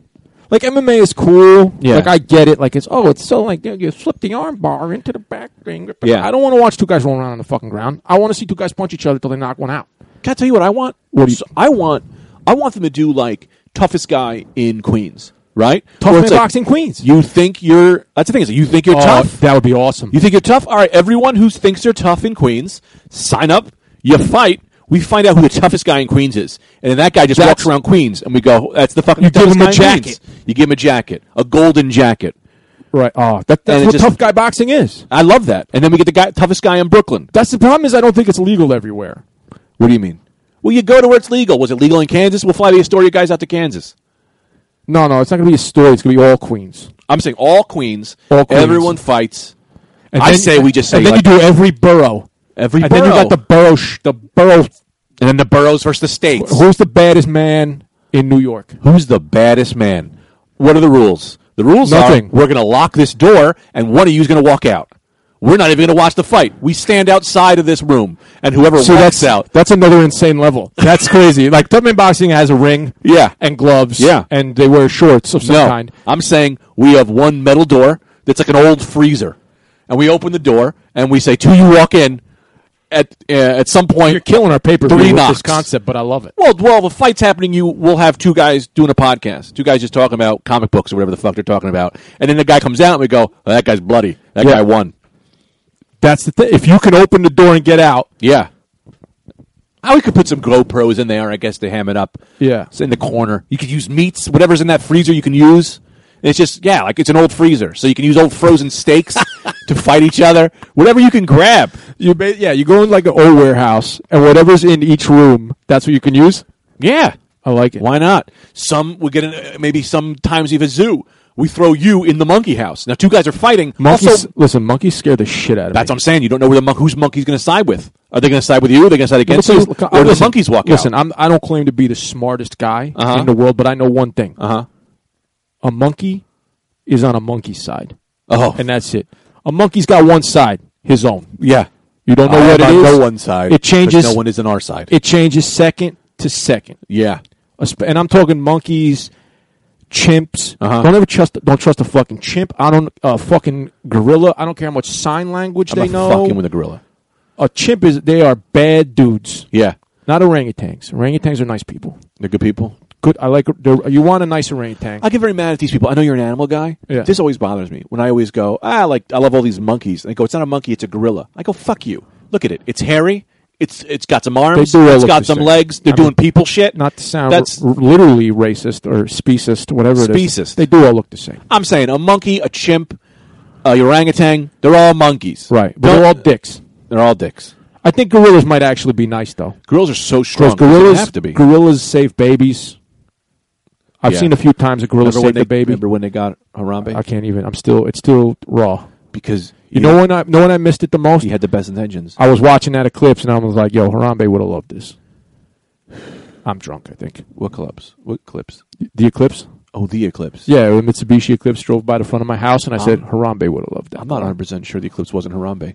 [SPEAKER 3] like MMA is cool.
[SPEAKER 4] Yeah.
[SPEAKER 3] Like I get it. Like it's oh, it's so like you, know, you flip the arm bar into the back thing.
[SPEAKER 4] Yeah.
[SPEAKER 3] I don't want to watch two guys rolling around on the fucking ground. I want to see two guys punch each other till they knock one out.
[SPEAKER 4] Can I tell you what I want?
[SPEAKER 3] What do you-
[SPEAKER 4] So I want? I want them to do like toughest guy in Queens, right?
[SPEAKER 3] Tough
[SPEAKER 4] Where
[SPEAKER 3] man
[SPEAKER 4] it's like,
[SPEAKER 3] boxing queens.
[SPEAKER 4] You think you're? That's the thing is you think you're
[SPEAKER 3] Oh,
[SPEAKER 4] tough.
[SPEAKER 3] That would be awesome.
[SPEAKER 4] You think you're tough? All right, everyone who thinks they're tough in Queens, sign up. You fight. We find out who the toughest guy in Queens is, and then that guy just walks
[SPEAKER 3] That's-
[SPEAKER 4] around Queens, and we go, "That's the fucking
[SPEAKER 3] You give
[SPEAKER 4] toughest
[SPEAKER 3] him a
[SPEAKER 4] guy in Queens."
[SPEAKER 3] jacket.
[SPEAKER 4] You give him a jacket, a golden jacket.
[SPEAKER 3] Right. Oh, that, that's
[SPEAKER 4] it
[SPEAKER 3] what
[SPEAKER 4] just-
[SPEAKER 3] tough guy boxing is.
[SPEAKER 4] I love that. And then we get the guy, toughest guy in Brooklyn.
[SPEAKER 3] That's the problem is I don't think it's legal everywhere.
[SPEAKER 4] What do you mean? Well, you go to where it's legal. Was it legal in Kansas? We'll fly the Astoria guys out to Kansas.
[SPEAKER 3] No, no, it's not going to be a story. It's going to be all Queens.
[SPEAKER 4] I'm saying all Queens.
[SPEAKER 3] All Queens.
[SPEAKER 4] Everyone fights.
[SPEAKER 3] And
[SPEAKER 4] I say we just say
[SPEAKER 3] and then
[SPEAKER 4] like-
[SPEAKER 3] you do every borough.
[SPEAKER 4] Every
[SPEAKER 3] and then you
[SPEAKER 4] borough.
[SPEAKER 3] got the borough. Sh- the borough.
[SPEAKER 4] And then the boroughs versus the states.
[SPEAKER 3] Who's the baddest man in New York?
[SPEAKER 4] Who's the baddest man? What are the rules? The rules
[SPEAKER 3] Nothing.
[SPEAKER 4] are we're going to lock this door, and one of you is going to walk out. We're not even going to watch the fight. We stand outside of this room, and whoever walks out.
[SPEAKER 3] That's another insane level. That's crazy. Like tough man boxing has a ring.
[SPEAKER 4] Yeah.
[SPEAKER 3] And gloves.
[SPEAKER 4] Yeah.
[SPEAKER 3] And they wear shorts of some
[SPEAKER 4] no,
[SPEAKER 3] kind.
[SPEAKER 4] I'm saying we have one metal door that's like an old freezer, and we open the door and we say, "To you walk in." At uh, at some point,
[SPEAKER 3] You're killing our paper
[SPEAKER 4] Three
[SPEAKER 3] with
[SPEAKER 4] knocks.
[SPEAKER 3] this concept, but I love it.
[SPEAKER 4] Well, well, the fight's happening. You will have two guys doing a podcast, two guys just talking about comic books or whatever the fuck they're talking about, and then the guy comes out and we go, oh, "That guy's bloody. That
[SPEAKER 3] Yeah.
[SPEAKER 4] guy won."
[SPEAKER 3] That's the thing. If you can open the door and get out,
[SPEAKER 4] Yeah. How we could put some GoPros in there, I guess, to ham it up.
[SPEAKER 3] Yeah.
[SPEAKER 4] It's in the corner. You could use meats, whatever's in that freezer you can use. And It's just yeah, like it's an old freezer. So you can use old frozen steaks to fight each other. Whatever you can grab.
[SPEAKER 3] you ba- yeah, you go in like an old warehouse, and whatever's in each room, that's what you can use.
[SPEAKER 4] Yeah.
[SPEAKER 3] I like it.
[SPEAKER 4] Why not? Some we get in, uh, maybe sometimes even zoo. We throw you in the monkey house. Now two guys are fighting.
[SPEAKER 3] Monkeys,
[SPEAKER 4] Also,
[SPEAKER 3] listen, monkeys scare the shit out of
[SPEAKER 4] that's what
[SPEAKER 3] me.
[SPEAKER 4] I'm saying. You don't know where the mon- whose monkey's going to side with. Are they going to side with you? Are they going to side against
[SPEAKER 3] Listen,
[SPEAKER 4] you?
[SPEAKER 3] look,
[SPEAKER 4] or do the
[SPEAKER 3] listen,
[SPEAKER 4] monkeys walk
[SPEAKER 3] Listen,
[SPEAKER 4] out?
[SPEAKER 3] I'm, I don't claim to be the smartest guy
[SPEAKER 4] Uh-huh.
[SPEAKER 3] in the world, but I know one thing:
[SPEAKER 4] Uh huh.
[SPEAKER 3] a monkey is on a monkey's side,
[SPEAKER 4] Oh,
[SPEAKER 3] and that's it. A monkey's got one side, his own.
[SPEAKER 4] yeah.
[SPEAKER 3] You don't know
[SPEAKER 4] I
[SPEAKER 3] what it
[SPEAKER 4] am on
[SPEAKER 3] is.
[SPEAKER 4] no one side.
[SPEAKER 3] It changes.
[SPEAKER 4] but No one is on our side.
[SPEAKER 3] It changes second to second,
[SPEAKER 4] yeah.
[SPEAKER 3] Esp- and I'm talking monkeys, chimps.
[SPEAKER 4] Uh-huh.
[SPEAKER 3] Don't ever trust. Don't trust a fucking chimp. I don't a fucking gorilla. I don't care how much sign language
[SPEAKER 4] I'm
[SPEAKER 3] they
[SPEAKER 4] not
[SPEAKER 3] know.
[SPEAKER 4] fucking with a gorilla.
[SPEAKER 3] a chimp is they are bad dudes.
[SPEAKER 4] Yeah.
[SPEAKER 3] Not orangutans. Orangutans are nice people.
[SPEAKER 4] They're good people.
[SPEAKER 3] Good. I like. they're- You want a nice orangutan?
[SPEAKER 4] I get very mad at these people. I know you're an animal guy.
[SPEAKER 3] Yeah.
[SPEAKER 4] This always bothers me when I always go, ah, like I love all these monkeys. And they go, it's not a monkey, it's a gorilla. I go, fuck you. Look at it. It's hairy. It's it's got some arms.
[SPEAKER 3] They do all
[SPEAKER 4] It's
[SPEAKER 3] look
[SPEAKER 4] got
[SPEAKER 3] the
[SPEAKER 4] some
[SPEAKER 3] same.
[SPEAKER 4] legs. They're
[SPEAKER 3] I
[SPEAKER 4] doing
[SPEAKER 3] mean,
[SPEAKER 4] people shit.
[SPEAKER 3] not to sound
[SPEAKER 4] That's.
[SPEAKER 3] r- r- literally racist or speciest, whatever it is.
[SPEAKER 4] Speciest.
[SPEAKER 3] They do all look the same.
[SPEAKER 4] I'm saying a monkey, a chimp, a orangutan. They're all monkeys.
[SPEAKER 3] Right. But
[SPEAKER 4] Don't-
[SPEAKER 3] they're all dicks.
[SPEAKER 4] they're all dicks.
[SPEAKER 3] I think gorillas might actually be nice though.
[SPEAKER 4] Gorillas are so strong.
[SPEAKER 3] Because
[SPEAKER 4] they
[SPEAKER 3] gorillas
[SPEAKER 4] have to be.
[SPEAKER 3] gorillas save babies. I've
[SPEAKER 4] Yeah.
[SPEAKER 3] seen a few times a gorilla
[SPEAKER 4] remember when
[SPEAKER 3] saved
[SPEAKER 4] they
[SPEAKER 3] a baby.
[SPEAKER 4] Remember when they got Harambe?
[SPEAKER 3] I can't even. I'm still. It's still raw.
[SPEAKER 4] because
[SPEAKER 3] You know when I know when I missed it the most.
[SPEAKER 4] he had the best intentions.
[SPEAKER 3] I was watching that eclipse and I was like, "Yo, Harambe would have loved this." I'm drunk. I think
[SPEAKER 4] What clubs? What clips?
[SPEAKER 3] the eclipse.
[SPEAKER 4] Oh, the eclipse.
[SPEAKER 3] Yeah, the Mitsubishi Eclipse drove by the front of my house, and I said,
[SPEAKER 4] Um,
[SPEAKER 3] "Harambe would have loved that."
[SPEAKER 4] I'm not 100 percent sure the eclipse wasn't Harambe.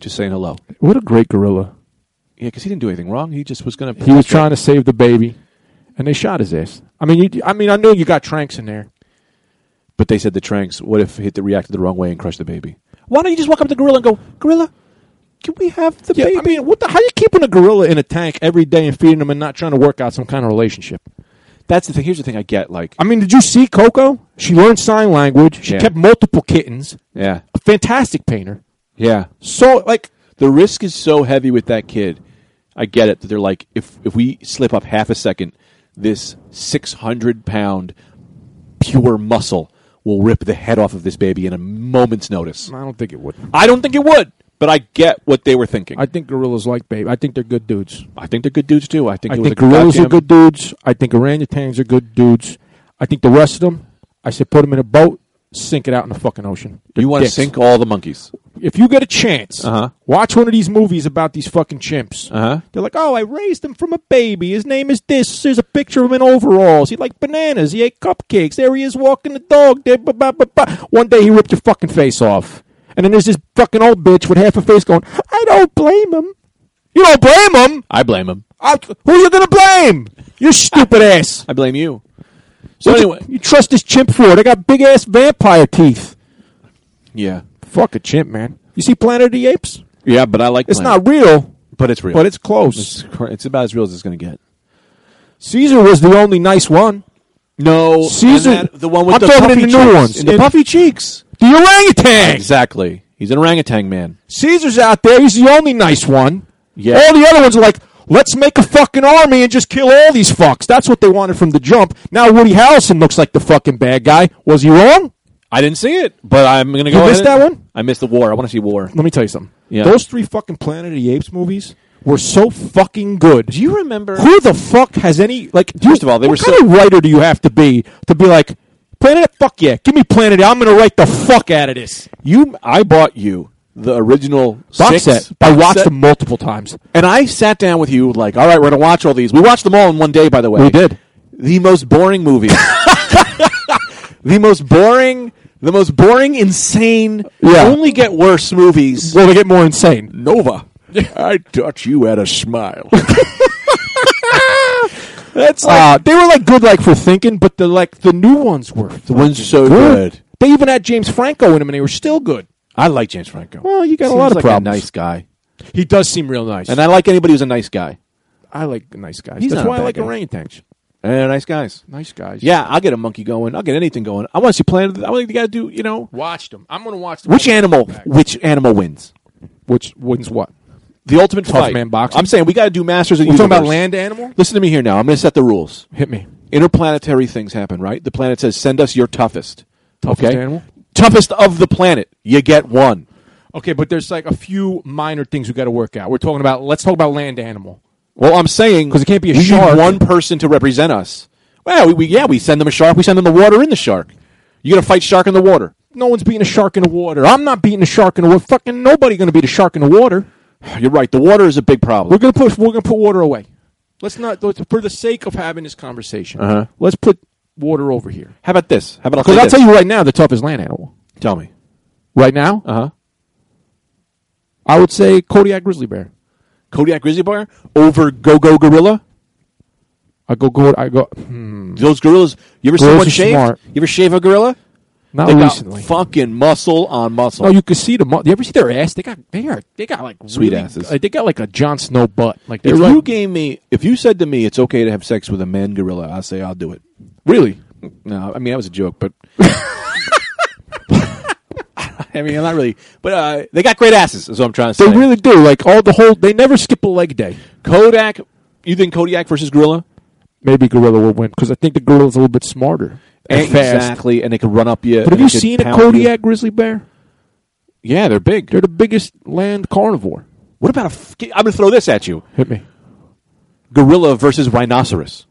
[SPEAKER 4] Just saying hello.
[SPEAKER 3] What a great gorilla!
[SPEAKER 4] Yeah, because he didn't do anything wrong. He just was gonna.
[SPEAKER 3] He was trying to save the baby, and they shot his ass. I mean, you, I mean, I know you got tranks in there.
[SPEAKER 4] But they said the tranks. What if it reacted the wrong way and crushed the baby? Why don't you just walk up to the gorilla and go, gorilla? Can we have the
[SPEAKER 3] Yeah,
[SPEAKER 4] baby?
[SPEAKER 3] I mean, what the? How you keeping a gorilla in a tank every day and feeding them and not trying to work out some kind of relationship?
[SPEAKER 4] That's the thing. Here's the thing. I get like,
[SPEAKER 3] I mean, did you see Coco? She learned sign language. She
[SPEAKER 4] Yeah.
[SPEAKER 3] kept multiple kittens.
[SPEAKER 4] yeah,
[SPEAKER 3] A fantastic painter.
[SPEAKER 4] yeah.
[SPEAKER 3] So, like,
[SPEAKER 4] The risk is so heavy with that kid. I get it. That they're like, if if we slip up half a second, this 600 pound pure muscle will rip the head off of this baby in a moment's notice.
[SPEAKER 3] I don't think it would.
[SPEAKER 4] I don't think it would, but I get what they were thinking.
[SPEAKER 3] I think gorillas like baby. I think they're good dudes.
[SPEAKER 4] I think they're good dudes too. I think
[SPEAKER 3] I
[SPEAKER 4] it was
[SPEAKER 3] think
[SPEAKER 4] a
[SPEAKER 3] gorillas are
[SPEAKER 4] goddamn-
[SPEAKER 3] good dudes. I think orangutans are good dudes. I think the rest of them, I said, put them in a boat, sink it out in the fucking ocean. They're
[SPEAKER 4] You want to
[SPEAKER 3] dicks.
[SPEAKER 4] sink all the monkeys?
[SPEAKER 3] If you get a chance,
[SPEAKER 4] Uh-huh.
[SPEAKER 3] watch one of these movies about these fucking chimps.
[SPEAKER 4] Uh-huh.
[SPEAKER 3] They're like, oh, I raised him from a baby. His name is this. There's a picture of him in overalls. He liked bananas. He ate cupcakes. There he is walking the dog. There, ba, ba, ba, ba. One day he ripped your fucking face off. And then there's this fucking old bitch with half a face going, I don't blame him. You don't blame him.
[SPEAKER 4] I blame him.
[SPEAKER 3] I, who you gonna blame? You stupid ass.
[SPEAKER 4] I blame you. So
[SPEAKER 3] What
[SPEAKER 4] anyway,
[SPEAKER 3] you, you trust this chimp for? They got big ass vampire teeth.
[SPEAKER 4] yeah,
[SPEAKER 3] Fuck a chimp, man. You see Planet of the Apes?
[SPEAKER 4] yeah, but I like.
[SPEAKER 3] It's
[SPEAKER 4] Planet.
[SPEAKER 3] not real,
[SPEAKER 4] but it's real.
[SPEAKER 3] but it's close.
[SPEAKER 4] it's cor- it's about as real as it's going to get.
[SPEAKER 3] Caesar was the only nice one.
[SPEAKER 4] No,
[SPEAKER 3] Caesar-
[SPEAKER 4] and that- the one with
[SPEAKER 3] I'm
[SPEAKER 4] the
[SPEAKER 3] talking
[SPEAKER 4] puffy
[SPEAKER 3] in the
[SPEAKER 4] cheeks,
[SPEAKER 3] new ones.
[SPEAKER 4] in the
[SPEAKER 3] In-
[SPEAKER 4] puffy cheeks.
[SPEAKER 3] The orangutan.
[SPEAKER 4] Exactly. He's an orangutan man.
[SPEAKER 3] Caesar's out there. He's the only nice one.
[SPEAKER 4] Yeah.
[SPEAKER 3] All the other ones are like, let's make a fucking army and just kill all these fucks. That's what they wanted from the jump. Now Woody Harrelson looks like the fucking bad guy. Was he wrong?
[SPEAKER 4] I didn't see it, but I'm gonna
[SPEAKER 3] You
[SPEAKER 4] go. ahead
[SPEAKER 3] missed
[SPEAKER 4] and-
[SPEAKER 3] that one?
[SPEAKER 4] I missed the war. I want to see war.
[SPEAKER 3] Let me tell you something.
[SPEAKER 4] Yeah.
[SPEAKER 3] Those three fucking Planet of the Apes movies were so fucking good.
[SPEAKER 4] Do you remember?
[SPEAKER 3] Who the fuck has any like? do you-
[SPEAKER 4] First of all, they
[SPEAKER 3] what
[SPEAKER 4] were
[SPEAKER 3] kind
[SPEAKER 4] so-
[SPEAKER 3] of writer do you have to be to be like Planet? Fuck yeah, give me Planet. I'm gonna write the fuck out of this
[SPEAKER 4] You, I bought you the original
[SPEAKER 3] box
[SPEAKER 4] six
[SPEAKER 3] set. I watched
[SPEAKER 4] set,
[SPEAKER 3] them multiple times.
[SPEAKER 4] and I sat down with you like, all right, we're gonna watch all these. We watched them all in one day, by the way.
[SPEAKER 3] We did.
[SPEAKER 4] the most boring movie, the most boring, the most boring, insane,
[SPEAKER 3] Yeah.
[SPEAKER 4] only get worse movies.
[SPEAKER 3] Well, they get more insane.
[SPEAKER 4] Nova, I thought you had a smile. That's like
[SPEAKER 3] Uh, they were like good, like for thinking, but the like the new ones were the
[SPEAKER 4] one's so good.
[SPEAKER 3] They even had James Franco in them, and they were still good.
[SPEAKER 4] I like James Franco.
[SPEAKER 3] Well, you got
[SPEAKER 4] Seems
[SPEAKER 3] a lot of
[SPEAKER 4] like
[SPEAKER 3] problems.
[SPEAKER 4] nice guy,
[SPEAKER 3] He does seem real nice,
[SPEAKER 4] and I like anybody who's a nice guy.
[SPEAKER 3] I like nice guys.
[SPEAKER 4] He's
[SPEAKER 3] That's
[SPEAKER 4] not a
[SPEAKER 3] why I
[SPEAKER 4] bad
[SPEAKER 3] like
[SPEAKER 4] guy.
[SPEAKER 3] orangutans.
[SPEAKER 4] And Uh, nice guys.
[SPEAKER 3] Nice guys.
[SPEAKER 4] Yeah, I'll get a monkey going. I'll get anything going. I want to see Planet. I want to got to do. You know,
[SPEAKER 3] watched them. I'm gonna watch them.
[SPEAKER 4] which animal? Which animal wins?
[SPEAKER 3] Which wins what?
[SPEAKER 4] The ultimate fight.
[SPEAKER 3] man boxing.
[SPEAKER 4] I'm saying we got to do Masters of
[SPEAKER 3] We're talking about
[SPEAKER 4] Universe.
[SPEAKER 3] land animal.
[SPEAKER 4] Listen to me here now. I'm going to set the rules.
[SPEAKER 3] Hit me.
[SPEAKER 4] Interplanetary things happen, right? The planet says, "Send us your toughest."
[SPEAKER 3] Toughest
[SPEAKER 4] okay?
[SPEAKER 3] animal?
[SPEAKER 4] Toughest of the planet. You get one.
[SPEAKER 3] Okay, but there's like a few minor things we got to work out. We're talking about. Let's talk about land animal.
[SPEAKER 4] Well, I'm saying
[SPEAKER 3] 'Cause it can't be a
[SPEAKER 4] we need
[SPEAKER 3] shark.
[SPEAKER 4] one person to represent us. Well, we, we yeah, we send them a shark. We send them the water in the shark. You're going to fight shark in the water.
[SPEAKER 3] No one's beating a shark in the water. I'm not beating a shark in the water. Fucking nobody gonna beat a shark in the water.
[SPEAKER 4] You're right. The water is a big
[SPEAKER 3] We're
[SPEAKER 4] problem.
[SPEAKER 3] gonna put we're gonna put water away. Let's not let's, for the sake of having this conversation.
[SPEAKER 4] Uh-huh.
[SPEAKER 3] Let's put water over here.
[SPEAKER 4] How about this? How about I'll
[SPEAKER 3] Because I'll
[SPEAKER 4] this?
[SPEAKER 3] tell you right now, the toughest land animal
[SPEAKER 4] Tell me.
[SPEAKER 3] right now,
[SPEAKER 4] Uh huh.
[SPEAKER 3] I would say Kodiak grizzly bear.
[SPEAKER 4] Kodiak grizzly bear over Go Go gorilla.
[SPEAKER 3] I go go I go. Hmm,
[SPEAKER 4] Those gorillas. You ever see
[SPEAKER 3] Gorillas
[SPEAKER 4] one
[SPEAKER 3] are
[SPEAKER 4] shaved?
[SPEAKER 3] smart.
[SPEAKER 4] You ever shave a gorilla?
[SPEAKER 3] not
[SPEAKER 4] They got
[SPEAKER 3] recently.
[SPEAKER 4] fucking muscle on muscle.
[SPEAKER 3] No, Oh, you could see the. Mu- you ever see their ass? They got they are they got like
[SPEAKER 4] Sweet
[SPEAKER 3] really-
[SPEAKER 4] asses.
[SPEAKER 3] like, they got like a Jon Snow butt. Like they're
[SPEAKER 4] if
[SPEAKER 3] like,
[SPEAKER 4] you gave me, if you said to me, it's okay to have sex with a man gorilla, I say I'll do it.
[SPEAKER 3] really.
[SPEAKER 4] No, I mean that was a joke, but I mean I'm not really. But uh, they got great asses, is what I'm trying to
[SPEAKER 3] They
[SPEAKER 4] say.
[SPEAKER 3] really do. Like all the whole. They never skip a leg day.
[SPEAKER 4] Kodak. You think Kodak versus gorilla?
[SPEAKER 3] Maybe gorilla will win because I think the gorilla's a little bit smarter and fast.
[SPEAKER 4] Exactly, and they could run up you.
[SPEAKER 3] But have
[SPEAKER 4] and
[SPEAKER 3] you
[SPEAKER 4] they could
[SPEAKER 3] seen a
[SPEAKER 4] pound you.
[SPEAKER 3] Kodiak grizzly bear?
[SPEAKER 4] Yeah, they're big.
[SPEAKER 3] They're the biggest land carnivore.
[SPEAKER 4] What about a? F- I'm gonna throw this at you.
[SPEAKER 3] Hit me.
[SPEAKER 4] Gorilla versus rhinoceros.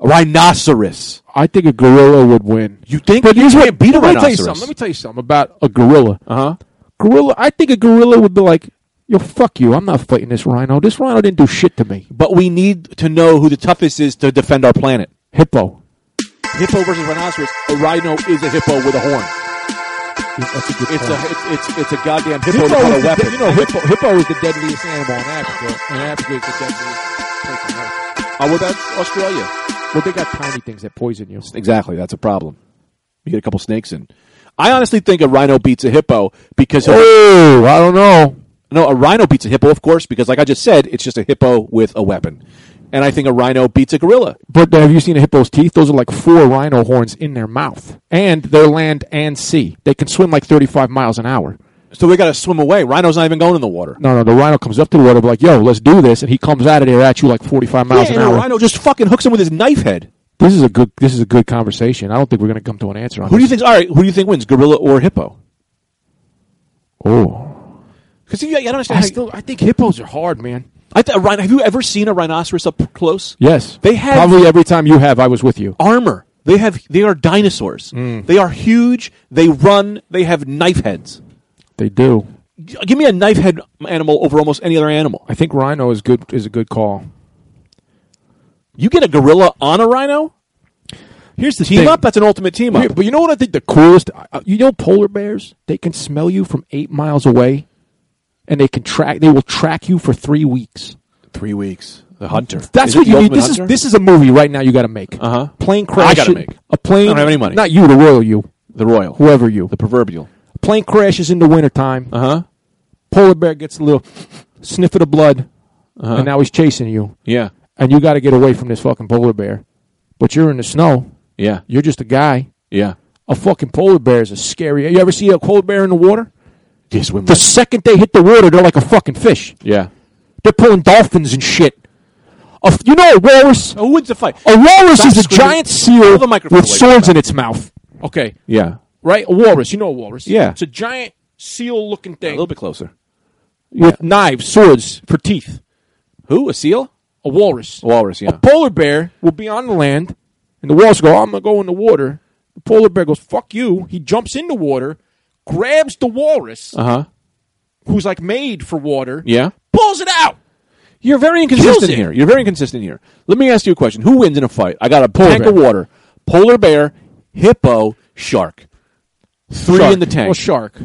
[SPEAKER 4] A rhinoceros.
[SPEAKER 3] I think a gorilla would win.
[SPEAKER 4] You think?
[SPEAKER 3] But
[SPEAKER 4] you
[SPEAKER 3] here's
[SPEAKER 4] can't
[SPEAKER 3] what,
[SPEAKER 4] beat a
[SPEAKER 3] let me tell you
[SPEAKER 4] rhinoceros.
[SPEAKER 3] something. Let me tell you something about a gorilla.
[SPEAKER 4] uh huh.
[SPEAKER 3] Gorilla. I think a gorilla would be like, "Yo, fuck you! I'm not fighting this rhino. This rhino didn't do shit to me."
[SPEAKER 4] But we need to know who the toughest is to defend our planet.
[SPEAKER 3] Hippo.
[SPEAKER 4] Hippo versus rhinoceros. A rhino is a hippo with a horn.
[SPEAKER 3] That's a good
[SPEAKER 4] It's a it's it's, it's a goddamn hippo,
[SPEAKER 3] Hippo
[SPEAKER 4] without
[SPEAKER 3] is
[SPEAKER 4] a
[SPEAKER 3] the-
[SPEAKER 4] weapon.
[SPEAKER 3] You know, hippo, hippo is the deadliest animal in Africa, and Africa is the deadliest place on earth.
[SPEAKER 4] oh, what about Australia?
[SPEAKER 3] But they got tiny things that poison you.
[SPEAKER 4] Exactly, that's a problem. You get a couple snakes in. I honestly think a rhino beats a hippo because he'll-
[SPEAKER 3] Oh, I don't know.
[SPEAKER 4] no, a rhino beats a hippo, of course, because like I just said, it's just a hippo with a weapon. And I think a rhino beats a gorilla.
[SPEAKER 3] But have you seen a hippo's teeth? Those are like four rhino horns in their mouth, and they're land and sea. They can swim like thirty-five miles an hour.
[SPEAKER 4] So we got to swim away. Rhino's not even going in the water.
[SPEAKER 3] No, no, the rhino comes up to the water, be like, "Yo, let's do this," and he comes out of there at you like forty-five miles
[SPEAKER 4] Yeah,
[SPEAKER 3] an
[SPEAKER 4] and
[SPEAKER 3] hour.
[SPEAKER 4] a rhino just fucking hooks him with his knife head.
[SPEAKER 3] This is a good. This is a good conversation. I don't think we're going to come to an answer on
[SPEAKER 4] Who do you
[SPEAKER 3] this.
[SPEAKER 4] think? All right, who do you think wins, gorilla or hippo?
[SPEAKER 3] oh,
[SPEAKER 4] Because I don't understand.
[SPEAKER 3] I
[SPEAKER 4] how-
[SPEAKER 3] still. I think hippos are hard, man.
[SPEAKER 4] I th- a rhino, have you ever seen a rhinoceros up close?
[SPEAKER 3] Yes,
[SPEAKER 4] They had-
[SPEAKER 3] probably every time you have. I was with you.
[SPEAKER 4] armor. They have they are dinosaurs. They are huge. They run. They have knife heads.
[SPEAKER 3] They do.
[SPEAKER 4] G- Give me a knife head animal over almost any other animal.
[SPEAKER 3] I think rhino is good. Is a good call.
[SPEAKER 4] You get a gorilla on a rhino.
[SPEAKER 3] Here's the
[SPEAKER 4] Team
[SPEAKER 3] thing.
[SPEAKER 4] up. That's an ultimate team up.
[SPEAKER 3] Here, but you know what I think the coolest? I- I- You know, polar bears they can smell you from eight miles away, and they can track. They will track you for three weeks.
[SPEAKER 4] Three weeks. The hunter.
[SPEAKER 3] That's what you need. This is this is a movie right now. You got to make.
[SPEAKER 4] Uh-huh.
[SPEAKER 3] Plane
[SPEAKER 4] I gotta
[SPEAKER 3] crash.
[SPEAKER 4] make.
[SPEAKER 3] A plane.
[SPEAKER 4] I don't have any money.
[SPEAKER 3] Not you, the royal you,
[SPEAKER 4] the royal,
[SPEAKER 3] whoever you.
[SPEAKER 4] the proverbial.
[SPEAKER 3] plane crashes in the wintertime.
[SPEAKER 4] Uh huh.
[SPEAKER 3] Polar bear gets a little sniff of the blood, and now he's chasing you.
[SPEAKER 4] Yeah.
[SPEAKER 3] And you got to get away from this fucking polar bear. But you're in the snow.
[SPEAKER 4] Yeah.
[SPEAKER 3] You're just a guy.
[SPEAKER 4] Yeah.
[SPEAKER 3] A fucking polar bear is a scary. You ever see a polar bear in the water?
[SPEAKER 4] Just women.
[SPEAKER 3] The second they hit the water, they're like a fucking fish.
[SPEAKER 4] yeah.
[SPEAKER 3] They're pulling dolphins and shit. A f you know a walrus?
[SPEAKER 4] Who wins the fight?
[SPEAKER 3] A walrus
[SPEAKER 4] Stop
[SPEAKER 3] is a
[SPEAKER 4] screaming.
[SPEAKER 3] giant
[SPEAKER 4] Pull
[SPEAKER 3] seal
[SPEAKER 4] the microphone
[SPEAKER 3] with
[SPEAKER 4] away from
[SPEAKER 3] swords in its mouth. Okay.
[SPEAKER 4] Yeah.
[SPEAKER 3] right? A walrus. You know a walrus.
[SPEAKER 4] Yeah.
[SPEAKER 3] It's a giant seal looking
[SPEAKER 4] A
[SPEAKER 3] thing
[SPEAKER 4] little bit closer.
[SPEAKER 3] with knives, swords for teeth.
[SPEAKER 4] Who? A seal?
[SPEAKER 3] A walrus.
[SPEAKER 4] A walrus, yeah.
[SPEAKER 3] A polar bear will be on the land, and the walrus go, "Oh, I'm going to go in the water. The polar bear goes, fuck you. He jumps in the water, grabs the walrus,
[SPEAKER 4] Uh huh.
[SPEAKER 3] who's like made for water,
[SPEAKER 4] Yeah.
[SPEAKER 3] pulls it out.
[SPEAKER 4] You're very
[SPEAKER 3] Kills
[SPEAKER 4] inconsistent
[SPEAKER 3] it.
[SPEAKER 4] here. You're very inconsistent here. Let me ask you a question. Who wins in a fight? I got a tank
[SPEAKER 3] bear.
[SPEAKER 4] of water, polar bear, hippo, shark. Three
[SPEAKER 3] Shark.
[SPEAKER 4] in the tank.
[SPEAKER 3] Well, shark.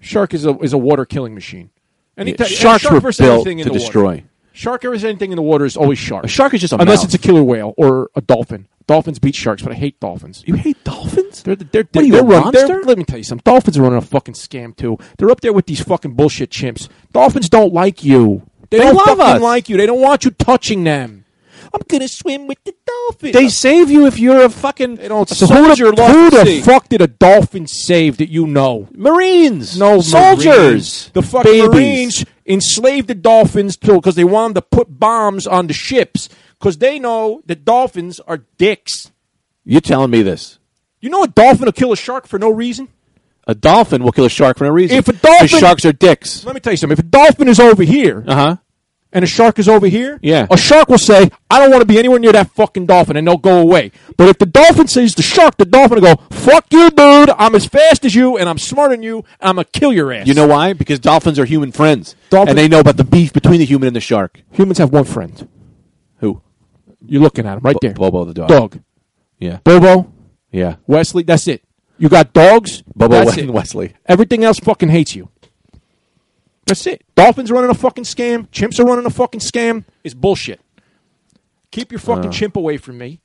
[SPEAKER 3] Shark is a, is a water killing machine. Any
[SPEAKER 4] Yeah,
[SPEAKER 3] ti-
[SPEAKER 4] sharks
[SPEAKER 3] shark
[SPEAKER 4] were
[SPEAKER 3] versus
[SPEAKER 4] built
[SPEAKER 3] anything in
[SPEAKER 4] to
[SPEAKER 3] the water.
[SPEAKER 4] destroy.
[SPEAKER 3] Shark versus anything in the water is always shark.
[SPEAKER 4] a shark is just a
[SPEAKER 3] Unless
[SPEAKER 4] mouse.
[SPEAKER 3] it's a killer whale or a dolphin. Dolphins beat sharks, but I hate dolphins.
[SPEAKER 4] You hate dolphins?
[SPEAKER 3] They're, they're,
[SPEAKER 4] What are
[SPEAKER 3] they're,
[SPEAKER 4] you,
[SPEAKER 3] they're
[SPEAKER 4] a
[SPEAKER 3] run- they're-
[SPEAKER 4] monster?
[SPEAKER 3] let me tell you something. Dolphins are running a fucking scam too. They're up there with these fucking bullshit chimps. Dolphins don't like you. They,
[SPEAKER 4] They
[SPEAKER 3] don't
[SPEAKER 4] love
[SPEAKER 3] fucking
[SPEAKER 4] us.
[SPEAKER 3] like you. They don't want you touching them. I'm gonna swim with the dolphin.
[SPEAKER 4] They save you if you're a fucking
[SPEAKER 3] They don't.
[SPEAKER 4] a
[SPEAKER 3] So who
[SPEAKER 4] soldier
[SPEAKER 3] the,
[SPEAKER 4] lost
[SPEAKER 3] who
[SPEAKER 4] at
[SPEAKER 3] the
[SPEAKER 4] sea.
[SPEAKER 3] fuck did a dolphin save that you know?
[SPEAKER 4] Marines.
[SPEAKER 3] No Marines.
[SPEAKER 4] soldiers.
[SPEAKER 3] The fucking
[SPEAKER 4] Babies.
[SPEAKER 3] Marines enslaved the dolphins too because they wanted to put bombs on the ships because they know that dolphins are dicks.
[SPEAKER 4] You're telling me this.
[SPEAKER 3] You know a dolphin will kill a shark for no reason.
[SPEAKER 4] A dolphin will kill a shark for no reason.
[SPEAKER 3] If a dolphin-
[SPEAKER 4] 'Cause sharks are dicks.
[SPEAKER 3] Let me tell you something. If a dolphin is over here
[SPEAKER 4] Uh huh.
[SPEAKER 3] and a shark is over here,
[SPEAKER 4] Yeah.
[SPEAKER 3] a shark will say, "I don't want to be anywhere near that fucking dolphin," and they'll go away. But if the dolphin says the shark, the dolphin will go, "Fuck you, dude! I'm as fast as you, and I'm smarter than you, and I'm gonna kill your ass."
[SPEAKER 4] You know why? Because dolphins are human friends,
[SPEAKER 3] Dolphin-
[SPEAKER 4] and they know about the beef between the human and the shark.
[SPEAKER 3] humans have one friend.
[SPEAKER 4] Who?
[SPEAKER 3] You're looking at him right there.
[SPEAKER 4] Bobo the dog.
[SPEAKER 3] Dog.
[SPEAKER 4] Yeah.
[SPEAKER 3] Bobo,
[SPEAKER 4] Yeah.
[SPEAKER 3] Wesley, that's it. You got dogs,
[SPEAKER 4] Bobo
[SPEAKER 3] that's
[SPEAKER 4] and
[SPEAKER 3] it.
[SPEAKER 4] Wesley.
[SPEAKER 3] Everything else fucking hates you. That's it. Dolphins are running a fucking scam. Chimps are running a fucking scam. It's bullshit. Keep your fucking
[SPEAKER 4] Uh.
[SPEAKER 3] chimp away from me.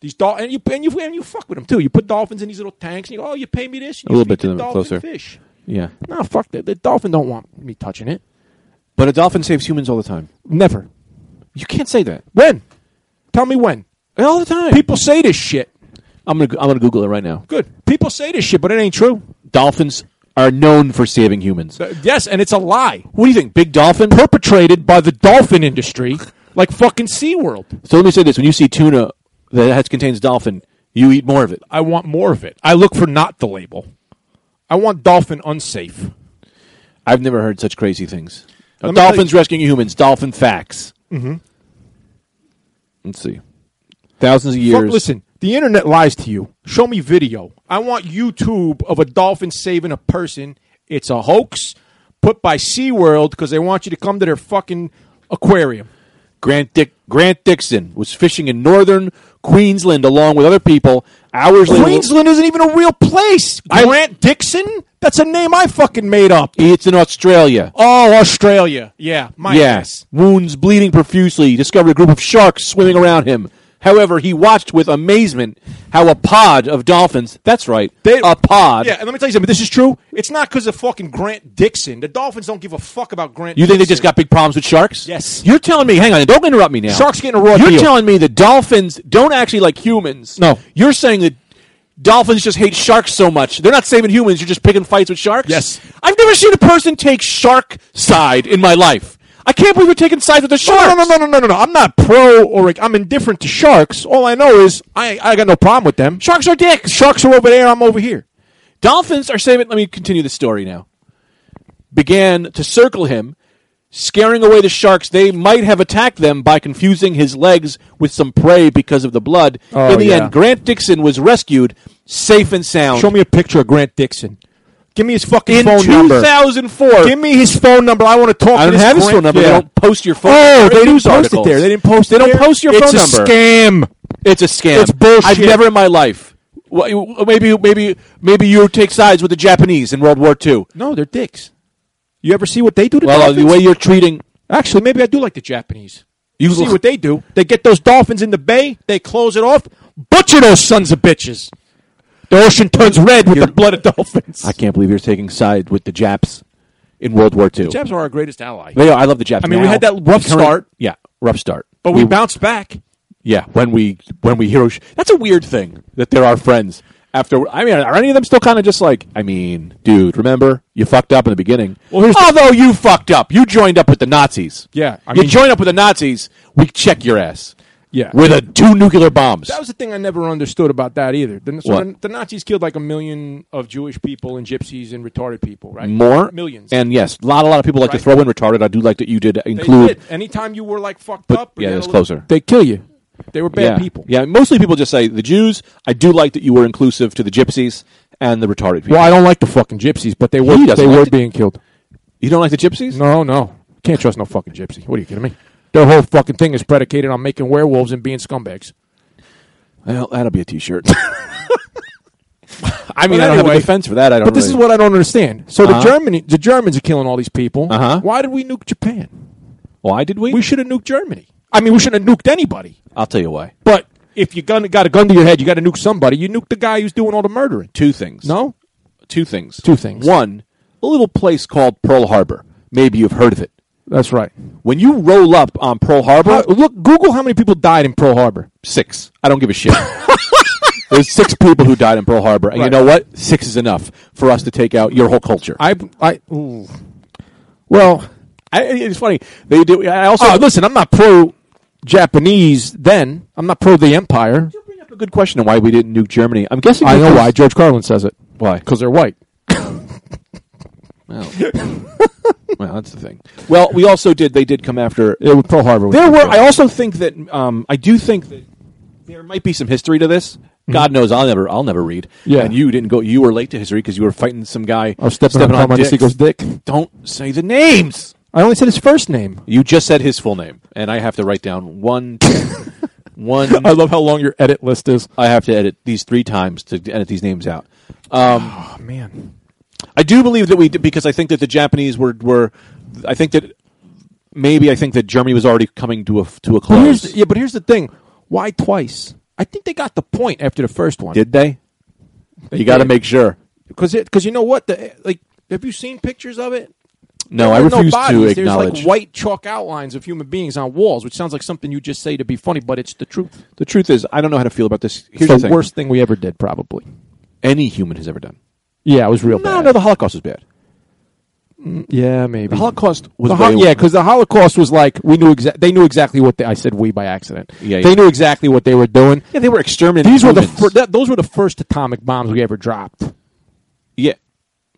[SPEAKER 3] These dol- and you and you and you fuck with them too. You put dolphins in these little tanks and you go, oh, you pay me this. And
[SPEAKER 4] A
[SPEAKER 3] you
[SPEAKER 4] little
[SPEAKER 3] feed
[SPEAKER 4] bit to
[SPEAKER 3] the
[SPEAKER 4] them,
[SPEAKER 3] dolphin
[SPEAKER 4] closer.
[SPEAKER 3] Fish.
[SPEAKER 4] Yeah.
[SPEAKER 3] No, fuck that. The dolphin don't want me touching it.
[SPEAKER 4] But a dolphin saves humans all the time.
[SPEAKER 3] Never.
[SPEAKER 4] You can't say that
[SPEAKER 3] When? Tell me when.
[SPEAKER 4] all the time.
[SPEAKER 3] People say this shit.
[SPEAKER 4] I'm gonna I'm gonna Google it right now.
[SPEAKER 3] Good. People say this shit, but it ain't true.
[SPEAKER 4] Dolphins are known for saving humans.
[SPEAKER 3] Th- Yes, and it's a lie.
[SPEAKER 4] What do you think, big dolphin?
[SPEAKER 3] perpetrated by the dolphin industry, like fucking SeaWorld.
[SPEAKER 4] So let me say this: when you see tuna that has, contains dolphin, you eat more of it.
[SPEAKER 3] I want more of it. I look for not the label. I want dolphin unsafe.
[SPEAKER 4] I've never heard such crazy things.
[SPEAKER 3] Let me tell
[SPEAKER 4] dolphins rescuing humans. Dolphin facts. Mm-hmm. Let's see. Thousands of years.
[SPEAKER 3] Fuck, listen, the internet lies to you. Show me video. I want YouTube of a dolphin saving a person. It's a hoax put by SeaWorld because they want you to come to their fucking aquarium.
[SPEAKER 4] Grant, Dick, Grant Dixon was fishing in northern Queensland along with other people. Hours later,
[SPEAKER 3] Queensland isn't even a real place. Grant Dixon? That's a name I fucking made up.
[SPEAKER 4] it's in Australia.
[SPEAKER 3] Oh, Australia. Yeah, my ass.
[SPEAKER 4] Yes, wounds bleeding profusely. Discovered a group of sharks swimming around him. However, he watched with amazement how a pod of dolphins—that's right,
[SPEAKER 3] They-
[SPEAKER 4] a pod.
[SPEAKER 3] Yeah, and let me tell you something. This is true. It's not because of fucking Grant Dixon. The Dolphins don't give a fuck about Grant.
[SPEAKER 4] You think they just
[SPEAKER 3] Dixon.
[SPEAKER 4] got big problems with sharks?
[SPEAKER 3] Yes.
[SPEAKER 4] You're telling me, hang on, don't interrupt me now.
[SPEAKER 3] Sharks getting a raw
[SPEAKER 4] You're
[SPEAKER 3] deal.
[SPEAKER 4] telling me the dolphins don't actually like humans.
[SPEAKER 3] No.
[SPEAKER 4] You're saying that dolphins just hate sharks so much. They're not saving humans, you're just picking fights with sharks?
[SPEAKER 3] Yes.
[SPEAKER 4] I've never seen a person take shark side in my life. I can't believe you're taking sides with the sharks.
[SPEAKER 3] No, no, no, no, no, no, no. I'm not pro or I'm indifferent to sharks. All I know is I I got no problem with them.
[SPEAKER 4] Sharks are dicks.
[SPEAKER 3] Sharks are over there. I'm over here.
[SPEAKER 4] Dolphins are saving. Let me continue the story now. Began to circle him, scaring away the sharks. They might have attacked them by confusing his legs with some prey because of the blood.
[SPEAKER 3] Oh,
[SPEAKER 4] In the
[SPEAKER 3] yeah.
[SPEAKER 4] end, Grant Dixon was rescued, safe and sound.
[SPEAKER 3] Show me a picture of Grant Dixon. Give me his fucking
[SPEAKER 4] in
[SPEAKER 3] phone number.
[SPEAKER 4] 2004.
[SPEAKER 3] Give me his phone number. I want to talk.
[SPEAKER 4] I
[SPEAKER 3] to
[SPEAKER 4] don't
[SPEAKER 3] this
[SPEAKER 4] have his
[SPEAKER 3] Grant-
[SPEAKER 4] phone number. They
[SPEAKER 3] Yeah.
[SPEAKER 4] don't post your phone.
[SPEAKER 3] Oh,
[SPEAKER 4] number
[SPEAKER 3] they
[SPEAKER 4] in
[SPEAKER 3] didn't
[SPEAKER 4] news
[SPEAKER 3] post
[SPEAKER 4] articles.
[SPEAKER 3] it there. They didn't post.
[SPEAKER 4] They
[SPEAKER 3] it
[SPEAKER 4] don't
[SPEAKER 3] there.
[SPEAKER 4] post your
[SPEAKER 3] it's
[SPEAKER 4] phone
[SPEAKER 3] a
[SPEAKER 4] number.
[SPEAKER 3] Scam.
[SPEAKER 4] It's a scam.
[SPEAKER 3] It's bullshit.
[SPEAKER 4] I've never in my life. Well, you- Maybe, maybe, maybe you take sides with the Japanese in World War II.
[SPEAKER 3] No, they're dicks. You ever see what they do to
[SPEAKER 4] Well, uh,
[SPEAKER 3] dolphins?
[SPEAKER 4] the way you're treating
[SPEAKER 3] Actually, maybe I do like the Japanese. You
[SPEAKER 4] You
[SPEAKER 3] see
[SPEAKER 4] look-
[SPEAKER 3] what they do? They get those dolphins in the bay, they close it off, butcher those sons of bitches. The ocean turns red with the blood of dolphins.
[SPEAKER 4] I can't believe you're taking sides with the Japs in World War II.
[SPEAKER 3] Japs are our greatest ally,
[SPEAKER 4] They are. I love the Japs.
[SPEAKER 3] I mean, we
[SPEAKER 4] now.
[SPEAKER 3] had that rough
[SPEAKER 4] Current-
[SPEAKER 3] start.
[SPEAKER 4] Yeah, rough start.
[SPEAKER 3] but we bounced back.
[SPEAKER 4] yeah, when we when we Hirosh That's a weird thing that they're our friends. After I mean, are any of them still kind of just like? I mean, dude, remember you fucked up in the beginning.
[SPEAKER 3] Well, here's the-
[SPEAKER 4] Although you fucked up, you joined up with the Nazis.
[SPEAKER 3] Yeah, I
[SPEAKER 4] you
[SPEAKER 3] mean-
[SPEAKER 4] join up with the Nazis. We check your ass.
[SPEAKER 3] Yeah.
[SPEAKER 4] with a two nuclear bombs.
[SPEAKER 3] That was the thing I never understood about that either. The, so
[SPEAKER 4] What?
[SPEAKER 3] the, the Nazis killed like a million of Jewish people and gypsies and retarded people, right?
[SPEAKER 4] More
[SPEAKER 3] millions.
[SPEAKER 4] and yes, a lot, a lot of people like to
[SPEAKER 3] Right.
[SPEAKER 4] throw in retarded. I do like that you did
[SPEAKER 3] they
[SPEAKER 4] include,
[SPEAKER 3] did. Anytime you were like fucked
[SPEAKER 4] but
[SPEAKER 3] up, or
[SPEAKER 4] yeah,
[SPEAKER 3] you had
[SPEAKER 4] that's
[SPEAKER 3] a little-
[SPEAKER 4] closer.
[SPEAKER 3] They kill you. They were bad
[SPEAKER 4] yeah.
[SPEAKER 3] people.
[SPEAKER 4] Yeah, mostly people just say the Jews. I do like that you were inclusive to the gypsies and the retarded people.
[SPEAKER 3] Well, I don't like the fucking gypsies, but they were
[SPEAKER 4] He doesn't
[SPEAKER 3] they
[SPEAKER 4] like
[SPEAKER 3] were
[SPEAKER 4] it.
[SPEAKER 3] being killed.
[SPEAKER 4] You don't like the gypsies?
[SPEAKER 3] No, no, can't trust no fucking gypsy. What are you kidding me? Their whole fucking thing is predicated on making werewolves and being scumbags.
[SPEAKER 4] Well, that'll be a T-shirt.
[SPEAKER 3] I
[SPEAKER 4] I mean, I don't have a defense for that. I don't.
[SPEAKER 3] But this is
[SPEAKER 4] really-
[SPEAKER 3] what I don't understand. So the
[SPEAKER 4] Uh-huh.
[SPEAKER 3] Germany, the Germans are killing all these people.
[SPEAKER 4] Uh-huh.
[SPEAKER 3] Why did we nuke Japan?
[SPEAKER 4] Why did we?
[SPEAKER 3] We should have nuked Germany. I mean, we should have nuked anybody.
[SPEAKER 4] I'll tell you why.
[SPEAKER 3] But if you gun, got a gun to your head, you got to nuke somebody. You nuke the guy who's doing all the murdering.
[SPEAKER 4] Two things.
[SPEAKER 3] No,
[SPEAKER 4] Two things.
[SPEAKER 3] Two things.
[SPEAKER 4] One, a little place called Pearl Harbor. Maybe you've heard of it.
[SPEAKER 3] that's right.
[SPEAKER 4] When you roll up on Pearl Harbor,
[SPEAKER 3] Uh, look, Google how many people died in Pearl Harbor.
[SPEAKER 4] six. I don't give a shit. There's six people who died in Pearl Harbor, and you
[SPEAKER 3] Right.
[SPEAKER 4] know what? Six is enough for us to take out your whole culture.
[SPEAKER 3] I, I, well,
[SPEAKER 4] I, it's funny. They do. I also
[SPEAKER 3] oh, listen, I'm not pro Japanese. Then I'm not pro the empire.
[SPEAKER 4] You bring up a good question on why we didn't nuke Germany. I'm guessing
[SPEAKER 3] I know
[SPEAKER 4] because-
[SPEAKER 3] why. George Carlin says it
[SPEAKER 4] Why?
[SPEAKER 3] because they're white.
[SPEAKER 4] Well, well, that's the thing. Well, we also did. They did come after.
[SPEAKER 3] It was Pearl Harbor. was-
[SPEAKER 4] There were. I also think that. Um, I do think that there might be some history to this. God knows I'll never. I'll never read.
[SPEAKER 3] Mm-hmm. Yeah.
[SPEAKER 4] And you didn't go. You were late to history because you were fighting some guy.
[SPEAKER 3] I was stepping, on Carmen
[SPEAKER 4] dicks.
[SPEAKER 3] Segal's dick.
[SPEAKER 4] Don't say the names.
[SPEAKER 3] I only said his first name.
[SPEAKER 4] You just said his full name, and I have to write down one. one.
[SPEAKER 3] I love how long your edit list is.
[SPEAKER 4] I have to edit these three times to edit these names out. Um,
[SPEAKER 3] Oh man.
[SPEAKER 4] I do believe that we did because I think that the Japanese were were. I think that maybe I think that Germany was already coming to a to a
[SPEAKER 3] But
[SPEAKER 4] close.
[SPEAKER 3] here's the, yeah, but here's the thing. Why twice? I think they got the point after the first one.
[SPEAKER 4] did they? you got to
[SPEAKER 3] did.
[SPEAKER 4] make sure.
[SPEAKER 3] because it because you know what the like have you seen pictures of it?
[SPEAKER 4] No, I
[SPEAKER 3] There were
[SPEAKER 4] refuse to
[SPEAKER 3] bodies.
[SPEAKER 4] acknowledge
[SPEAKER 3] There's like white chalk outlines of human beings on walls, which sounds like something you just say to be funny, but it's the truth.
[SPEAKER 4] the truth is I don't know how to feel about this. Here's
[SPEAKER 3] it's the,
[SPEAKER 4] the, thing.
[SPEAKER 3] worst thing we ever did, probably.
[SPEAKER 4] any human has ever done.
[SPEAKER 3] Yeah, it was real
[SPEAKER 4] No,
[SPEAKER 3] bad.
[SPEAKER 4] no, the Holocaust was bad.
[SPEAKER 3] yeah, maybe.
[SPEAKER 4] The Holocaust was
[SPEAKER 3] The hol-
[SPEAKER 4] way-
[SPEAKER 3] yeah, because the Holocaust was like we knew exactly. They knew exactly what they, I said. We by accident. they
[SPEAKER 4] Yeah, yeah.
[SPEAKER 3] knew exactly what they were doing.
[SPEAKER 4] Yeah, they were exterminating.
[SPEAKER 3] These were the
[SPEAKER 4] humans.
[SPEAKER 3] fir- that, those were the first atomic bombs we ever dropped.
[SPEAKER 4] yeah,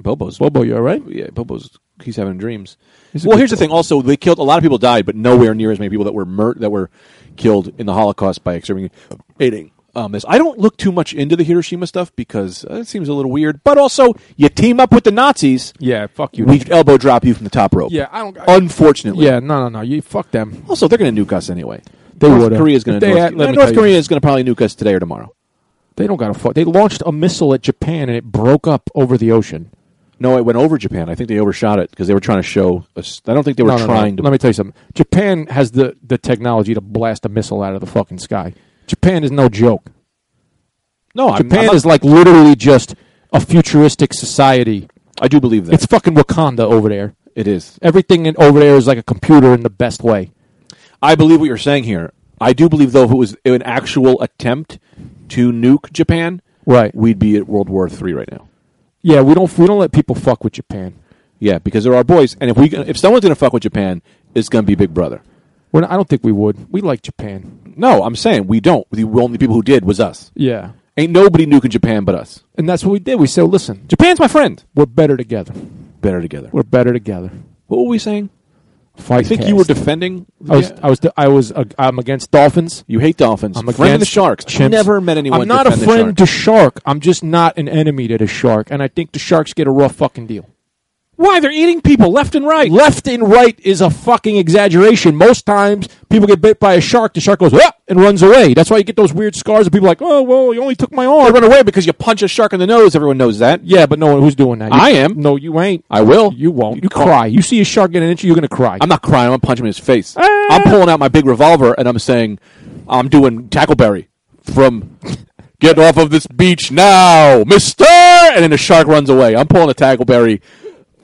[SPEAKER 4] Bobo's.
[SPEAKER 3] Bobo, you all right?
[SPEAKER 4] yeah, Bobo's. He's having dreams.
[SPEAKER 3] He's a
[SPEAKER 4] well,
[SPEAKER 3] good
[SPEAKER 4] here's the thing. Also, they killed a lot of people died, but nowhere near as many people that were mur- that were killed in the Holocaust by exterminating. Um, this I don't look too much into the Hiroshima stuff because uh, it seems a little weird. But also, you team up with the Nazis.
[SPEAKER 3] Yeah, fuck you.
[SPEAKER 4] we elbow drop you from the top rope.
[SPEAKER 3] Yeah, I don't.
[SPEAKER 4] unfortunately.
[SPEAKER 3] yeah, no, no, no. You fuck them.
[SPEAKER 4] Also, they're going to nuke us anyway.
[SPEAKER 3] They
[SPEAKER 4] North
[SPEAKER 3] would've.
[SPEAKER 4] Korea is going
[SPEAKER 3] If they
[SPEAKER 4] to. North,
[SPEAKER 3] had- let me
[SPEAKER 4] Uh, North
[SPEAKER 3] tell you.
[SPEAKER 4] Korea is going to probably nuke us today or tomorrow.
[SPEAKER 3] They don't got to fuck. They launched a missile at Japan and it broke up over the ocean.
[SPEAKER 4] No, it went over Japan. I think they overshot it because they were trying to show. Us. I don't think they were
[SPEAKER 3] no,
[SPEAKER 4] trying
[SPEAKER 3] no,
[SPEAKER 4] to.
[SPEAKER 3] Let me tell you something. Japan has the, the technology to blast a missile out of the fucking sky. Japan is no joke.
[SPEAKER 4] no, I'm-
[SPEAKER 3] Japan
[SPEAKER 4] I'm not-
[SPEAKER 3] is like literally just a futuristic society.
[SPEAKER 4] I do believe that
[SPEAKER 3] It's fucking Wakanda over there.
[SPEAKER 4] it is.
[SPEAKER 3] Everything in, over there is like a computer in the best way.
[SPEAKER 4] I believe what you're saying here. I do believe, though, if it was an actual attempt to nuke Japan,
[SPEAKER 3] Right.
[SPEAKER 4] we'd be at World War Three right now.
[SPEAKER 3] Yeah, we don't we don't let people fuck with Japan.
[SPEAKER 4] Yeah, because there are boys, and if we if someone's gonna fuck with Japan, it's gonna be Big Brother.
[SPEAKER 3] We're not, I don't think we would. We like Japan.
[SPEAKER 4] No, I'm saying we don't. The only people who did was us.
[SPEAKER 3] Yeah.
[SPEAKER 4] Ain't nobody nuking Japan but us.
[SPEAKER 3] And that's what we did. We said, listen,
[SPEAKER 4] Japan's my friend.
[SPEAKER 3] we're better together.
[SPEAKER 4] Better together.
[SPEAKER 3] We're better together.
[SPEAKER 4] What were we saying?
[SPEAKER 3] Fight
[SPEAKER 4] I think you were
[SPEAKER 3] cast.
[SPEAKER 4] defending.
[SPEAKER 3] I was,
[SPEAKER 4] Yeah.
[SPEAKER 3] I was, I was, uh, I'm against dolphins.
[SPEAKER 4] you hate dolphins.
[SPEAKER 3] I'm
[SPEAKER 4] friend of
[SPEAKER 3] against
[SPEAKER 4] the sharks. I've
[SPEAKER 3] chimps.
[SPEAKER 4] Never met anyone.
[SPEAKER 3] I'm not a
[SPEAKER 4] defend the
[SPEAKER 3] friend
[SPEAKER 4] shark.
[SPEAKER 3] to shark. I'm just not an enemy to the shark, and I think the sharks get a rough fucking deal.
[SPEAKER 4] Why they're eating people left and right?
[SPEAKER 3] Left and right is a fucking exaggeration. Most times, people get bit by a shark. The shark goes "Ah," and runs away. That's why you get those weird scars. of people like, oh well, you only took my
[SPEAKER 4] I
[SPEAKER 3] arm.
[SPEAKER 4] run away because you punch a shark in the nose. Everyone knows that.
[SPEAKER 3] Yeah, but no one who's doing that. You-
[SPEAKER 4] I am.
[SPEAKER 3] No, you ain't.
[SPEAKER 4] I will.
[SPEAKER 3] You won't. You,
[SPEAKER 4] can't-
[SPEAKER 3] cry. You see a shark get an inch, you're gonna cry.
[SPEAKER 4] I'm not crying. I'm punching him in his face.
[SPEAKER 3] Ah.
[SPEAKER 4] I'm pulling out my big revolver and I'm saying, I'm doing Tackleberry from Get Off of This Beach Now, Mister! And then the shark runs away. I'm pulling a Tackleberry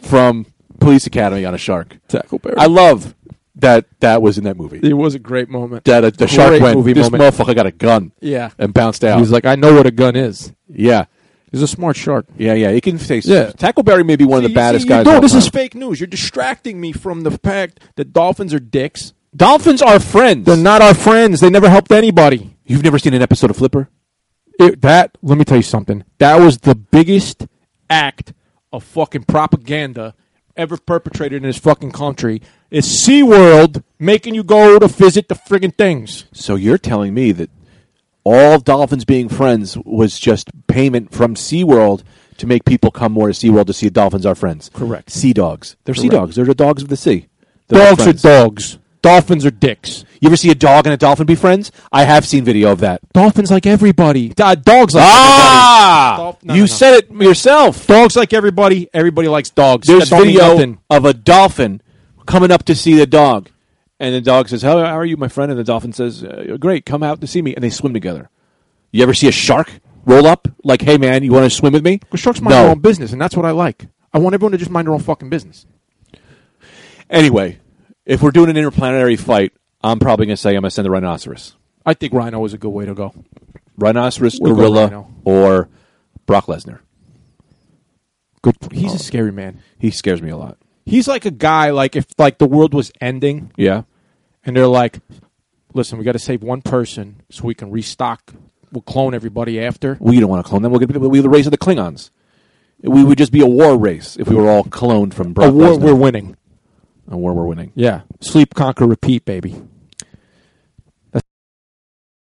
[SPEAKER 4] from Police Academy on a shark.
[SPEAKER 3] Tackleberry.
[SPEAKER 4] I love that that was in that movie.
[SPEAKER 3] it was a great moment.
[SPEAKER 4] That uh, the shark
[SPEAKER 3] Great
[SPEAKER 4] went,
[SPEAKER 3] movie
[SPEAKER 4] this
[SPEAKER 3] moment."
[SPEAKER 4] motherfucker got a gun.
[SPEAKER 3] Yeah.
[SPEAKER 4] And bounced out.
[SPEAKER 3] He's like, I know what a gun is.
[SPEAKER 4] yeah.
[SPEAKER 3] He's a smart shark.
[SPEAKER 4] Yeah, yeah. It can face.
[SPEAKER 3] Yeah.
[SPEAKER 4] Tackleberry may be one of the
[SPEAKER 3] See,
[SPEAKER 4] baddest
[SPEAKER 3] see, you
[SPEAKER 4] guys.
[SPEAKER 3] don't-
[SPEAKER 4] of all
[SPEAKER 3] this
[SPEAKER 4] time.
[SPEAKER 3] is fake news. You're distracting me from the fact that dolphins are dicks.
[SPEAKER 4] Dolphins are friends.
[SPEAKER 3] They're not our friends. They never helped anybody.
[SPEAKER 4] You've never seen an episode of Flipper?
[SPEAKER 3] It, that let me tell you something. That was the biggest act of fucking propaganda ever perpetrated in this fucking country. It's SeaWorld making you go to visit the friggin' things.
[SPEAKER 4] So you're telling me that all Dolphins being friends was just payment from SeaWorld to make people come more to SeaWorld to see Dolphins are friends.
[SPEAKER 3] Correct.
[SPEAKER 4] Sea dogs. They're sea
[SPEAKER 3] Correct.
[SPEAKER 4] dogs. They're the dogs of the sea. They're our
[SPEAKER 3] Dogs are
[SPEAKER 4] friends.
[SPEAKER 3] dogs. Dolphins are dicks.
[SPEAKER 4] You ever see a dog and a dolphin be friends? I have seen video of that.
[SPEAKER 3] Dolphins like everybody. D- dogs like
[SPEAKER 4] Ah!
[SPEAKER 3] Dolph- no,
[SPEAKER 4] you
[SPEAKER 3] no, no.
[SPEAKER 4] said it yourself.
[SPEAKER 3] everybody. Dogs like everybody. Everybody likes dogs.
[SPEAKER 4] There's
[SPEAKER 3] That don't mean
[SPEAKER 4] video
[SPEAKER 3] nothing.
[SPEAKER 4] of a dolphin coming up to see the dog, and the dog says, "How how are you, my friend?" And the dolphin says, uh, "Great, come out to see me." And they swim together. You ever see a shark roll up like, "Hey, man, you want to swim with me?"
[SPEAKER 3] Well, sharks mind
[SPEAKER 4] No.
[SPEAKER 3] their own business, and that's what I like. I want everyone to just mind their own fucking business.
[SPEAKER 4] Anyway, if we're doing an interplanetary fight, I'm probably going to say I'm going to send the rhinoceros,
[SPEAKER 3] I think rhino is a good way to go.
[SPEAKER 4] rhinoceros,
[SPEAKER 3] We'll go
[SPEAKER 4] gorilla,
[SPEAKER 3] rhino.
[SPEAKER 4] or Brock Lesnar.
[SPEAKER 3] Good. He's a scary man.
[SPEAKER 4] He scares me a lot.
[SPEAKER 3] He's like a guy. Like if like the world was ending,
[SPEAKER 4] Yeah,
[SPEAKER 3] and they're like, "Listen, we got to save one person so we can restock. We'll clone everybody after."
[SPEAKER 4] we don't want to clone them. We'll get we'll be the race of the Klingons. We would just be a war race if we were all cloned from Brock
[SPEAKER 3] a war
[SPEAKER 4] Lesnar.
[SPEAKER 3] we're winning.
[SPEAKER 4] a war we're winning.
[SPEAKER 3] Yeah. Sleep, conquer, repeat, baby.